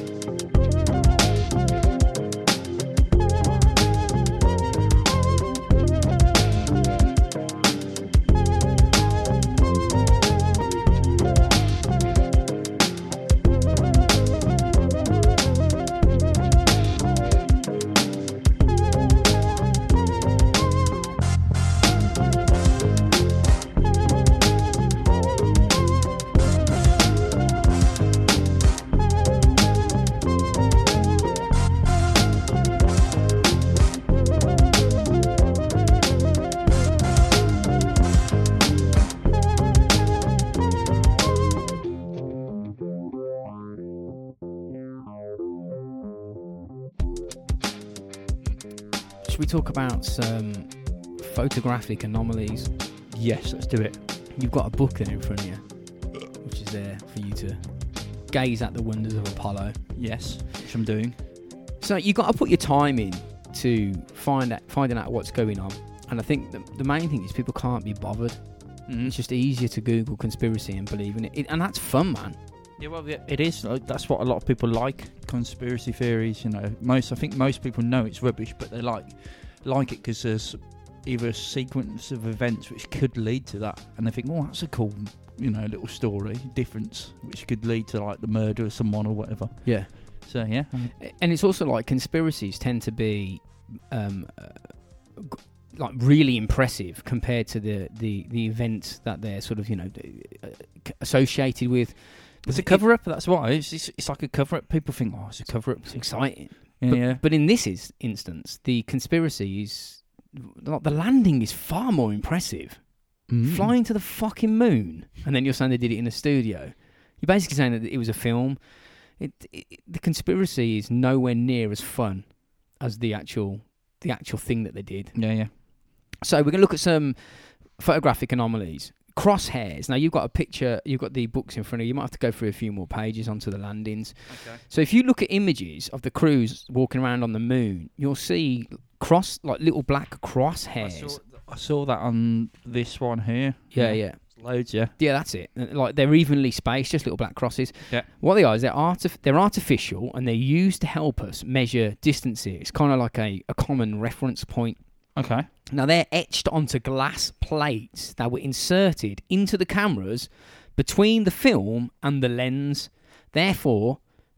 talk about some photographic anomalies?
Yes, let's do it.
You've got a book there in front of you, which is there for you to gaze at the wonders of Apollo.
Yes, which I'm doing.
So you got to put your time in to find out, finding out what's going on. And I think the, the main thing is people can't be bothered.
Mm.
It's just easier to Google conspiracy and believe in it. it and that's fun, man.
Yeah, well, yeah, it is. Like, that's what a lot of people like conspiracy theories. You know, most I think most people know it's rubbish, but they like like it because there's either a sequence of events which could lead to that, and they think, "Oh, that's a cool, you know, little story difference which could lead to like the murder of someone or whatever."
Yeah.
So yeah, um,
And it's also like conspiracies tend to be um, uh, g- like really impressive compared to the, the, the events that they're sort of, you know, d- uh, c- associated with.
it's a
It-
cover up. That's why it's, it's it's like a cover up. People think, "Oh, it's a cover up."
It's exciting.
Yeah,
but,
yeah.
but in this is, instance, the conspiracy is. Like the landing is far more impressive.
Mm.
Flying to the fucking moon, and then you're saying they did it in a studio. You're basically saying that it was a film. It, it, it- the conspiracy is nowhere near as fun as the actual the actual thing that they did.
Yeah, yeah.
So we're gonna look at some photographic anomalies. Crosshairs. Now you've got a picture. You've got the books in front of you. You might have to go through a few more pages onto the landings.
Okay.
So if you look at images of the crews walking around on the moon, you'll see cross like little black
I
crosshairs.
saw, I saw that on this one here.
yeah, yeah.
Loads, yeah.
Yeah, that's it. Like they're evenly spaced, just little black crosses.
Yeah.
What they are is they're artif- they're artificial and they're used to help us measure distances. It's kind of like a, a common reference point.
Okay.
Now they're etched onto glass plates that were inserted into the cameras between the film and the lens. Therefore,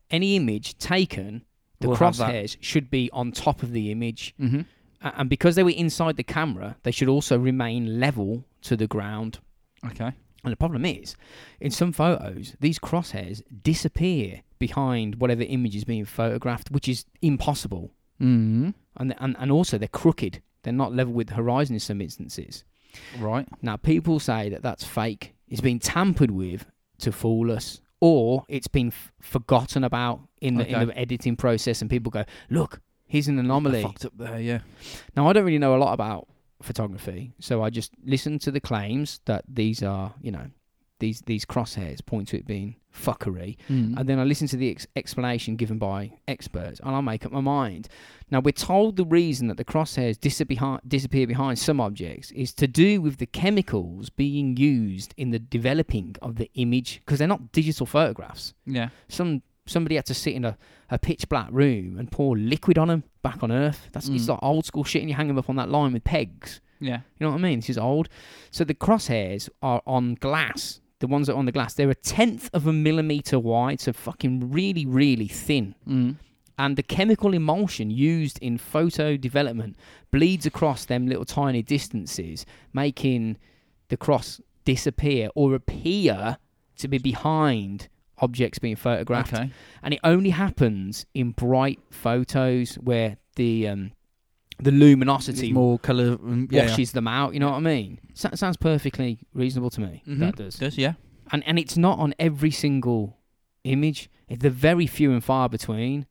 any image taken, the
Will have that.
crosshairs should be on top of the image.
Mm-hmm.
A- And because they were inside the camera, they should also remain level to the ground.
Okay.
And the problem is, in some photos, these crosshairs disappear behind whatever image is being photographed, which is impossible.
Mm-hmm.
And, and, and also, they're crooked. They're not level with the horizon in some instances.
Right.
Now, people say that that's fake. It's been tampered with to fool us, or it's been f- forgotten about in the,
Okay.
in the editing process, and people go, look, here's an anomaly.
Fucked up there, yeah.
Now, I don't really know a lot about photography, so I just listen to the claims that these are, you know, these these crosshairs point to it being fuckery,
Mm. Mm-hmm.
and then I listen to the ex- explanation given by experts, and I make up my mind. Now, we're told the reason that the crosshairs disappear, disappear behind some objects is to do with the chemicals being used in the developing of the image, because they're not digital photographs.
yeah.
Some somebody had to sit in a, a pitch black room and pour liquid on them back on Earth. That's it's
Mm.
like old school shit, and you hang them up on that line with pegs.
Yeah.
You know what I mean? This is old. So the crosshairs are on glass. The ones that are on the glass, they're a tenth of a millimeter wide, so fucking really, really thin.
Mm.
And the chemical emulsion used in photo development bleeds across them little tiny distances, making the cross disappear or appear to be behind objects being photographed
Okay.
and it only happens in bright photos where the um, the luminosity
more colour. Um, yeah, yeah.
washes them out. You know what I mean? So- sounds perfectly reasonable to me.
Mhm.
That does,
Does yeah.
and and it's not on every single image. It- They're very few and far between.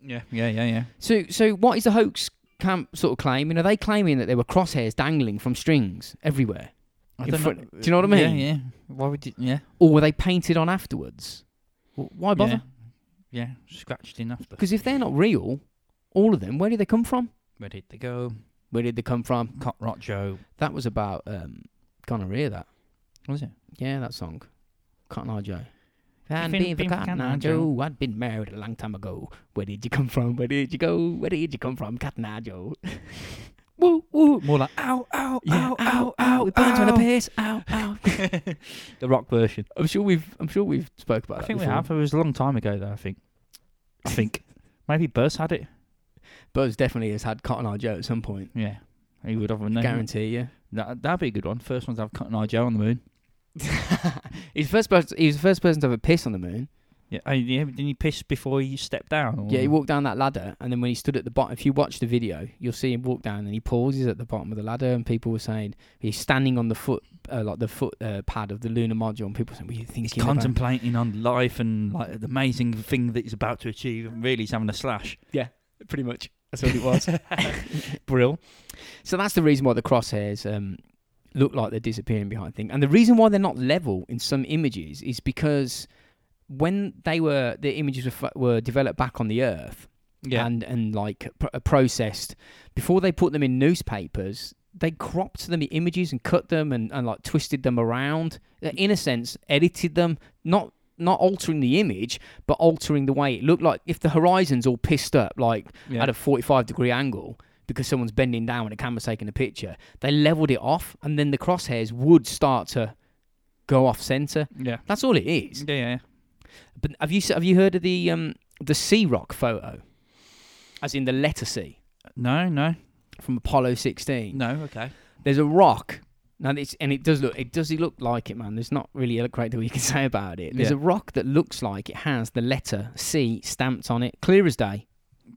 Yeah. Yeah. Yeah. Yeah.
So so what is the hoax camp sort of claiming? Are they claiming that there were crosshairs dangling from strings everywhere,
I
In
don't
front- do you know what I mean?
Yeah. Yeah. Why would you? Yeah.
or were they painted on afterwards? W- Why bother?
Yeah. yeah. Scratched in after.
Because if they're not real, all of them, where did they come from?
Where did they go?
Where did they come from?
Cot Rock Joe.
That was about um, gonorrhea. That
Was it?
yeah, that song, Cotton Eye Joe. And
been-
being for
been for
Cotton
Cotton
Eye
Eye
Joe, I'd been married a long time ago. Where did you come from? Where did you go? Where did you come from, Cotton Eye Joe? woo woo.
More like ow, ow,
Yeah, ow, ow, we're burnt on a piss. Ow, ow.
The rock version.
I'm sure we've, I'm sure we've spoke about.
I
that
think we
before.
have. It was a long time ago, though. I think. I think. Maybe Buzz had it.
Buzz definitely has had Cotton Eye Joe at some point.
Yeah. He would have known.
Guarantee you.
That, that'd be a good one. First one to have Cotton Eye Joe on the moon.
he's the first person. He was the first person to have a piss on the moon.
Yeah, I, yeah didn't he piss before he stepped down? or-
Yeah, he walked down that ladder, and then when he stood at the bottom, if you watch the video, you'll see him walk down, and he pauses at the bottom of the ladder, and people were saying he's standing on the foot, uh, like the foot uh, pad of the lunar module, and people were saying, "What are you
He's
thinking?" about?"
contemplating on life and like the amazing thing that he's about to achieve, and really he's having a slash.
Yeah. Pretty much. That's what it was.
Brill.
so that's the reason why the crosshairs um, look like they're disappearing behind things. And the reason why they're not level in some images is because when they were the images were, f- were developed back on the Earth
Yeah.
and and like pr- uh, processed before they put them in newspapers. They cropped them in images and cut them and, and like twisted them around. Uh, In a sense, edited them, not not altering the image, but altering the way it looked. Like if the horizon's all pissed up, like
yeah.
at a 45 degree angle because someone's bending down and the camera's taking a picture. They leveled it off, and then the crosshairs would start to go off center.
yeah.
That's all it is.
Yeah, yeah.
But have you s- have you heard of the um, the Sea Rock photo, as in the letter C
No, no,
from Apollo 16?
no. Okay.
There's a rock. Now it's, and it does look it does look like it, man. There's not really a great deal you can say about it. There's
Yeah.
a rock that looks like it has the letter C stamped on it, clear as day.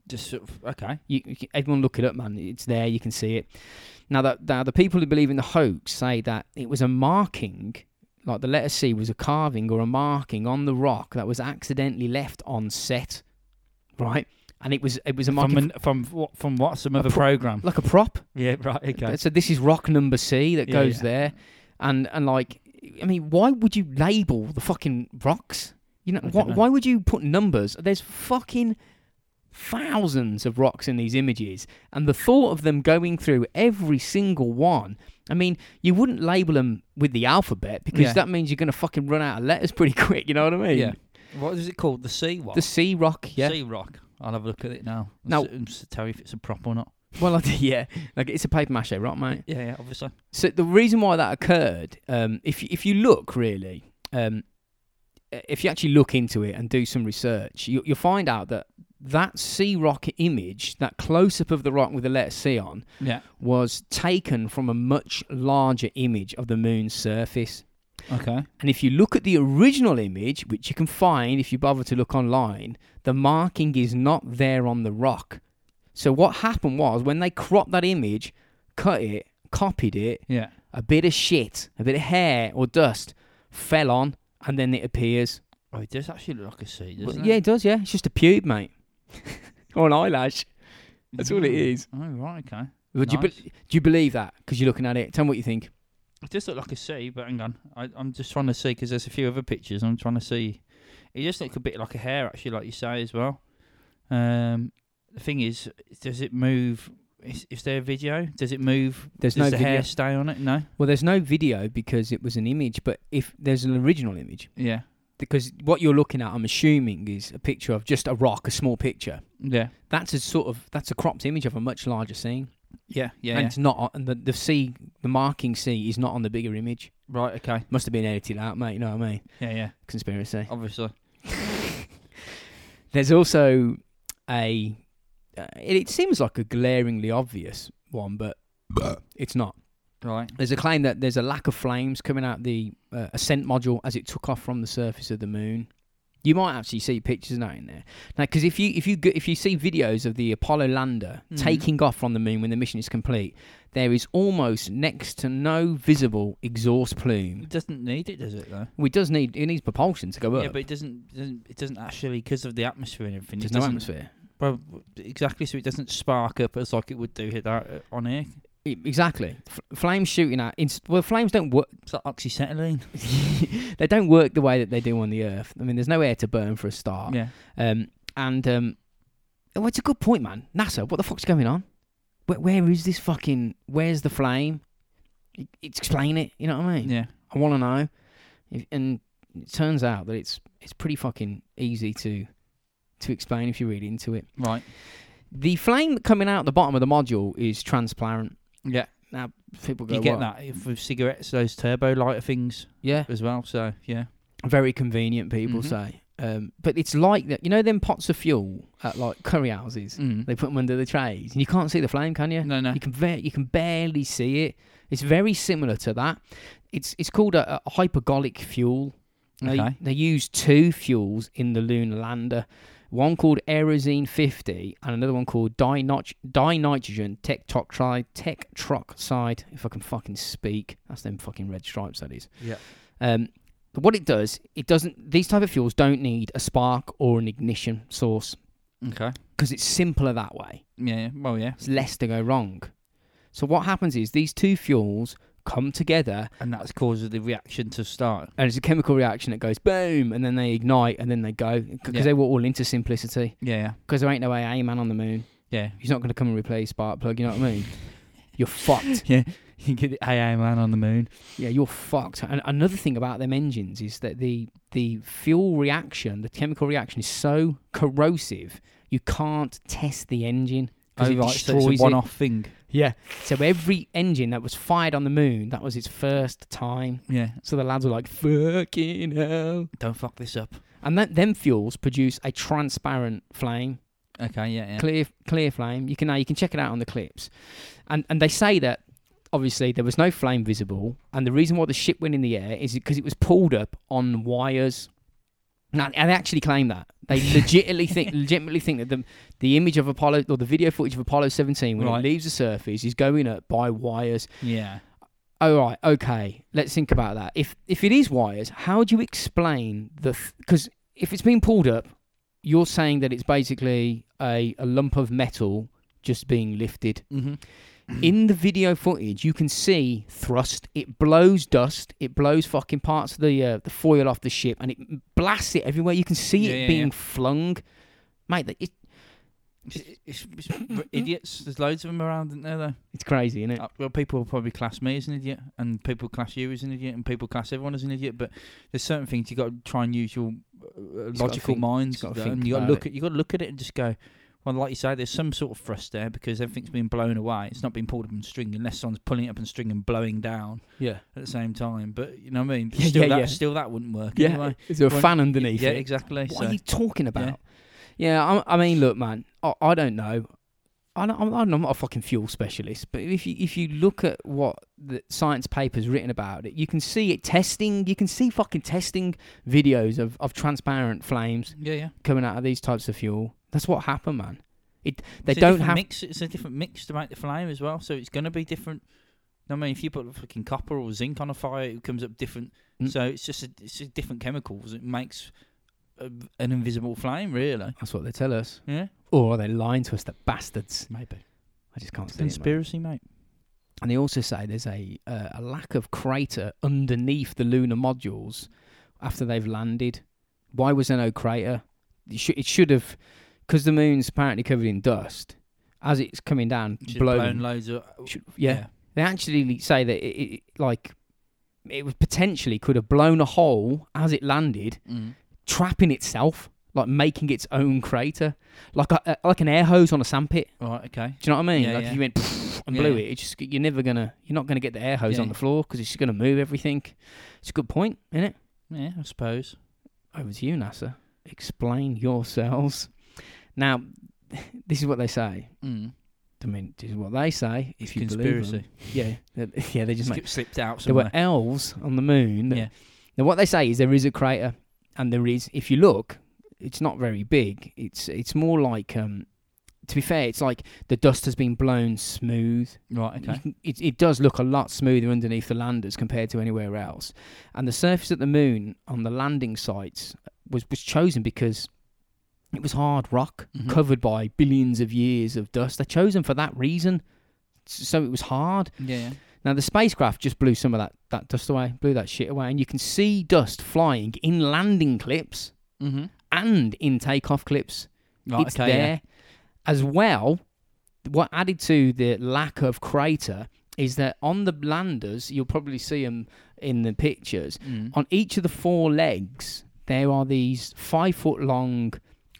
Just sort of, okay.
You, you can- everyone look it up, man. It's there. You can see it. Now that now the people who believe in the hoax say that it was a marking, like the letter C was a carving or a marking on the rock that was accidentally left on set, right? And it was it was a
From
marking
an, from what from what some other
pro-
program?
like a prop.
Yeah, right. Okay.
So this is rock number C that
Yeah,
goes
yeah.
there, and and like, I mean, why would you label the fucking rocks? You know,
I
why,
don't know.
why would you put numbers? There's fucking thousands of rocks in these images, and the thought of them going through every single one. I mean, you wouldn't label them with the alphabet because
Yeah.
that means you're going to fucking run out of letters pretty quick. You know what I mean?
Yeah. What is it called? The sea what?
The C rock, yeah.
Sea rock. I'll have a look at it now. and
Now-
s- and s- tell you if it's a prop or not.
Well, I d- yeah, like it's a paper mache rock, mate.
Yeah, yeah. Obviously.
So the reason why that occurred, um, if if you look really, um, if you actually look into it and do some research, you, you'll find out that that sea rock image, that close up of the rock with the letter C on,
Yeah.
was taken from a much larger image of the moon's surface.
Okay.
And if you look at the original image, which you can find if you bother to look online, the marking is not there on the rock. So what happened was when they cropped that image, cut it, copied it,
Yeah.
a bit of shit, a bit of hair or dust fell on, and then it appears.
Oh, it does actually look like a sea,
Well,
doesn't
yeah,
it?
it does. Yeah, it's just a pube, mate, or an eyelash. that's all it
Mm.
is.
Oh right. Okay.
Would you
Nice.
be- do you believe that? Because you're looking at it. Tell me what you think.
It does look like a sea, but hang on. I, I'm just trying to see because there's a few other pictures. I'm trying to see. It just looks a bit like a hair, actually, like you say as well. Um, the thing is, does it move? Is, is there a video? Does it move?
There's
does
no
the
video.
hair stay on it? No.
Well, there's no video because it was an image, but if there's an original image,
Yeah.
because what you're looking at, I'm assuming, is a picture of just a rock, a small picture.
Yeah.
That's a sort of that's a cropped image of a much larger scene,
Yeah. Yeah.
and it's not. on- And the, the C, the marking C, is not on the bigger image.
Right. Okay.
Must have been edited out, mate. You know what I mean?
Yeah. Yeah.
Conspiracy.
Obviously.
There's also a. Uh, it, it seems like a glaringly obvious one, but it's not.
Right.
There's a claim that there's a lack of flames coming out the uh, ascent module as it took off from the surface of the moon. You might actually see pictures now in there now because if you if you go, if you see videos of the Apollo lander
Mhm.
taking off from the moon when the mission is complete, there is almost next to no visible exhaust plume.
It doesn't need it, does it though?
Well, it does need it needs propulsion to go up.
Yeah, but it doesn't. doesn't it doesn't actually because of the atmosphere and everything.
there's
It
no
doesn't-
atmosphere.
Well, exactly. So it doesn't spark up as like it would do here that uh, on here.
E- Exactly. F- flames shooting at. In- well, flames don't work.
It's like oxyacetylene.
they don't work the way that they do on the Earth. I mean, there's no air to burn for a start.
Yeah.
Um, and um, oh, it's a good point, man. NASA, what the fuck's going on? Where, where is this fucking? Where's the flame? It, it's explain it. You know what I mean?
Yeah.
I want to know. If, and it turns out that it's it's pretty fucking easy to to explain if you read into it.
Right.
The flame coming out the bottom of the module is transparent.
Yeah.
Now people go,
You get
"What?"
that if- with cigarettes, those turbo lighter things
Yeah.
as well. So yeah,
very convenient people
Mhm.
say um, but it's like that you know them pots of fuel at like curry houses
mm.
they put them under the trays and you can't see the flame can you
no, no,
you can ver- you can barely see it it's very similar to that it's it's called a, a hypergolic fuel they,
Okay.
they use two fuels in the lunar lander one called aerosine 50 and another one called dinit- dinitrogen tectoxide tetroxide if i can fucking speak that's them fucking red stripes that is
yeah,
um, but what it does, it doesn't. These type of fuels don't need a spark or an ignition source.
Okay.
because it's simpler that way.
Yeah. yeah. Well, yeah.
It's less to go wrong. So what happens is these two fuels come together
And that's causes the reaction to start.
and it's a chemical reaction that goes boom and then they ignite and then they go because
Yeah.
they were all into simplicity
Yeah. Yeah.
because there ain't no AA man on the moon.
Yeah.
He's not going to come and replace spark plug, you know what I mean? You're fucked.
You get the AA man on the moon.
Yeah, you're fucked. And another thing about them engines is that the the fuel reaction, the chemical reaction, is so corrosive you can't test the engine because it
Oh, right, so
destroys
it's a
it.
one-off thing.
Yeah. So every engine that was fired on the moon, that was its first time.
Yeah.
So the lads were like, "Fucking hell!"
Don't fuck this up.
And that them fuels produce a transparent flame,
Okay. Yeah. Yeah.
clear, clear flame. You can now you can check it out on the clips, and and they say that obviously there was no flame visible, and the reason why the ship went in the air is because it was pulled up on wires. Now, and they actually claim that they legitimately think legitimately think that the the image of Apollo or the video footage of Apollo 17 when
Right.
it leaves the surface is going up by wires
yeah.
all Oh, right, okay, let's think about that. If if it is wires, how do you explain the? Because if it's being pulled up, you're saying that it's basically a, a lump of metal just being lifted.
Mm-hmm.
In the video footage, you can see thrust. It blows dust. It blows fucking parts of the uh, the foil off the ship, and it blasts it everywhere. You can see
Yeah,
it
yeah,
being
yeah.
flung, mate. that- It,
It's, it's, it's idiots. There's loads of them around, isn't there? Though.
it's crazy, isn't it?
Uh, Well, people will probably class me as an idiot, and people class you as an idiot, and people class everyone as an idiot. But there's certain things you got to try and use your uh,
gotta
logical
think-
minds,
he's gotta
and
think
you got to
about
look
it.
at you got to look at it and just go. Well, like you say, there's some sort of thrust there because everything's been blown away. It's not been pulled up and string unless someone's pulling it up and string and blowing down
Yeah,
at the same time. But you know what I mean?
Yeah,
still,
yeah,
that,
yeah.
still that wouldn't work.
yeah.
Anyway.
Is there a
When-
fan underneath?
Yeah,
it?
exactly.
What
so.
are you talking about? Yeah, I, I mean, look, man, I, I don't know. I don't, I'm, I'm not a fucking fuel specialist, but if you if you look at what the science papers written about it, you can see it testing. You can see fucking testing videos of, of transparent flames
yeah, yeah.
coming out of these types of fuel. That's what happened, man. It they
It's a
don't
different
have
mix. It's a different mix to make the flame as well, so it's going to be different. I mean, if you put fucking copper or zinc on a fire, it comes up different.
Mm.
So it's just a, it's just different chemicals. It makes a, an invisible flame, really.
That's what they tell us,
Yeah,
or are they lying to us? The bastards.
maybe
I just can't see it, man.
conspiracy, mate.
And they also say there's a uh, a lack of crater underneath the lunar modules after they've landed. Why was there no crater? It should, it should have, because the moon's apparently covered in dust. As it's coming down,
Just
blown.
blown loads of
should- yeah. they actually say that it, it like it was potentially could have blown a hole as it landed,
yeah. Mm.
trapping itself, like making its own crater, like a, a- like an air hose on a sandpit.
Right. Okay.
Do you know what I mean?
Yeah,
like if
yeah.
you went pfft and
Yeah,
blew
yeah.
it, it just you're never gonna you're not gonna get the air hose
Yeah.
on the floor because it's gonna move everything. It's a good point, isn't it?
Yeah, I suppose.
Over to you, NASA. Explain yourselves. Now, this is what they say.
Mm.
I mean, this is what they say. If
It's
you
conspiracy,
believe them. yeah, yeah, they just
just
make
get slipped out
there were
somewhere.
elves on the moon. that-
Yeah.
Now, what they say is there is a crater, and there is. If you look, it's not very big. It's it's more like, um, to be fair, it's like the dust has been blown smooth.
Right.
You
Okay.
can- It, it does look a lot smoother underneath the landers compared to anywhere else. And the surface of the moon on the landing sites was, was chosen because it was hard rock
Mhm.
covered by billions of years of dust. They chose them for that reason. S- So it was hard.
Yeah. yeah.
Now, the spacecraft just blew some of that, that dust away, blew that shit away. And you can see dust flying in landing clips
Mm-hmm.
and in takeoff clips
Right.
it's
okay.
there.
Yeah.
As well, what added to the lack of crater is that on the landers, you'll probably see them in the pictures.
Mm.
On each of the four legs, there are these five foot long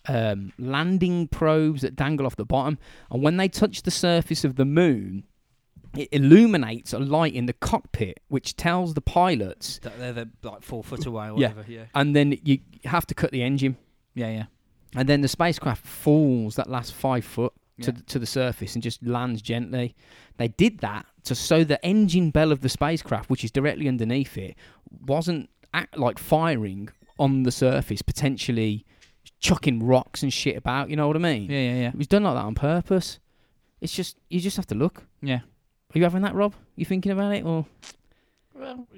um, landing probes that dangle off the bottom, and when they touch the surface of the moon. It illuminates a light in the cockpit, which tells the pilots,
That- They're, they're like four foot away or
Yeah.
whatever. Yeah.
and then you have to cut the engine.
Yeah. Yeah.
and then the spacecraft falls that last five foot
Yeah.
to the, to the surface and just lands gently. They did that to so the engine bell of the spacecraft, which is directly underneath it, wasn't act like firing on the surface, potentially chucking rocks and shit about. You know what I mean?
Yeah. Yeah. Yeah.
It was done like that on purpose. It's just you just have to look.
Yeah.
Are you having that, Rob? You thinking about it or?
Well,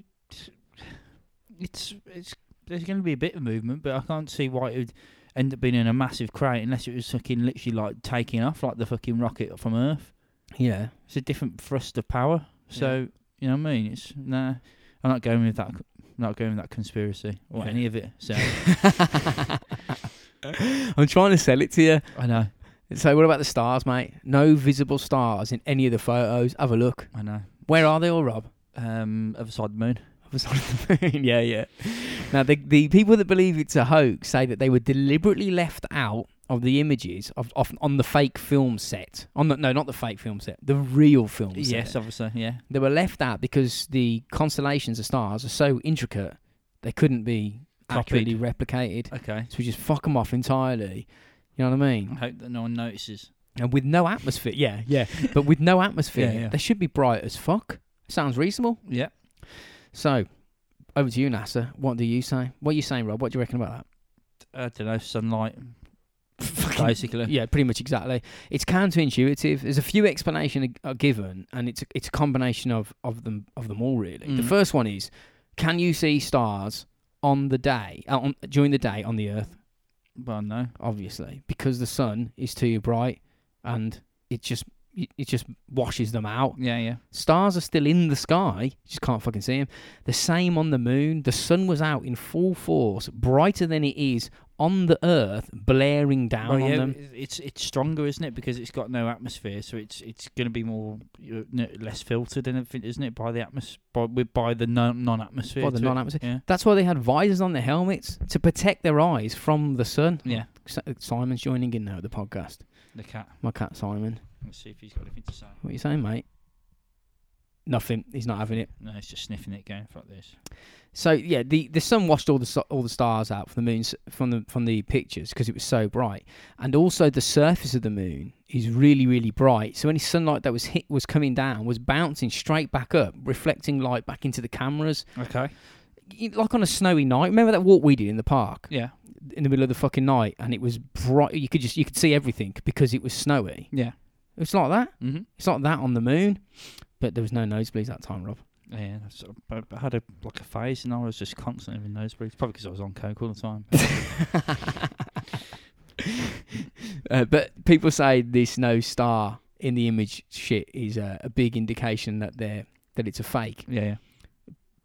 it's it's there's going to be a bit of movement, but I can't see why it would end up being in a massive crate unless it was fucking literally like taking off like the fucking rocket from Earth.
Yeah.
It's a different thrust of power. So you know what I mean? It's nah. I'm not going with that. Not going with that conspiracy or
Yeah.
any of it. So
I'm trying to sell it to you.
I know.
So what about the stars, mate? No visible stars in any of the photos. Have a look.
I know.
Where are they all, Rob?
Um, other side of the moon.
I was on the moon. yeah, yeah. Now the the people that believe it's a hoax say that they were deliberately left out of the images of, of on the fake film set. On the no, not the fake film set, the real film set.
Yes, obviously. Yeah.
they were left out because the constellations of stars are so intricate they couldn't be
Copied.
accurately replicated.
Okay.
So we just fuck them off entirely. You know what I mean?
I hope that no one notices.
And with no atmosphere, yeah, yeah. But with no atmosphere,
Yeah, yeah.
they should be bright as fuck. Sounds reasonable.
Yeah.
So, over to you, NASA. What do you say? What are you saying, Rob? What do you reckon about
I don't know. Sunlight,
that? Fucking-
basically.
yeah, pretty much exactly. It's counterintuitive. There's a few explanations are given, and it's a, it's a combination of of them of them all really. The
Mm.
first one is, can you see stars on the day uh, on, during the day on the Earth?
Well, no.
Obviously, because the sun is too bright, and it just it it just washes them out.
Yeah, yeah.
Stars are still in the sky, you just can't fucking see them. The same on the moon. The sun was out in full force, brighter than it is on the Earth, blaring down
Well,
on
yeah,
them.
It's it's stronger, isn't it? Because it's got no atmosphere, so it's it's going to be more you know, n- less filtered and everything, isn't it? By the atmos by with by the non non atmosphere.
By the non-atmosphere.
Yeah.
That's why they had visors on their helmets to protect their eyes from the sun.
Yeah.
Si- Simon's joining in now at the podcast.
The cat.
My cat Simon.
Let's see if he's got anything to say.
What are you saying, mate? Nothing. He's not having it.
No, he's just sniffing it, going fuck this.
So yeah, the, the sun washed all the so- all the stars out from the moon's from the from the pictures because it was so bright, and also the surface of the moon is really really bright. So any sunlight that was hit was coming down was bouncing straight back up, reflecting light back into the cameras,
Okay.
Y- like on a snowy night. Remember that walk we did in the park
Yeah.
in the middle of the fucking night, and it was bright. You could just you could see everything because it was snowy.
Yeah.
It's like that.
Mhm.
It's like that on the moon, but there was no nosebleeds that time, Rob.
Yeah, that's- I I had a like a phase, and I was just constantly having nosebleeds. Probably because I was on coke all the time.
Uh, but people say this no star in the image shit is a, a big indication that they're that it's a fake.
yeah, yeah.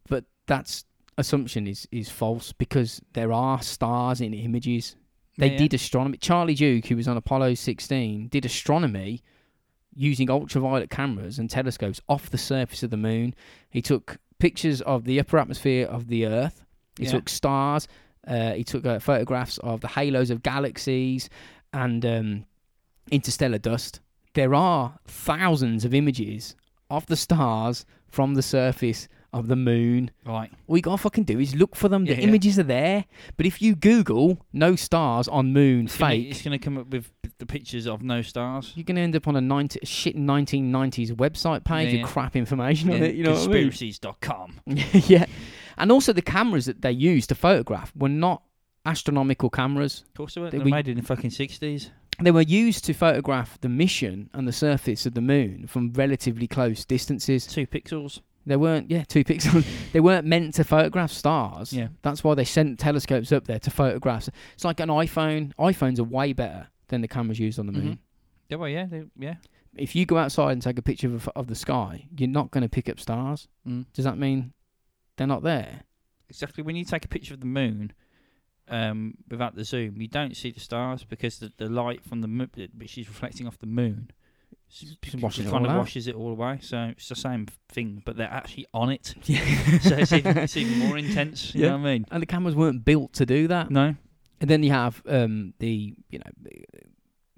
But that's assumption is is false because there are stars in images. They
Yeah, yeah.
did astronomy. Charlie Duke, who was on Apollo 16, did astronomy using ultraviolet cameras and telescopes off the surface of the moon. He took pictures of the upper atmosphere of the Earth. He
Yeah.
took stars. Uh, he took uh, photographs of the halos of galaxies and um, interstellar dust. There are thousands of images of the stars from the surface of the moon.
Right.
All you gotta fucking do is look for them. The
Yeah, yeah.
images are there. But if you Google no stars on moon
It's gonna-
fake,
it's going to come up with the pictures of no stars.
you're gonna end up on a 90, shit 1990s website page
Yeah,
with
yeah.
crap information on
Yeah,
it. You know what I mean?
Conspiracies.com.
yeah. And also the cameras that they used to photograph were not astronomical cameras.
Of course they weren't.
That
They
we-
made it in the fucking sixties.
They were used to photograph the mission and the surface of the moon from relatively close distances.
Two pixels.
They weren't, yeah, two pixels. they weren't meant to photograph stars.
Yeah.
That's why they sent telescopes up there to photograph. It's like an iPhone. iPhones are way better than the cameras used on the moon.
Mhm. Yeah, well, yeah, they, yeah.
If you go outside and take a picture of, of the sky, you're not going to pick up stars.
Mm.
Does that mean they're not there?
Exactly. When you take a picture of the moon, um, without the zoom, you don't see the stars because the, the light from the moon, which is reflecting off the moon, s-
Just washing it
kind
all
of
out.
washes it all away. So it's the same thing, but they're actually on it. so it's even, it's even more intense. You
Yeah.
know what I mean?
And the cameras weren't built to do that.
No.
And then you have um, the you know the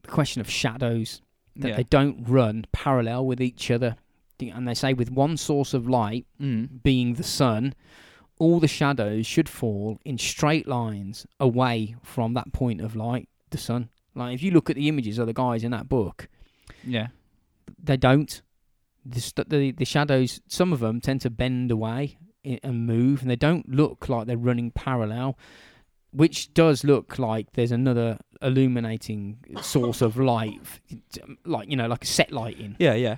the question of shadows. that
Yeah.
they don't run parallel with each other. And they say with one source of light
Mm.
being the sun, all the shadows should fall in straight lines away from that point of light, the sun. Like if you look at the images of the guys in that book,
Yeah.
they don't. The, st- the, the shadows, some of them tend to bend away i- and move, and they don't look like they're running parallel, which does look like there's another illuminating source of light, f- like you know, like a set lighting.
Yeah. Yeah.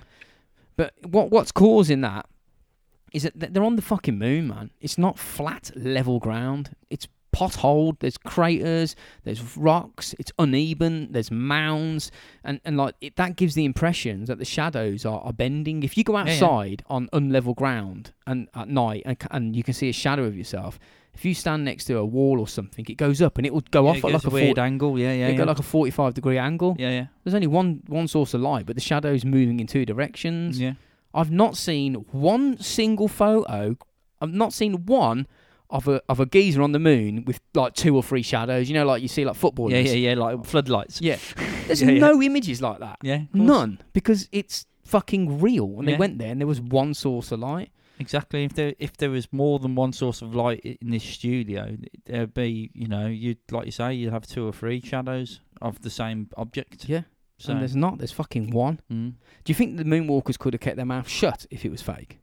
But what what's causing that is that th- they're on the fucking moon, man. It's not flat, level ground. It's potholed. There's craters. There's rocks. It's uneven. There's mounds, and and like it, that gives the impression that the shadows are, are bending. If you go
yeah.
outside on unlevel ground and at night and, c- and you can see a shadow of yourself, if you stand next to a wall or something, it goes up and it will go
Yeah,
off
it
at
goes
like a
a weird
40
angle. Yeah, yeah,
it
yeah.
got like a forty-five degree angle.
yeah, yeah,
There's only one one source of light, but the shadow's moving in two directions.
yeah.
I've not seen one single photo. I've not seen one of a of a geezer on the moon with like two or three shadows. You know, like you see like footballers.
Yeah, yeah, yeah, like floodlights.
Yeah. There's
Yeah, yeah.
no images like that.
Yeah, of course.
None, because it's fucking real. And they
Yeah.
went there, and there was one source of light.
Exactly. If there if there was more than one source of light i- in this studio, there'd be you know you'd like you say you'd have two or three shadows of the same object.
Yeah.
So
And there's not. There's fucking one.
mm.
Do you think the moonwalkers could have kept their mouth shut if it was fake?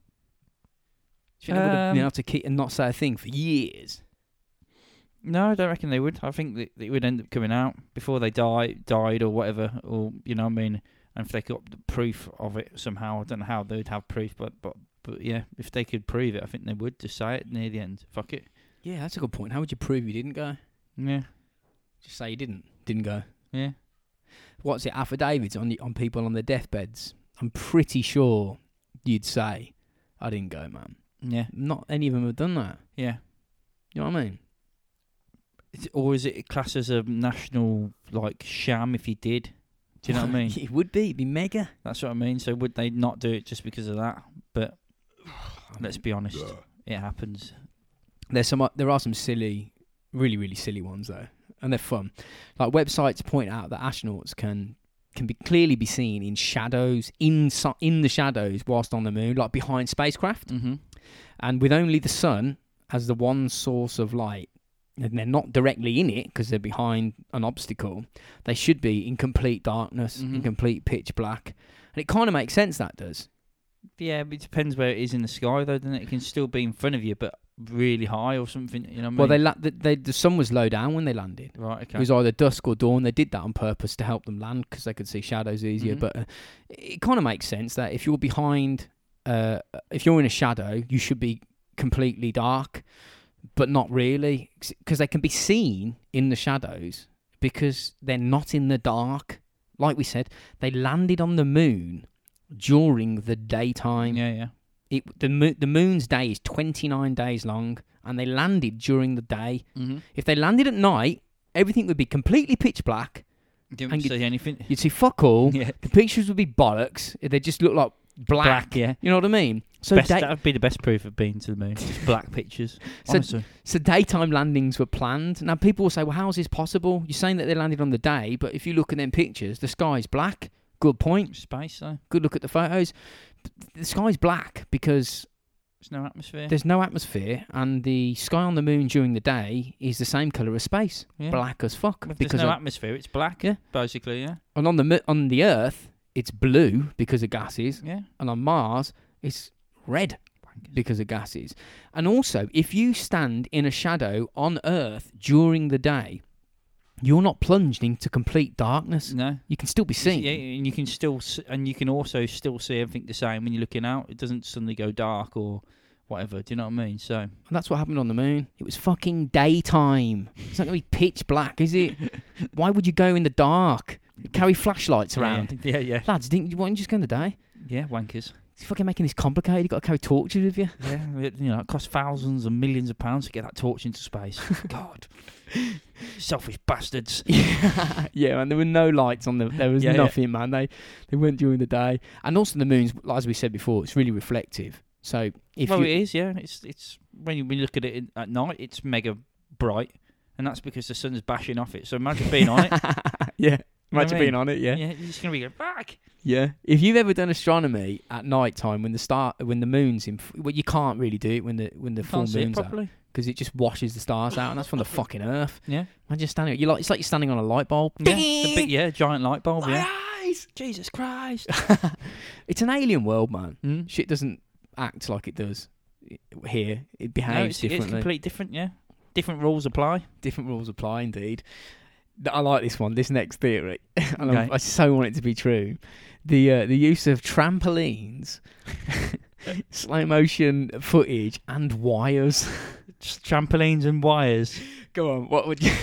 Do you think they would have
Um,
been able to keep and not say a thing for years?
no, I don't reckon they would. I think that it would end up coming out before they die, died or whatever, or you know what I mean. And if they got the proof of it somehow, I don't know how they'd have proof, but but but yeah, if they could prove it, I think they would just say it near the end. Fuck it.
Yeah, that's a good point. How would you prove you didn't go?
Yeah.
Just say you didn't. Didn't go.
Yeah.
What's it? Affidavits on the, on people on their deathbeds. I'm pretty sure you'd say, "I didn't go, man."
Yeah.
Not any of them have done that.
Yeah.
You know what I mean?
Is it- or is it classed as a national like sham if he did? Do you know what I mean?
it would be. It'd be mega.
That's what I mean. So would they not do it just because of that? But let's be honest, it happens.
There's some. uh, There are some silly, really, really silly ones though, and they're fun. Like websites point out that astronauts can can be clearly be seen in shadows in in the shadows whilst on the moon, like behind spacecraft.
Mm-hmm.
and with only the sun as the one source of light, and they're not directly in it because they're behind an obstacle, they should be in complete darkness, in
Mhm.
complete pitch black. And it kind of makes sense that does.
Yeah, but it depends where it is in the sky, though. Then it? it can still be in front of you, but really high or something. You know what I
Well, they,
mean?
la- they, they the sun was low down when they landed.
Well, they right. Okay.
It was either dusk or dawn. They did that on purpose to help them land because they could see shadows easier.
Mhm.
But uh, it kind of makes sense that if you're behind, uh, if you're in a shadow, you should be completely dark, but not really because they can be seen in the shadows because they're not in the dark. Like we said, they landed on the moon during the daytime.
yeah, yeah.
It, the, mo- the moon's day is 29 days long, and they landed during the day.
Mm-hmm.
If they landed at night, everything would be completely pitch black.
Didn't
And you-
say anything.
You'd see fuck all.
yeah.
The pictures would be bollocks. They just look like black.
yeah.
You know what I mean? So,
Best,
day-
that'd be the best proof of being to the moon. Just black pictures.
So-
Honestly.
so daytime landings were planned. Now people will say, "Well, how is this possible? You're saying that they landed on the day, but if you look at them pictures, the sky's black." Good point.
Space though.
Good look at the photos. But The sky's black because
There's no atmosphere.
there's no atmosphere, and the sky on the moon during the day is the same color as space,
Yeah.
black as fuck.
If there's no
of-
atmosphere, it's black.
Yeah.
Basically, yeah.
and on the mo- on the Earth, it's blue because of gases.
Yeah.
and on Mars it's red because of gases. And also, if you stand in a shadow on Earth during the day, you're not plunged into complete darkness.
No.
You can still be seen.
Yeah, and you can still s and you can also still see everything the same when you're looking out. It doesn't suddenly go dark or whatever. Do you know what I mean? So
And that's what happened on the moon. It was fucking daytime. It's not going to be pitch black, is it? Why would you go in the dark? Carry flashlights around.
Yeah, yeah,
Lads, didn't you, why didn't you just go in the day?
yeah. Wankers.
It's fucking making this complicated. You've got to carry torches with you.
Yeah, it- you know, it costs thousands and millions of pounds to get that torch into space. God, selfish bastards.
yeah, man. There were no lights on the. There was
Yeah, yeah.
nothing, man. They they went during the day, and also the moon's like, as we said before. It's really reflective. So if
well,
you,
it is. Yeah, it's it's when you, when you look at it in, at night, it's mega bright, and that's because the sun's bashing off it. So imagine being on it.
yeah,
know what
imagine
I
being
mean?
on it.
Yeah,
Yeah. yeah,
you're just gonna be going back.
If you've ever done astronomy at night time when the star when the moon's in, f- well, you can't really do it when the when the
You
full
can't see it
moon's out
properly.
because it just washes the stars out, and that's from the fucking Earth.
Yeah,
Imagine standing. You like it's like you're standing on a light bulb.
yeah, the big, yeah, giant light bulb.
My
Yeah,
eyes.
Jesus Christ.
It's an alien world, man.
Mm.
shit doesn't act like it does i- here. It behaves
No, it's, it's
differently.
completely different. Yeah, different rules apply.
Different rules apply, indeed. Th- I like this one. This next theory, and I'm-
Okay.
I so want it to be true. The uh, the use of trampolines slow motion footage and wires.
Just trampolines and wires.
Go on, what would you?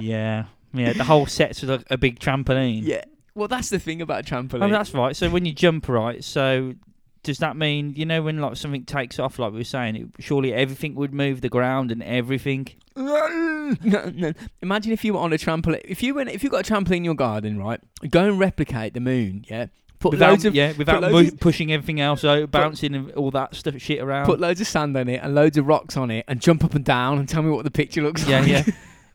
yeah. Yeah, the whole set's with a, a big trampoline.
yeah. Well, that's the thing about trampoline.
Oh, that's right. So when you jump right, so does that mean you know when like something takes off, like we were saying, it, surely everything would move, the ground and everything.
no, no. Imagine if you were on a trampoline. If you went, if you got a trampoline in your garden, right? Go and replicate the moon. Yeah. Put
Without
loads of
yeah, without
loads
mo-
of-
pushing everything else out, bouncing and all that stuff, shit around.
put loads of sand on it and loads of rocks on it and jump up and down and tell me what the picture looks
yeah,
like.
yeah.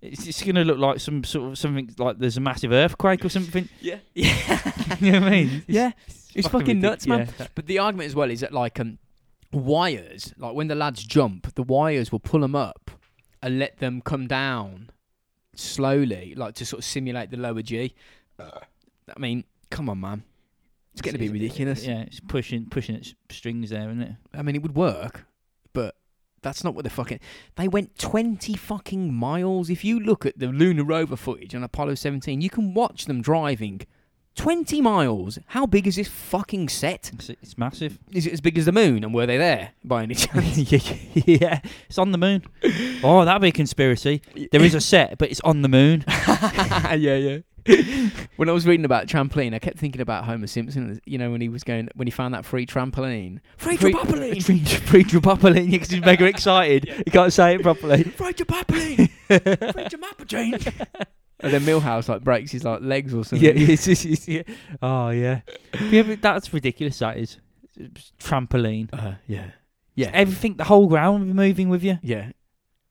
It's, it's gonna look like some sort of something like there's a massive earthquake or something.
yeah, yeah,
you know what I mean? It's-
yeah. It's fucking
ridic-
nuts, man.
yeah.
But the argument as well is that like um, wires, like when the lads jump, the wires will pull them up and let them come down slowly, like to sort of simulate the lower G. I mean, come on, man. It's going to be ridiculous.
Yeah, it's pushing pushing its strings there, isn't it?
I mean, it would work, but that's not what the fucking. They went 20 fucking miles. If you look at the lunar rover footage on Apollo 17, you can watch them driving 20 miles. How big is this fucking set?
It's, it's massive.
Is it as big as the moon? And were they there by any chance?
yeah, it's on the moon. Oh, that'd be a conspiracy. There is a set, but it's on the moon.
yeah, yeah. when I was reading about trampoline, I kept thinking about Homer Simpson. You know, when he was going, when he found that free trampoline, free trampoline,
Free, free trampoline because he's mega excited. He can't say it properly.
free trampoline, free trampoline. and then Millhouse like breaks his like legs or something.
yeah, it's, it's, it's, yeah. Oh, yeah. yeah but that's ridiculous, that is. It's trampoline.
Uh, yeah, yeah,
Everything, the whole ground would be moving with you.
yeah.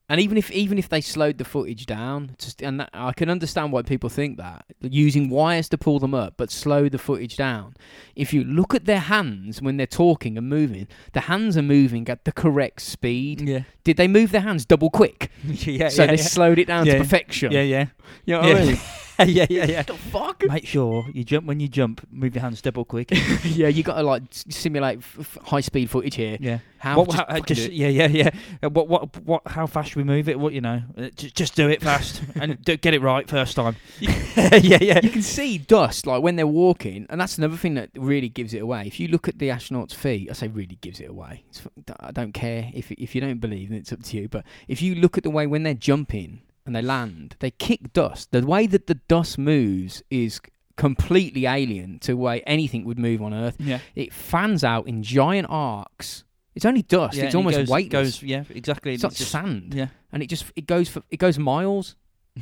And even if even if they slowed the footage down, just and that, I can understand why people think that using wires to pull them up, but slow the footage down. If you look at their hands when they're talking and moving, the hands are moving at the correct speed.
Yeah.
Did they move their hands double quick?
Mm. yeah,
so
yeah,
they
yeah.
slowed it down
Yeah.
to perfection.
yeah, yeah.
You know what I
Yeah.
mean?
yeah, yeah, yeah.
the fuck?
Make sure you jump when you jump, move your hands double quick.
yeah, you got to like s- simulate f- f- high speed footage here.
Yeah.
How?
What-
just
how- uh,
fucking
just-
do it.
yeah, yeah, yeah. Uh, What, what, what? How fast should we move it? What you know? Uh, Just, just do it fast and do, get it right first time. yeah, yeah,
You can see dust like when they're walking, and that's another thing that really gives it away. If you look at the astronauts' feet, I say really gives it away. It's, f- I don't care if if you don't believe, then it's up to you. But if you look at the way when they're jumping and they land, they kick dust. The way that the dust moves is c- completely alien to the way anything would move on Earth.
yeah.
It fans out in giant arcs. It's only dust.
Yeah, and
it's
it
almost
goes,
weightless.
Goes, yeah, exactly.
it's
and
not
it's just-
sand,
yeah,
and it just it goes for it goes miles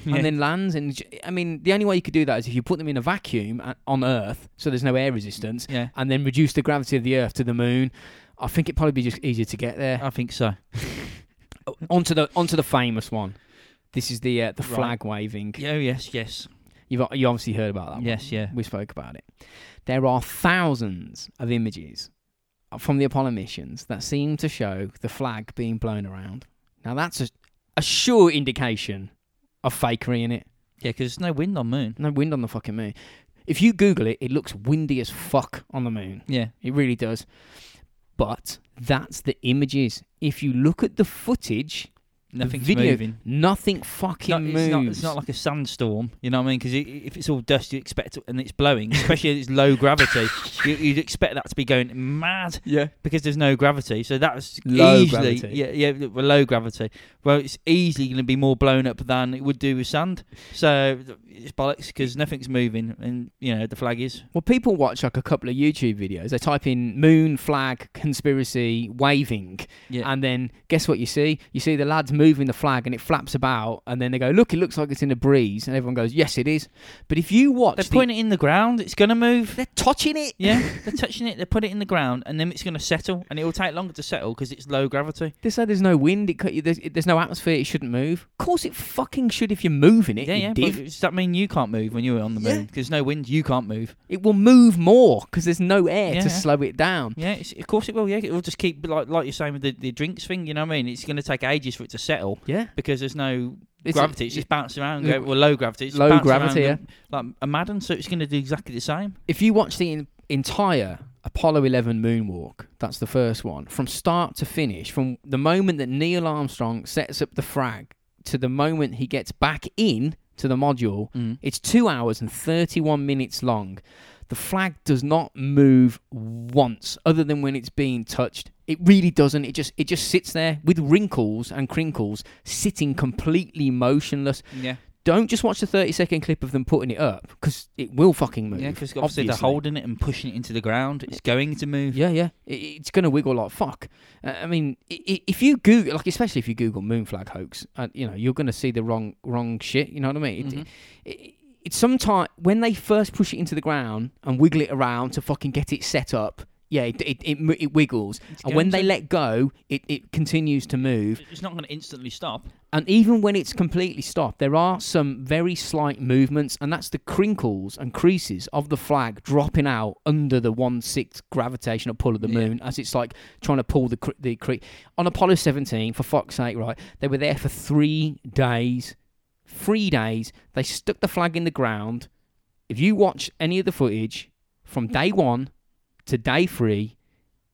Yeah.
and then lands. And j- I mean, the only way you could do that is if you put them in a vacuum a- on Earth, so there's no air resistance,
yeah.
and then reduce the gravity of the Earth to the Moon. I think it'd probably be just easier to get there.
I think so.
Oh, onto the onto the famous one. This is the uh, the
Right.
flag waving.
Yeah, yes, yes,
You've o- you obviously heard about that.
yes, yeah.
one. we spoke about it. There are thousands of images from the Apollo missions that seem to show the flag being blown around. Now that's a, a sure indication of fakery in it.
Yeah, because there's no wind on moon.
No wind on the fucking moon. If you Google it, it looks windy as fuck on the moon.
Yeah,
It really does. But that's the images. If you look at the footage,
nothing's
video
moving.
nothing
It's
fucking
not,
moves.
it's, not, it's not like a sandstorm, you know what I mean? Because if it's all dust, you expect it, and it's blowing, especially if it's low gravity, you, you'd expect that to be going mad.
yeah.
because there's no gravity. So that's
Low
easily,
gravity.
yeah, yeah, well, low gravity. Well, it's easily going to be more blown up than it would do with sand. So it's bollocks because nothing's moving, and you know the flag is.
Well, people watch like a couple of YouTube videos. They type in moon flag conspiracy waving,
Yeah.
and then guess what you see? You see the lads moving the flag, and it flaps about, and then they go, "Look, it looks like it's in a breeze," and everyone goes, "Yes, it is." But if you watch,
They're
the-
putting it in the ground. It's going to move.
they're touching it.
Yeah, they're touching it. They put it in the ground, and then it's going to settle, and it will take longer to settle because it's low gravity.
They say there's no wind. It, cut- there's, there's no atmosphere. It shouldn't move. Of course, it fucking should. If you're moving it,
yeah,
you
yeah. But
div.
does that mean you can't move when you're on the
Yeah.
moon? Because no wind, you can't move.
it will move more because there's no air
Yeah,
to
yeah.
slow it down.
Yeah, it's, of course it will. Yeah, it will just keep like like you're saying with the, the drinks thing. You know what I mean? It's going to take ages for it to settle
Yeah,
because there's no
it's
gravity. It's just bouncing around.
the-
Go, well, low gravity. It's
low
bouncing
gravity,
around and- Like a Madden, so it's going to do exactly the same.
if you watch the en- entire Apollo 11 moonwalk, that's the first one, from start to finish, from the moment that Neil Armstrong sets up the frag to the moment he gets back in to the module,
Mm.
it's two hours and 31 minutes long. The flag does not move once, other than when it's being touched. It really doesn't. It just it just sits there with wrinkles and crinkles, sitting completely motionless.
Yeah,
Don't just watch the thirty second clip of them putting it up because it will fucking move.
yeah, because obviously they're
obviously.
holding it and pushing it into the ground. It's going to move.
Yeah, yeah. I- I- it's going to wiggle like fuck. Uh, I mean, i- i- if you Google, like, especially if you Google moon flag hoax, uh, you know, you're going to see the wrong, wrong shit. You know what I mean? It,
Mhm.
it, it's sometimes when they first push it into the ground and wiggle it around to fucking get it set up. Yeah, it it, it, mo- it wiggles, and when
going
they
to.
let go, it, it continues to move.
It's not going to instantly stop.
And even when it's completely stopped, there are some very slight movements, and that's the crinkles and creases of the flag dropping out under the one sixth gravitational pull of the
Yeah.
moon as it's like trying to pull the cre- the cre- on Apollo 17. For fuck's sake, right? They were there for three days. Three days. They stuck the flag in the ground. If you watch any of the footage from day one to day three,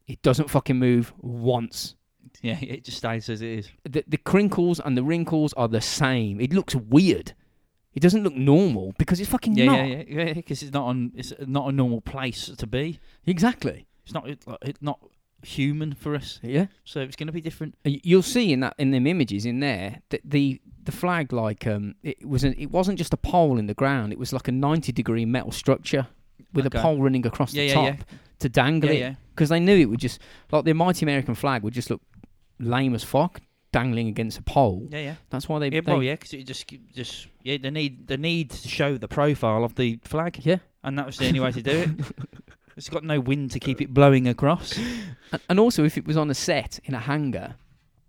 it doesn't fucking move once
Yeah, it just stays as it is.
the, the crinkles and the wrinkles are the same. It looks weird. It doesn't look normal because it's fucking
Yeah,
not.
yeah, yeah, yeah. Because it's not on. It's not a normal place to be.
Exactly.
It's not. It's like- it's not human for us.
Yeah.
So it's going to be different.
Y- You'll see in that in them images in there that the the flag like um it was an, it wasn't just a pole in the ground. It was like a ninety degree metal structure with
Okay.
a pole running across
Yeah,
the
yeah,
top
yeah.
to dangle
Yeah,
it
yeah.
because they knew it would just like the mighty American flag would just look lame as fuck dangling against a pole.
Yeah, yeah.
That's why they
Yeah,
they-
well, yeah, because it just, just, yeah, they need, they need to show the profile of the flag,
yeah.
and that was the only way to do it. It's got no wind to keep it blowing across.
A- And also, if it was on a set in a hangar,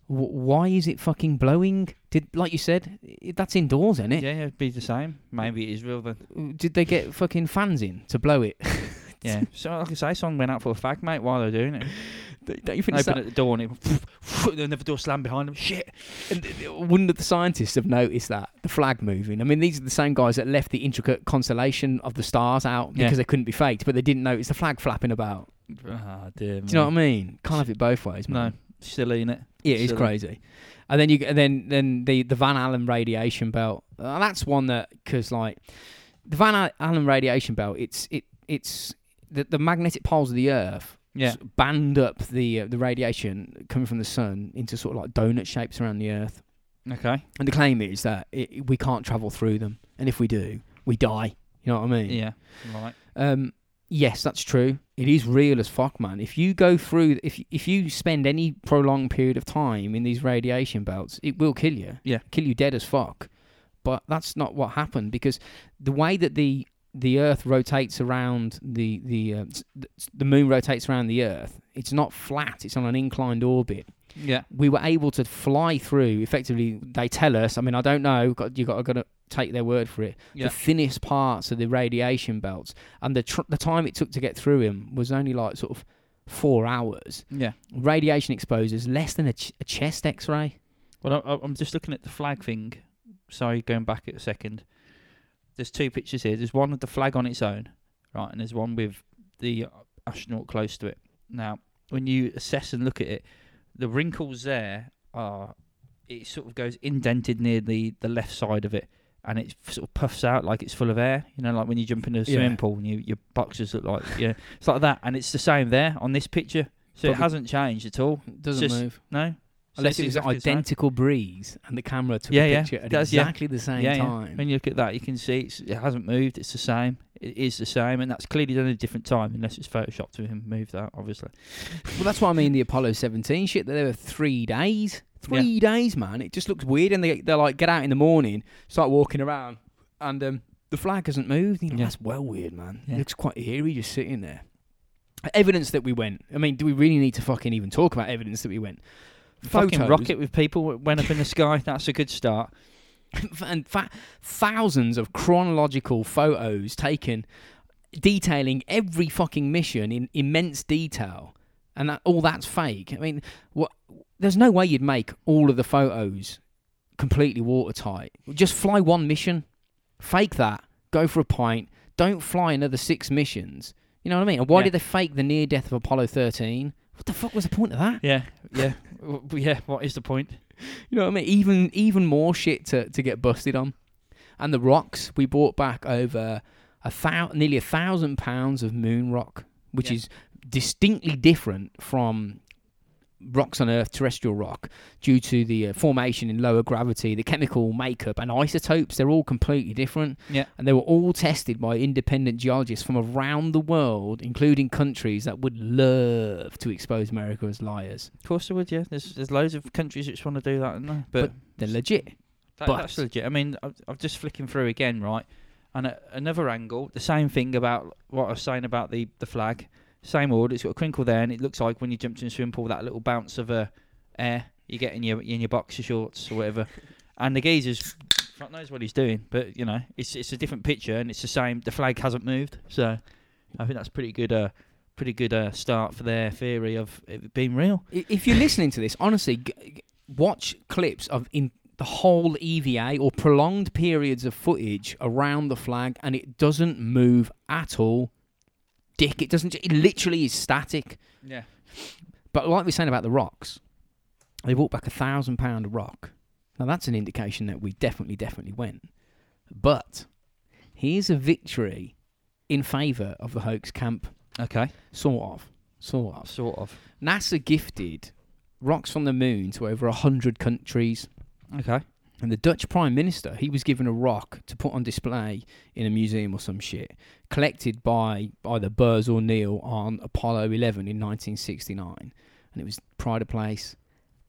w- why is it fucking blowing? Did like you said, i- that's indoors, isn't
Yeah,
it?
yeah, it'd be the same. Maybe it is real then.
Did they get fucking fans in to blow it?
Yeah. So, like I say, someone went out for a fag, mate, while they're doing it.
Don't you
Open
think so?
at the door and it, and then the door slammed behind them. Shit.
Wouldn't the scientists have noticed that the flag moving? I mean, these are the same guys that left the intricate constellation of the stars out
Yeah.
because they couldn't be faked, but they didn't notice the flag flapping about.
Ah, dear.
Do you know what I mean? Can't have it both ways, man.
No, silly, innit?
Yeah, it's
So-
crazy. And then you g- and then then the the Van Allen radiation belt. Uh, that's one that because like the Van Al- Allen radiation belt, it's it it's the the magnetic poles of the Earth.
Yeah.
s- band up the uh, the radiation coming from the sun into sort of like donut shapes around the Earth.
Okay.
And the claim is that it, we can't travel through them, and if we do, we die. You know what I mean?
Yeah. Right.
Um, yes, that's true. It is real as fuck, man. If you go through, if if you spend any prolonged period of time in these radiation belts, it will kill you.
Yeah.
kill you dead as fuck. But that's not what happened because the way that the the Earth rotates around the the uh, s- th- the Moon rotates around the Earth. It's not flat. It's on an inclined orbit
Yeah.
we were able to fly through effectively they tell us i mean i don't know got, you got, got to take their word for it
Yeah.
the thinnest parts of the radiation belts and the tr- the time it took to get through him was only like sort of four hours
Yeah.
radiation exposure is less than a, ch- a chest x-ray
Well, I, I- I'm just looking at the flag thing. Sorry, going back a second. There's two pictures here. There's one with the flag on its own, right, and there's one with the astronaut close to it. Now, when you assess and look at it, the wrinkles there are it sort of goes indented near the the left side of it, and it sort of puffs out like it's full of air. You know, like when you jump into a swimming
Yeah.
pool and you, your boxers look like yeah, it's like that, and it's the same there on this picture. So it
But the-
hasn't changed at all.
doesn't
Just-
move
No, So
unless
it's
it was
exactly the same.
identical breeze and the camera took
Yeah,
a
yeah.
picture at
That's- yeah.
exactly the same time
When you look at that, you can see it's, it hasn't moved. It's the same. It is the same, and that's clearly done at a different time, unless it's photoshopped to him move that, obviously.
Well, that's what I mean. The Apollo 17 shit. that They were three days. Three days, man. It just looks weird. And they they're like, get out in the morning, start walking around, and um, the flag hasn't moved. You know,
Yeah.
That's well weird, man.
Yeah.
It looks quite eerie just sitting there. Evidence that we went. I mean, do we really need to fucking even talk about evidence that we went?
Fucking rocket with people that went up in the sky. That's a good start.
and fa- thousands of chronological photos taken detailing every fucking mission in immense detail and that, all that's fake i mean what there's no way you'd make all of the photos completely watertight just fly one mission fake that go for a pint don't fly another six missions you know what i mean and why
Yeah.
did they fake the near death of apollo 13 what the fuck was the point of that
Yeah, yeah, W- w- yeah. What is the point?
you know what I mean? Even even more shit to, to get busted on. And the rocks we brought back over a thou- nearly a thousand pounds of moon rock, which
Yeah.
is distinctly different from rocks on Earth, terrestrial rock, due to the uh, formation in lower gravity, the chemical makeup, and isotopes. They're all completely different.
Yeah.
And they were all tested by independent geologists from around the world, including countries that would love to expose America as liars.
Of course they would. Yeah, there's there's loads of countries which want to do that, isn't there? But,
They're legit.
that,
but-
that's legit. I mean, I'm, I'm just flicking through again, right? And a, another angle, the same thing about what I was saying about the the flag. Same order. It's got a crinkle there, and it looks like when you jumped in a swimming pool, that little bounce of uh, air you get in your in your boxer shorts or whatever. and the geezer's fuck knows what he's doing, but you know, it's it's a different picture, and it's the same. The flag hasn't moved, so I think that's pretty good. Uh, pretty good uh, start for their theory of it being real.
I- If you're listening to this, honestly, g- g- watch clips of in the whole EVA or prolonged periods of footage around the flag, and it doesn't move at all. Dick, it doesn't. It literally is static.
Yeah.
But like we were saying about the rocks, they brought back a thousand pound rock. Now that's an indication that we definitely, definitely went. But here's a victory in favour of the hoax camp,
Okay.
sort of, sort of.
Sort of.
NASA gifted rocks from the moon to over 100 countries.
Okay.
And the Dutch Prime Minister, he was given a rock to put on display in a museum or some shit, collected by either Burrs or Neil on Apollo 11 in 1969. And it was pride of place.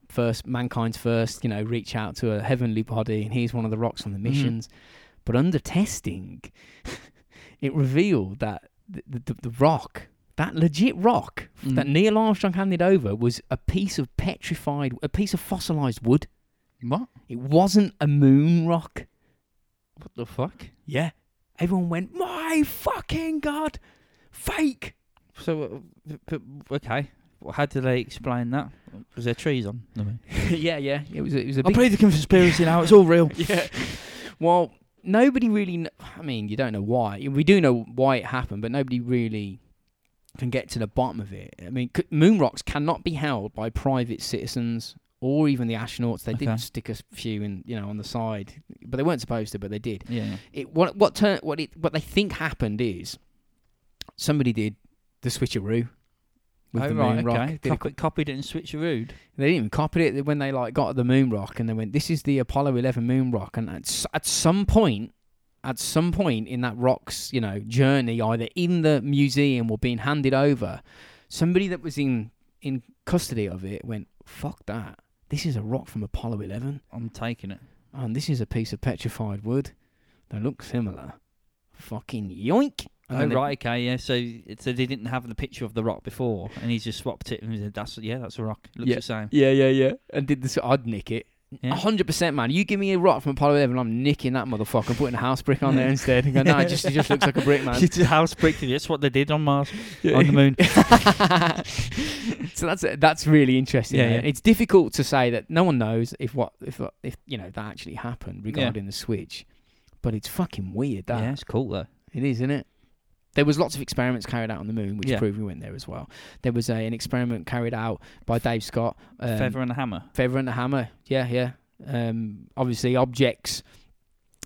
First, mankind's first, you know, reach out to a heavenly body, and here's one of the rocks on the missions. But under testing, it revealed that the, the, the rock, that legit rock
Mm.
that Neil Armstrong handed over, was a piece of petrified, a piece of fossilized wood.
What?
It wasn't a moon rock.
What the fuck?
Yeah. Everyone went, my fucking god, fake.
So, uh, but, okay. Well, How did they explain that? Was there trees on? I mean,
yeah, yeah. It was. It was a
I
big.
plead the conspiracy now. It's all real.
yeah. Well, nobody really. Kn- I mean, you don't know why. We do know why it happened, but nobody really can get to the bottom of it. I mean, c- moon rocks cannot be held by private citizens or even the astronauts. They
Okay.
did stick a few in, you know, on the side, but they weren't supposed to. But they did.
Yeah.
it what what turn what it what they think happened is somebody did the switcheroo with
oh,
the
right,
moon rock.
okay.
Did a
Cop- copied it and switcherooed.
they didn't even copy it when they like got the moon rock and they went, "This is the Apollo 11 moon rock." And at, s- at some point, at some point in that rock's you know journey, either in the museum or being handed over, somebody that was in in custody of it went, "Fuck that! This is a rock from Apollo 11."
I'm taking it.
and this is a piece of petrified wood. They look similar. Fucking yoink. And
Oh,
then they-
right, okay, yeah. So, it- so they didn't have the picture of the rock before, and he just swapped it and said, "That's yeah, that's a rock. Looks
Yeah.
the same."
Yeah, yeah, yeah. And did this. I'd nick it.
Yeah.
100% man. You give me a rock from Apollo 11, I'm nicking that motherfucker and putting a house brick on there instead. And go, no, it just, it just looks like a brick, man.
It's a house brick. That's what they did on Mars, on the moon.
so that's that's really interesting.
Yeah,
Yeah,
yeah.
It's difficult to say that no one knows if what if if you know that actually happened regarding the switch, but it's fucking weird that
Yeah, it's cool though.
It is, isn't it? There was lots of experiments carried out on the moon, which
Yeah.
proved we went there as well. There was a, an experiment carried out by Dave Scott, um,
Feather and a hammer.
feather and a hammer. Yeah, yeah. Um, obviously, objects.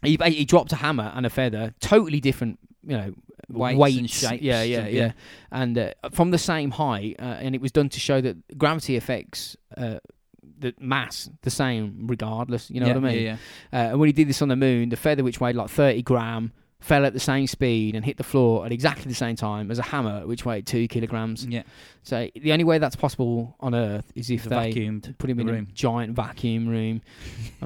He, ba- he dropped a hammer and a feather, totally different, you know,
Weights and shapes
Yeah, yeah,
and-
yeah.
yeah.
And uh, from the same height, uh, and it was done to show that gravity affects uh, the mass the same regardless. You know
yeah,
what I mean?
Yeah, yeah.
Uh, and when he did this on the moon, the feather, which weighed like 30 gram, fell at the same speed and hit the floor at exactly the same time as a hammer, which weighed two kilograms.
yeah.
So the only way that's possible on Earth is if
It's
they
vacuumed.
put him
the
in
room.
a giant vacuum room. I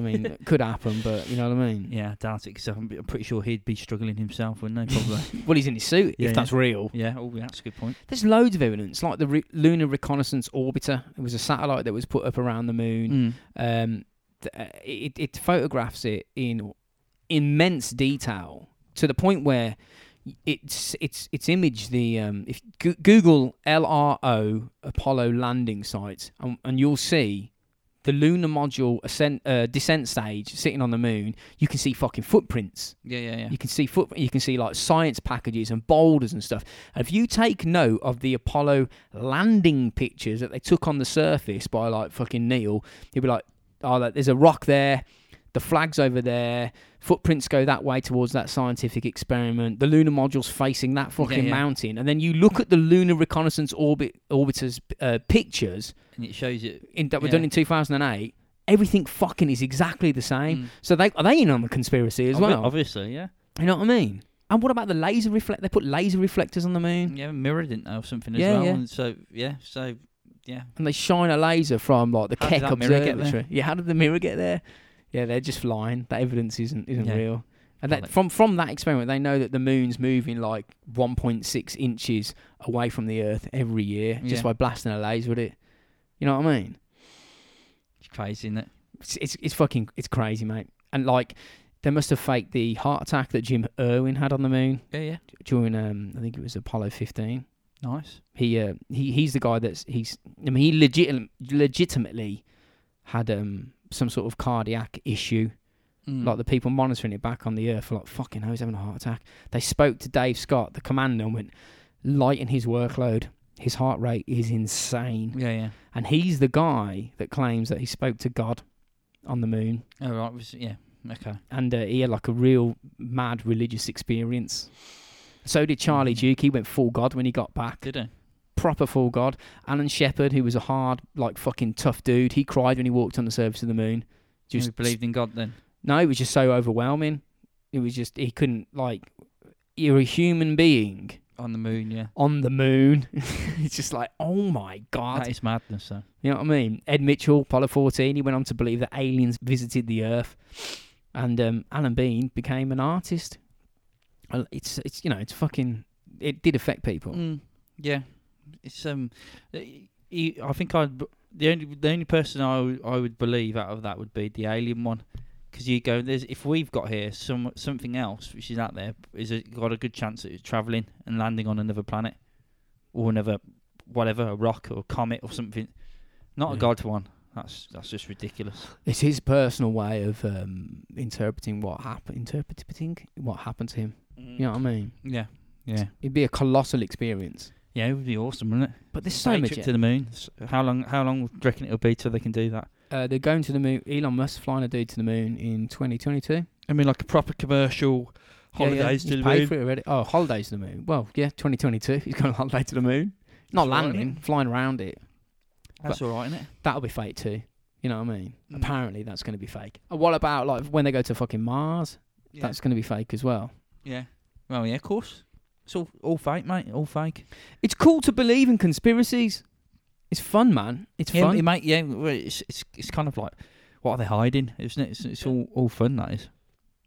mean, it could happen, but you know what I mean.
Yeah, I doubt it 'cause I'm I'm pretty sure he'd be struggling himself, wouldn't he? Probably.
Well, he's in his suit
Yeah,
if that's real.
yeah. Oh, yeah, that's a good point.
There's loads of evidence, like the re- Lunar Reconnaissance Orbiter. It was a satellite that was put up around the moon.
Mm.
um, th- uh, it, it photographs it in immense detail to the point where it's it's it's image the um, if go- Google LRO Apollo landing site and, and you'll see the lunar module ascent uh, descent stage sitting on the moon. You can see fucking footprints.
Yeah, yeah, yeah.
You can see foot. You can see like science packages and boulders and stuff. And if you take note of the Apollo landing pictures that they took on the surface by like fucking Neil, he'd be like, "Oh, like, there's a rock there. The flag's over there. Footprints go that way towards that scientific experiment. The lunar module's facing that fucking
yeah.
mountain. And then you look at the lunar reconnaissance orbit orbiter's uh, pictures
and it shows it.
in, that were
Yeah.
done in 2008. Everything fucking is exactly the same.
Mm.
So they are they in on the conspiracy as
Obvi-
well.
Obviously, yeah.
You know what I mean? And what about the laser reflect? They put laser reflectors on the moon.
Yeah, mirrored didn't know something as
Yeah,
well.
yeah.
And so Mm. yeah, so yeah.
and they shine a laser from like the
How did
Keck
that mirror get
observatory. Yeah, how did the mirror get there? Yeah, they're just flying. That evidence isn't isn't
Yeah.
real. And
Well,
that,
they-
from from that experiment, they know that the moon's moving like 1.6 inches away from the Earth every year
Yeah.
just by blasting a laser at it. You know what I mean?
It's crazy, isn't it?
It's, it's it's fucking it's crazy, mate. And like, they must have faked the heart attack that Jim Irwin had on the moon
Yeah, yeah.
during um I think it was Apollo 15.
Nice.
He uh, he he's the guy that's he's I mean he legit legitimately had um some sort of cardiac issue.
Hmm. Mm.
Like the people monitoring it back on the earth were like fucking hell, he's having a heart attack. They spoke to Dave Scott, the commander, and went lighten his workload. His heart rate is insane,
Yeah, yeah.
and he's the guy that claims that he spoke to God on the moon,
Oh right, was- yeah. Okay.
and uh, he had like a real mad religious experience. So did Charlie Duke. He went full God when he got back
Did he?
proper full god. Alan Shepard, who was a hard, like fucking tough dude, he cried when he walked on the surface of the moon.
Just
Just
believed in God then.
No, it was just so overwhelming. It was just he couldn't like. You're a human being
On the moon, yeah.
on the moon. it's just like, oh my god.
That is madness though.
You know what I mean? Ed Mitchell, Apollo 14, he went on to believe that aliens visited the Earth, and um, Alan Bean became an artist. Well, It's it's you know it's fucking it did affect people.
Mm, yeah, it's um, he, he- I think I'd b- the only the only person I would- I would believe out of that would be the alien one, because you go there's if we've got here some something else which is out there is it got a good chance that it's traveling and landing on another planet, or another whatever a rock or comet or something, not a
Yeah.
god one. That's that's just ridiculous.
It's his personal way of um, interpreting what happened, interpreting what happened to him. You know what I mean?
Yeah, yeah,
It'd be a colossal experience.
yeah. It would be awesome, wouldn't it?
But there's so
Same
much. e-,
trip to the moon. S- How long? How long do you reckon it'll be till they can do that?
Uh, they're going to the moon. Elon Musk flying a dude to the moon in 2022.
I mean, like a proper commercial holidays
yeah, yeah.
to the
He's
moon.
paid for it already. Oh, holidays to the moon. Well, yeah, 2022. He's going on holiday to the moon. Not
Flying
landing, flying around it.
That's all right, isn't it?
That'll be fake too. You know what I mean?
Mm.
Apparently, that's going to be fake. And what about like when they go to fucking Mars?
Yeah.
That's going to be fake as well.
yeah. Well, yeah, of course. It's all all fake, mate. All fake.
It's cool to believe in conspiracies. It's fun, man. It's
yeah,
fun.
it might. Yeah, well, it's it's it's kind of like what are they hiding, isn't it? It's, it's all all fun that is.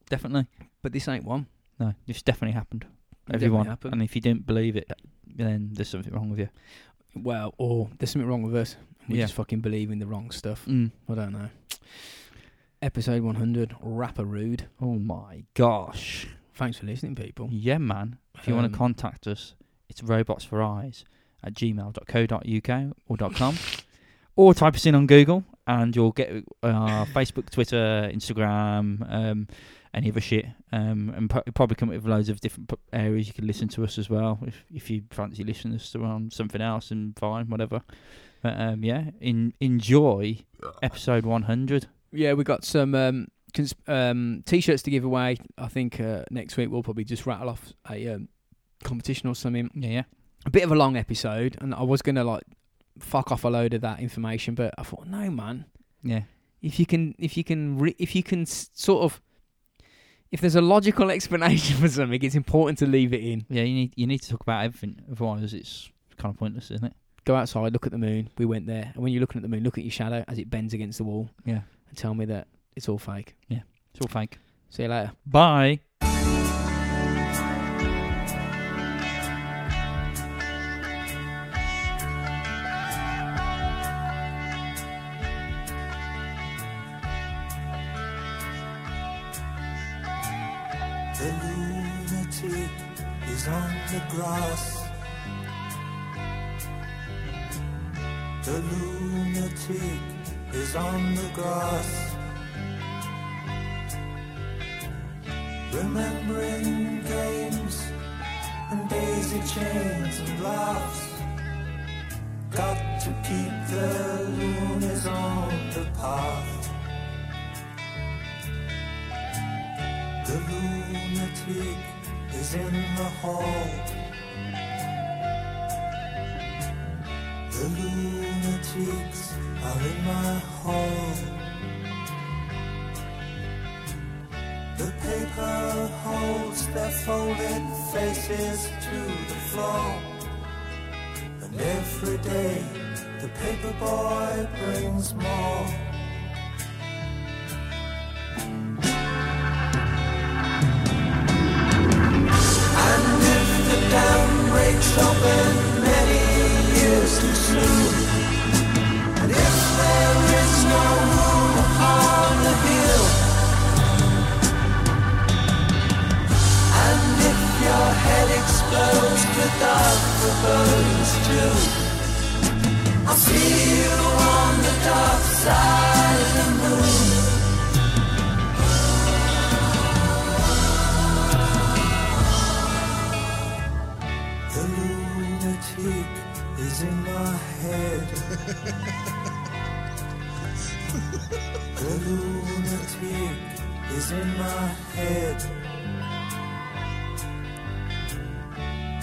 Definitely.
but this ain't one.
No, it's definitely happened.
It
Everyone.
definitely happened.
And if you didn't believe it, then there's something wrong with you.
Well, or there's something wrong with us. We
Yeah.
just fucking believe in the wrong stuff.
Mm.
I don't know. Episode 100, Rapper Rude.
Oh my gosh.
Thanks for listening, people.
Yeah, man. If you want
Um,
to contact us, it's robotsforeyes at gmail.co.uk or .com. or type us in on Google and you'll get uh, Facebook, Twitter, Instagram, um, any other shit. Um, and pro- probably come up with loads of different p- areas you can listen to us as well. If, if you fancy listening to us on something else, and fine, whatever. But um, yeah, in, enjoy episode 100.
Yeah, we got some um, cons- um, t-shirts to give away. I think uh, next week we'll probably just rattle off a um, competition or something.
Yeah, yeah.
A bit of a long episode, and I was gonna like fuck off a load of that information, but I thought, no, man.
Yeah.
if you can if you can re- if you can s- sort of if there's a logical explanation for something it's important to leave it in
Yeah, you need, you need to talk about everything. Otherwise, it's kind of pointless, isn't it?
go outside look at the moon we went there and when you're looking at the moon look at your shadow as it bends against the wall
Yeah.
and tell me that it's all fake
It's all fake.
see you later
Bye.
The lunatic is on the grass. The lunatic is on the grass. Remembering games and daisy chains and laughs. Got to keep the loonies on the path. lunatic is in the hall. The lunatics are in my hall. The paper holds their folded faces to the floor. And every day the paper boy brings more. The lunatic is in my head. the lunatic is in my head.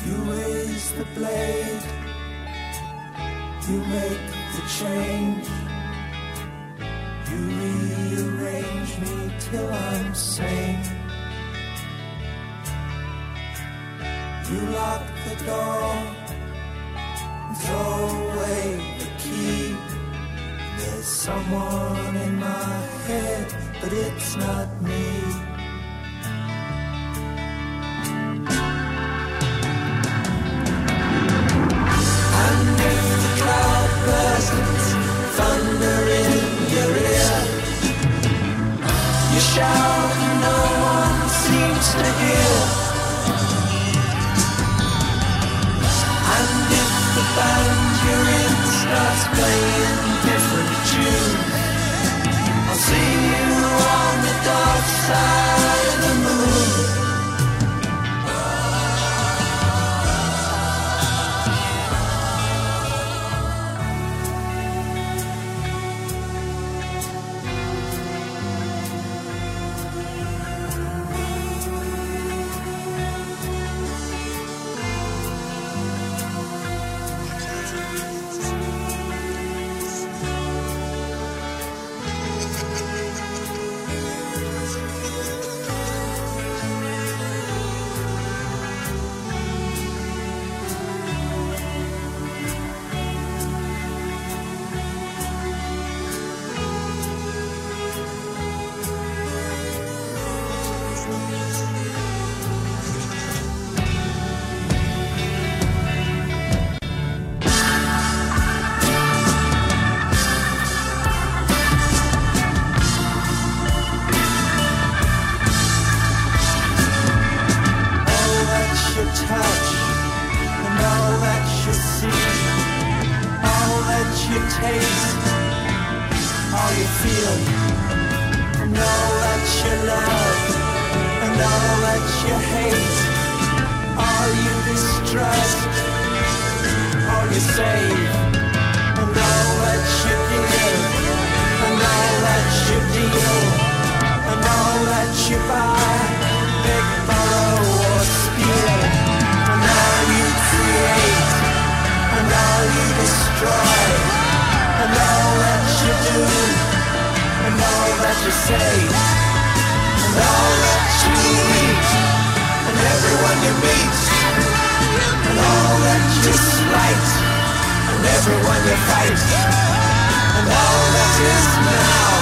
You raise the blade, you make the change, you rearrange me till I'm sane. You lock the door, throw away the key. There's someone in my head, but it's not me. And if the cloud bursts, thunder in your ear. You shout, and no one seems to hear. And if the band you're in starts playing different tunes, I'll see you on the dark side of the moon. all that you touch and all that you see, all that you taste, all you feel, and all that you love and all that you hate, all you distrust, all you save, and all that you give, and all that you deal, and all that you buy. Big borrow or steal, and all you create, and all you destroy, and all that you do, and all that you say, and all that you eat, and everyone you meet, and all that you slight, and everyone you fight, and all that is now.